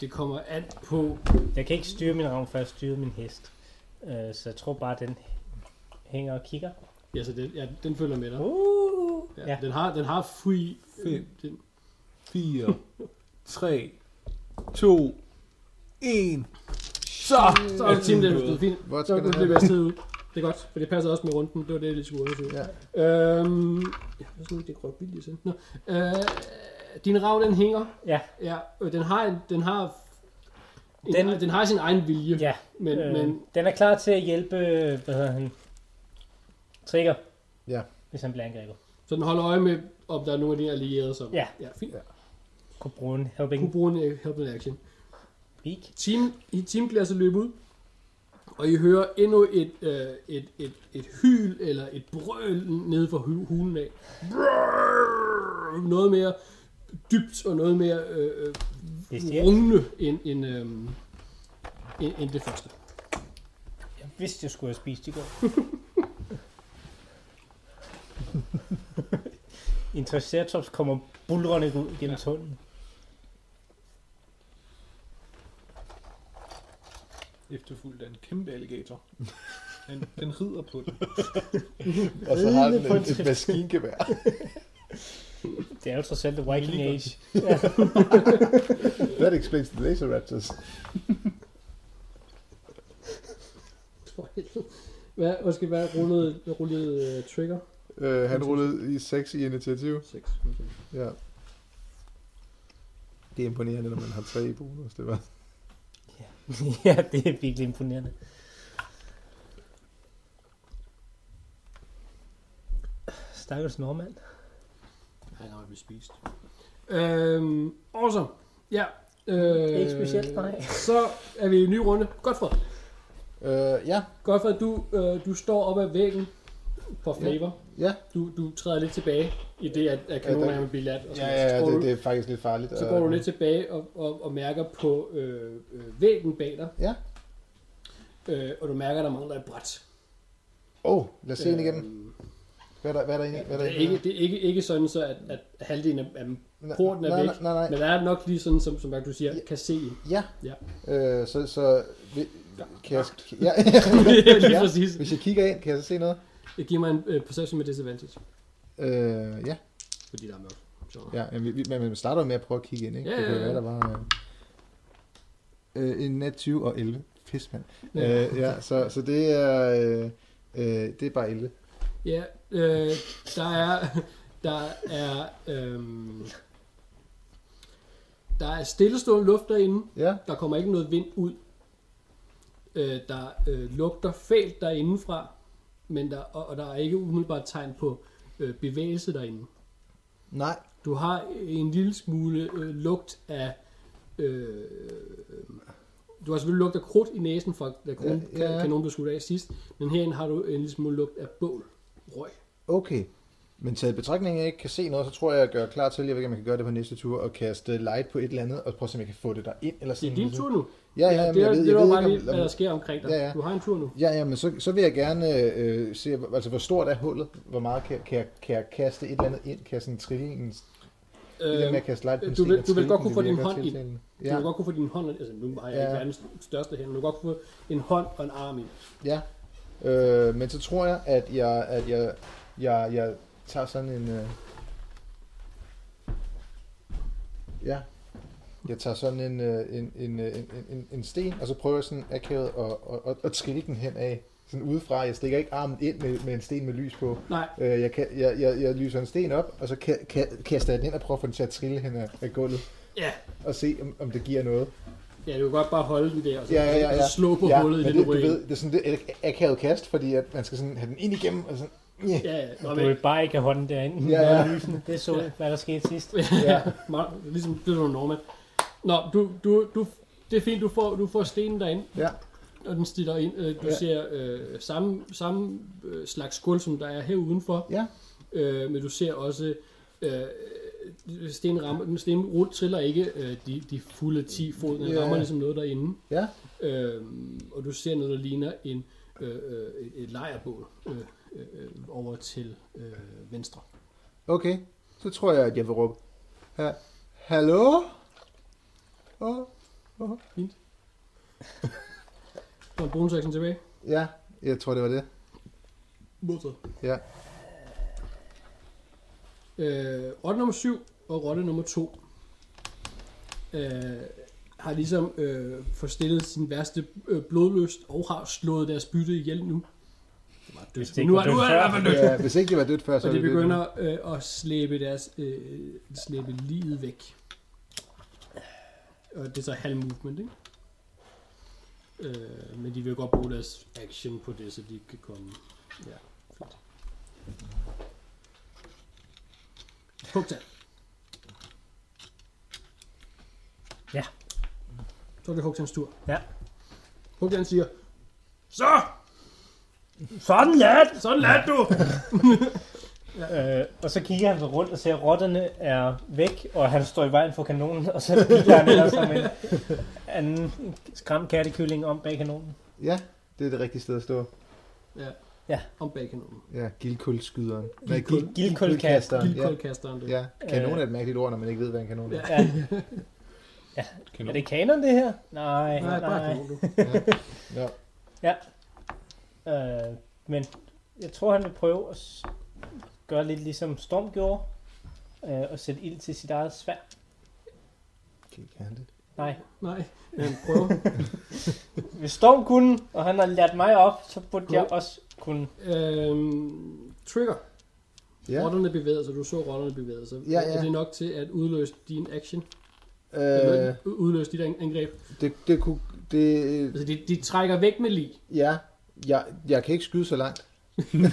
det kommer an på... Jeg kan ikke styre min ravn, før jeg styrer min hest. Øh, så jeg tror bare, den hænger og kigger. Ja, så den, ja, den følger med dig. Uh, ja, ja. Den har, den har fri... Fem. Den, 4, 3, 2, 1. så! Så er du timen efter. Fint. Hvor Så skal er du den det her? bedste ud. Det er godt, for det passer også med runden. Det var det, jeg lige skulle undersøge. Ja. Øhm, jeg ved sådan ikke, det går vildt til. Nå. Øh, din rav, den hænger. Ja. ja og den har, en, den har en, Den- den, den har sin egen vilje. Ja, Men, øh, øh, men den er klar til at hjælpe, øh, hvad hedder han, Trigger. Ja. Hvis han bliver angrebet. så den holder øje med, om der er nogen af de allierede, som Ja. ja fint. Kunne bruge en helping Kunne bruge en øh, help in action. week. Team, I teamklasse løb ud, og I hører endnu et, øh, et, et, et hyl eller et brøl nede fra hu- hulen af. Brrrr! Noget mere dybt og noget mere øh, øh, Bestialt. rungende end, end, øh, end, end det første. Jeg vidste, jeg skulle have spist i [LAUGHS] går. en triceratops kommer bulrende ud gennem tunnelen. Efterfulgt af en kæmpe [LAUGHS] alligator. Den, den rider på den. Og så har den Ridende på en et, et maskingevær. Det er jo trods alt The Viking Age. [LAUGHS] That explains the laser raptors. For helvede. Hvad, undskyld, hvad rullede, hvad rullede uh, trigger? Øh, han rullede i 6 i initiativ. 6. Okay. Ja. Det er imponerende, når man har tre i bonus, det var. ja, det er virkelig imponerende. Stakkels nordmand. Han har blevet spist. Øhm, awesome. Ja. Øh, Ikke specielt, nej. Så er vi i en ny runde. Godfred. Øh, ja. Godfred, du, øh, du står op ad væggen på flavor. Ja. Du, du træder lidt tilbage i det, at, at kanonen der- er med billet. Og Ja, noget. ja, så, går det, du, det er faktisk lidt farligt. så går du lidt tilbage og, og, og mærker på øh, øh, væggen bag dig. Ja. Øh, og du mærker, at der mangler et bræt. Åh, oh, lad os se den Øh, igennem. Hvad er der, hvad er der inde? Hvad er Det der er inde? ikke, det er ikke, ikke sådan, så at, at halvdelen af, af Nej, porten er nej, væk. Nej, nej, nej. Men der er nok lige sådan, som, som du siger, Ja. kan [LAUGHS] se. Ja. Ja. Øh, så, så vi, kan jeg, ja, [LAUGHS] lige ja. præcis. Hvis jeg kigger ind, kan jeg så se noget? Jeg giver mig en uh, possession med disadvantage, Øh, ja, fordi der er mørkt. Så. ja men, vi, vi- men man starter jo med at prøve at kigge ind, ikke? Ja, det kan ja, jo være, ja. der var øh, øh, en nat 20 og 11. Pis, mand. Ja. Øh, ja, så, så det er, øh, øh, det er bare 11. Ja, øh, der er, [LAUGHS] der er, øhm, der er stillestående luft derinde. Ja, Der kommer ikke noget vind ud. Øh, der øh, lugter fælt derindefra, men der, og, og der er ikke umiddelbart tegn på øh, bevægelse derinde. nej. Du har en lille smule øh, lugt af... Øh, du har selvfølgelig lugt af krudt i næsen fra da kron, Ja, ja, ja. kanonen blev skudt af sidst, men herinde har du en lille smule lugt af bål, røg. Okay. Men taget i betragtning, af, at jeg ikke kan se noget, så tror jeg, at jeg gør klar til, jeg ved ikke, om jeg kan gøre det på næste tur, og kaste light på et eller andet, og prøve at se, om jeg kan få det der ind. Eller Det sådan er din noget. tur nu. Ja, ja, men det, jeg er- ved, det jeg var ved bare ikke, lige, om- hvad der sker omkring dig. Ja, ja. Du har en tur nu. Ja, ja, men så, så vil jeg gerne øh, se, hvor- altså, hvor stort er hullet? Hvor meget kan, kan, jeg, kan jeg kaste et eller andet ind? Kan jeg sådan trille en... Øh, det der med at kaste light på en du, sten vil, og du vil trille godt den, kunne det få din virker hånd ind. tiltalende. Øh, Du Ja. vil godt kunne få din hånd ind. Altså, nu har jeg Ja. ikke verdens største hænder. men Du vil godt kunne få en hånd og en arm ind. Ja, øh, men så tror jeg, at jeg, at jeg, jeg, jeg tager sådan en... Øh... Ja, jeg tager sådan en, øh, en, en, øh, en, en- en, en sten, og så prøver jeg sådan akavet at, at, at, at trille den hen af. Sådan udefra. Jeg stikker ikke armen ind med, med en sten med lys på. Nej. Øh, jeg, kan, jeg, jeg, jeg lyser en sten op, og så kan, kan, kaster jeg den ind og prøver at få den til at trille hen af, af gulvet. Ja. Og se, om, om det giver noget. Ja, du kan godt bare holde den der, og så, Ja, ja, ja. og ja. så slå på ja, hullet i men den det, du ruin. ved, det er sådan det er et akavet kast, fordi at man skal sådan have den ind igennem, og sådan... Yeah. Ja, ja. Nå, Du men- vil bare ikke have hånden derinde. Ja, ja. Når lysene- Det så jeg, hvad der skete sidst. Ja. ligesom det var Norman. Nå, du, du, du, det er fint, du får, du får stenen derind. Ja. Og den stiller ind. Øh, Du Ja. ja. ser øh, samme, samme øh, slags gulv, som der er her udenfor. Ja. Øh, men du ser også, øh, sten rammer, den sten rul triller ikke øh, de, de fulde 10 fod. Den Ja. rammer ligesom noget derinde. Ja. Øh, og du ser noget, der ligner en, øh, øh, et, et lejrbål øh, øh, øh, over til øh, venstre. Okay, så tror jeg, at jeg vil råbe, "Ha- Hallo? Åh, åh." Fint. Du har en bonus action tilbage. Ja, jeg tror, det var det. Modtaget. Ja. Øh, rotte nummer 7 og rotte nummer 2 øh, har ligesom øh, forstillet sin værste øh, blodløst og har slået deres bytte ihjel nu. Det var Hvis dødt. Altså, det men ikke Nu var er, nu dødt er det i hvert fald før. dødt. Ja, hvis ikke det var dødt før, [LAUGHS] så Og er de det dødt begynder øh, at slæbe, deres, øh, slæbe livet væk. Og det er så halv movement, ikke? Øh, men de vil godt bruge deres action på det, så de kan komme... Ja, fint. Punktal. Ja. Så er det Hugtans tur. Ja. Hugtan siger, Så! Sådan lad! Sådan lad [LAUGHS] du! Øh, og så kigger han så rundt og ser, at rotterne er væk, og han står i vejen for kanonen, og så kigger han ellers som en anden skræmt kattekylling om bag kanonen. Ja, det er det rigtige sted at stå. Ja. Ja. Om bag kanonen. Ja, gildkulskyderen. Gildkul- gildkulkasteren. Gildkoldkasteren. Ja. ja, kanon er et mærkeligt ord, når man ikke ved, hvad en kanon er. Ja. Ja. ja. Er det kanon, det her? [LAUGHS] Nej, Nej, nej. bare nej. kanon, du. Ja. Øh, men jeg tror, han vil prøve at s- gøre lidt ligesom Storm gjorde, øh, og sætte ild til sit eget svær. Kan ikke have det. Nej, Nej, men prøv. hvis Storm kunne, og han har lært mig op, så burde jeg også kunne. øhm, trigger. Ja. Rotterne bevæger sig. Du så rotterne bevæge sig. Ja, ja. Er det nok til at udløse din action? Øh, Øh. Udløse dit an- angreb? det, det kunne... Det, Altså, de, de trækker væk med lige. ja, jeg, jeg kan ikke skyde så langt. Nej,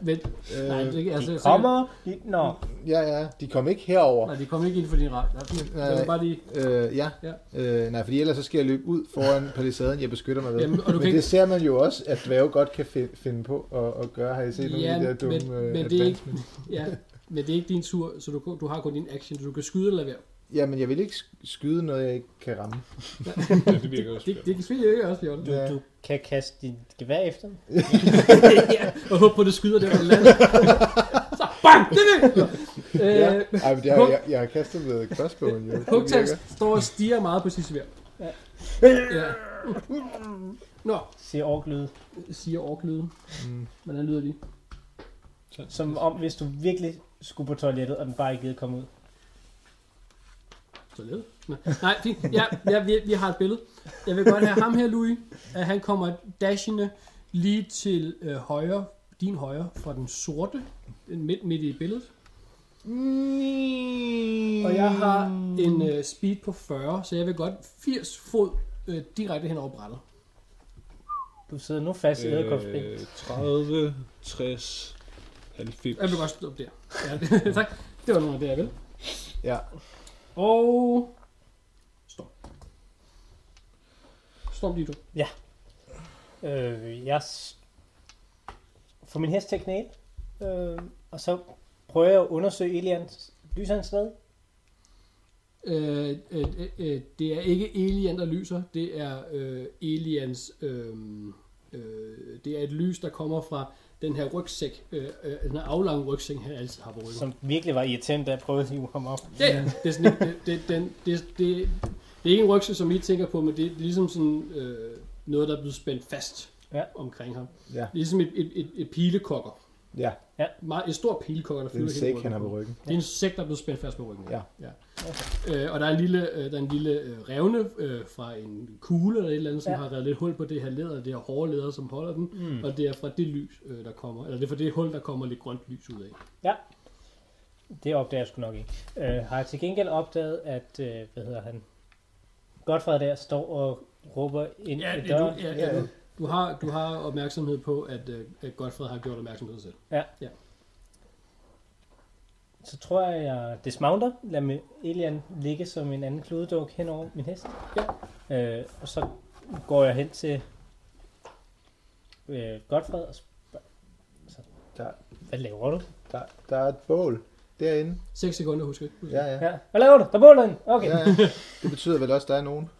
vent. Øh, Nej, det, altså, De så- kommer. De, nå, Ja, ja, de kom ikke herover. Nej, de kommer ikke ind for din ret. Nej, fint. Nej, Jeg vil nej. bare lige... Øh, ja. Ja. Øh, nej, fordi ellers så skal jeg løbe ud foran palisaden, jeg beskytter mig ved. Jamen, og du men kan det ikke- ser man jo også, at dværge godt kan fi- finde på at, at gøre. Har I set nogle Ja, af de der dumme men, øh, men, det er ikke, advancements? ja, men det er ikke din tur, så du, kun- du har kun din action, så du kan skyde eller lade være. Ja, men jeg vil ikke sk- skyde noget, jeg ikke kan ramme. Ja, det virker også Det, det kan selvfølgelig ikke også, Bjørn. du, du kan kaste dit gevær efter dem. [LAUGHS] ja, og håbe på, at det skyder der, hvor det [LAUGHS] lander. Så bang! Det er det! Øh, Ja. Ej, men det har, jeg, jeg har kastet med crossbowen, jo. Det Hugtax virker. står og stiger meget på sit svær. Ja. ja. Nå, Siger orklyd. siger orklyden. Mm. Hvordan lyder de? Som om, hvis du virkelig skulle på toilettet, og den bare ikke gider komme ud. Så led. Nå. Nej, fint. Ja, ja vi, vi har et billede. Jeg vil godt have ham her, Louis. At han kommer dashende lige til øh, højre, din højre, fra den sorte, den midt, midt i billedet. Og jeg har en øh, speed på 40, så jeg vil godt 80 fod øh, direkte hen over brættet. Du sidder nu fast i æderkopsben. Øh, 30, 60, 90. Jeg vil godt stoppe der. Ja, [LAUGHS] tak. Det var nogle af det, jeg ville. Ja. Og... Storm. Storm lige du. Øh, jeg s- får min hest til at knæle. Øh, Og så prøver jeg at undersøge Elians. Lyser han stadig? Øh, øh, øh, det er ikke Elian, der lyser. Det er øh, Elians... Øh, øh, det er et lys, der kommer fra den her rygsæk. Øh, øh, den her aflange rygsæk, han altid har på ryggen. Som virkelig var irriterende, da jeg prøvede at hive ham op. Ja, ja. Det er, sådan, ikke- det, det, den, det, det, det er ikke en rygsæk, som I tænker på, men det er ligesom sådan øh, noget, der er blevet spændt fast Ja. omkring ham. Ja. Ligesom et, et, et, et pilekokker. Ja. Ja. Meget, et stort pilekokker, der Det er en fylder sæk, han har på ryggen. Det er en sæk, der er blevet spændt fast på ryggen. Ja. ja. Øh, og der er en lille, øh, der er en lille øh, revne øh, fra en kugle eller et eller andet, som Ja. ja. har revet lidt hul på det her læder, det her hårde læder, som holder den. Mm. Mm. Og det er fra det lys, øh, der kommer, eller det er fra det hul, der kommer lidt grønt lys ud af. Det opdager jeg sgu nok ikke. Øh, har jeg til gengæld opdaget, at, øh, hvad hedder han, Godfred der står og råber ind Ja, i ja, døren. du, ja, ja. Du, du, har, du har opmærksomhed på, at, øh, at Godfred har gjort opmærksomhed selv. Så tror jeg, jeg dismounter. Lad med Elian ligge som en anden kludeduk hen over min hest. Ja. Øh, og så går jeg hen til øh, Godfred og spørger, så, Der- hvad laver du? Der, der er et bål derinde. 6 sekunder, husk jeg. Ja, ja. Ja. Hvad laver du? Der bor derinde. Okay. ja, Ja. ja. Det betyder vel også, at der er nogen.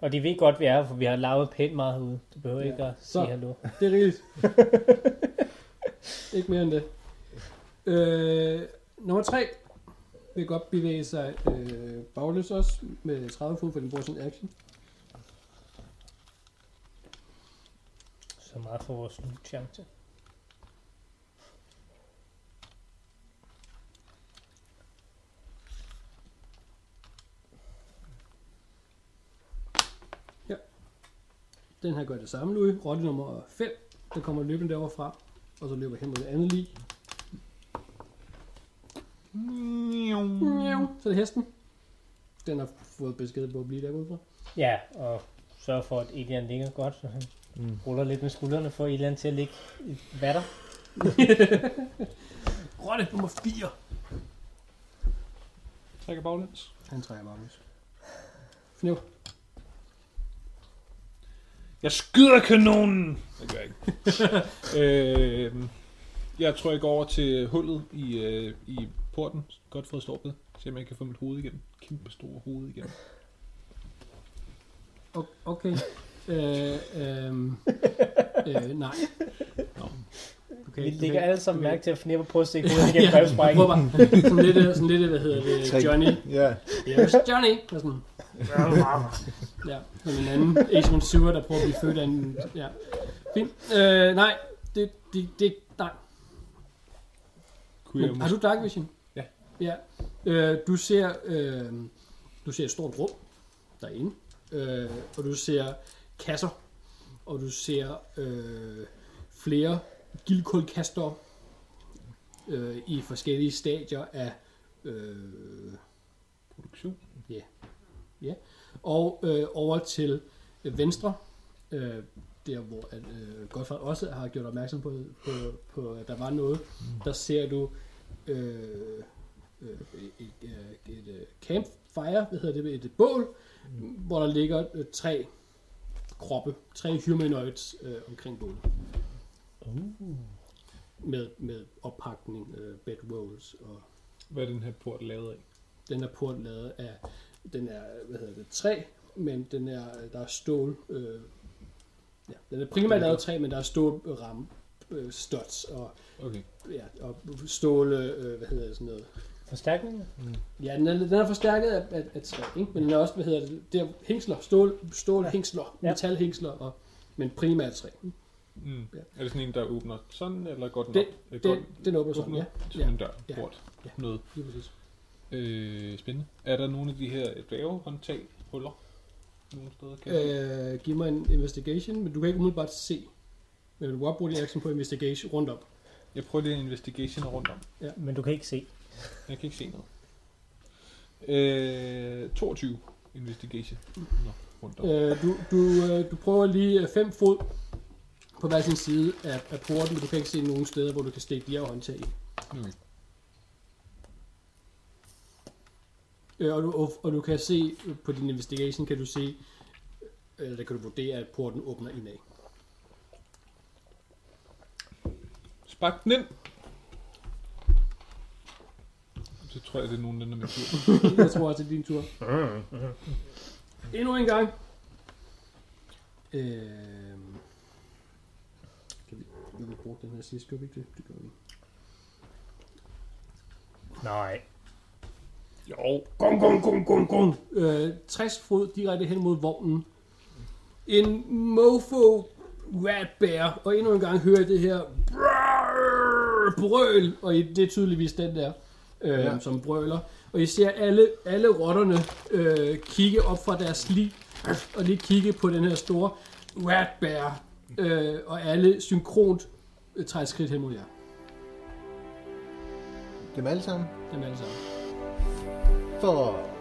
Og de ved godt, vi er her, for vi har lavet pænt meget herude. Du behøver ja. ikke at Så. sige hallo. Det er rigtigt. [LAUGHS] Ikke mere end det. Øh, nummer 3 vil godt bevæge sig øh, baglæns også med 30 fod, for den bruger sin action. Så meget for vores chance. Den her gør det samme, Louis. Rolle nummer 5, der kommer løbende derovre fra, og så løber hen mod det andet lige. Så er det hesten. Den har fået besked på at blive derude fra. Ja, og sørge for, at Elian ligger godt, så han Mm. mm. ruller lidt med skuldrene for Elian til at ligge i vatter. Rolle nummer 4. Trækker baglæns. Han trækker baglæns. Fniv. Jeg skyder kanonen! Det gør jeg [LAUGHS] ikke. øh, jeg tror, jeg går over til hullet i, øh, i porten. Godt fået storpet. Se om jeg kan få mit hoved igennem. Kæmpe store hoved igennem. O- Okay. øh, øhm, øh, nej. Nå. Okay, Vi lægger alle sammen okay. mærke til at fnippe på at stikke [LAUGHS] hovedet igennem brevsprækken. prøv bare. Sådan lidt, øh, sådan lidt, øh, hvad hedder Tak. det, Johnny. Ja. Yes, Johnny. Og sådan. Ja, sådan en anden Adrian Sewer, der prøver at blive født af en... Ja. Fint. Øh, nej, det, det, det, nej. Kunne jeg Men, har måske... du dark vision? Ja. ja. Øh, du ser øh, du ser et stort rum derinde, øh, og du ser kasser, og du ser øh, flere gildkulkaster øh, i forskellige stadier af øh, Produktion. og øh, over til øh, venstre, øh, der hvor at, øh, Godfred også har gjort opmærksom på, på, på, at der var noget, der ser du øh, øh, et, et, et, et øh, campfire, hvad hedder det, et bål, hvor der ligger øh, tre kroppe, tre humanoids øh, omkring bålet. Med, med oppakning, øh, bedrolls og Hvad er den her port lavet af? den er port lavet af, den er, hvad hedder det, træ, men den er, der er stål, øh, ja, den er primært lavet af træ, men der er stålramme, øh, stots og, Okay. ja, og stål, øh, hvad hedder det, sådan noget. Forstærkninger? Ja, den er, den er forstærket af, af, af træ, ikke? men den er også, hvad hedder det, der hængsler, stål, stålhængsler, Ja. ja. metalhængsler, og, men primært træ. Mm. Ja. Er det sådan en, der åbner sådan, eller går den Den- op? Øh, går Den, den åbner sådan, åbner ja, Sådan en dør. Ja. Port. Ja. Noget. lige præcis. Øh, spændende. Er der nogle af de her dværgehåndtag huller? Nogle steder kan jeg se? Øh, giv mig en investigation, men du kan ikke umiddelbart se, men du kan godt bruge din action på investigation rundt om. Jeg prøver lige en investigation rundt om. Men du kan ikke se. Jeg kan ikke se noget. Øh, 22 investigation. Nå, rundt om. Øh, du, du, øh, du prøver lige 5 fod på hver sin side af, af porten, men du kan ikke se nogen steder, hvor du kan stikke bjerghåndtag i. Okay. Øh, og, du, og, og du kan se øh, på din investigation, kan du se, øh, eller der kan du vurdere, at porten åbner indad. Spark den ind. Så tror jeg, det er nogen, den er min tur. Jeg tror også, det er din tur. Endnu en gang. Øh... Kan vi, kan vi bruge den her sidste? Gør vi ikke det? Det gør vi. Nej. Jo. Gong, gong, gong, gong, gong. Øh, 60 fod direkte hen mod vognen. En mofo rat bear. Og endnu en gang hører jeg det her brøl. Og I- det er tydeligvis den der, øh, ja. som brøler. Og I ser alle, alle rotterne øh, kigge op fra deres lig. Og lige kigge på den her store rat bear. Øh, og alle synkront øh, træder et skridt hen mod jer. Dem alle sammen. Dem alle sammen. For...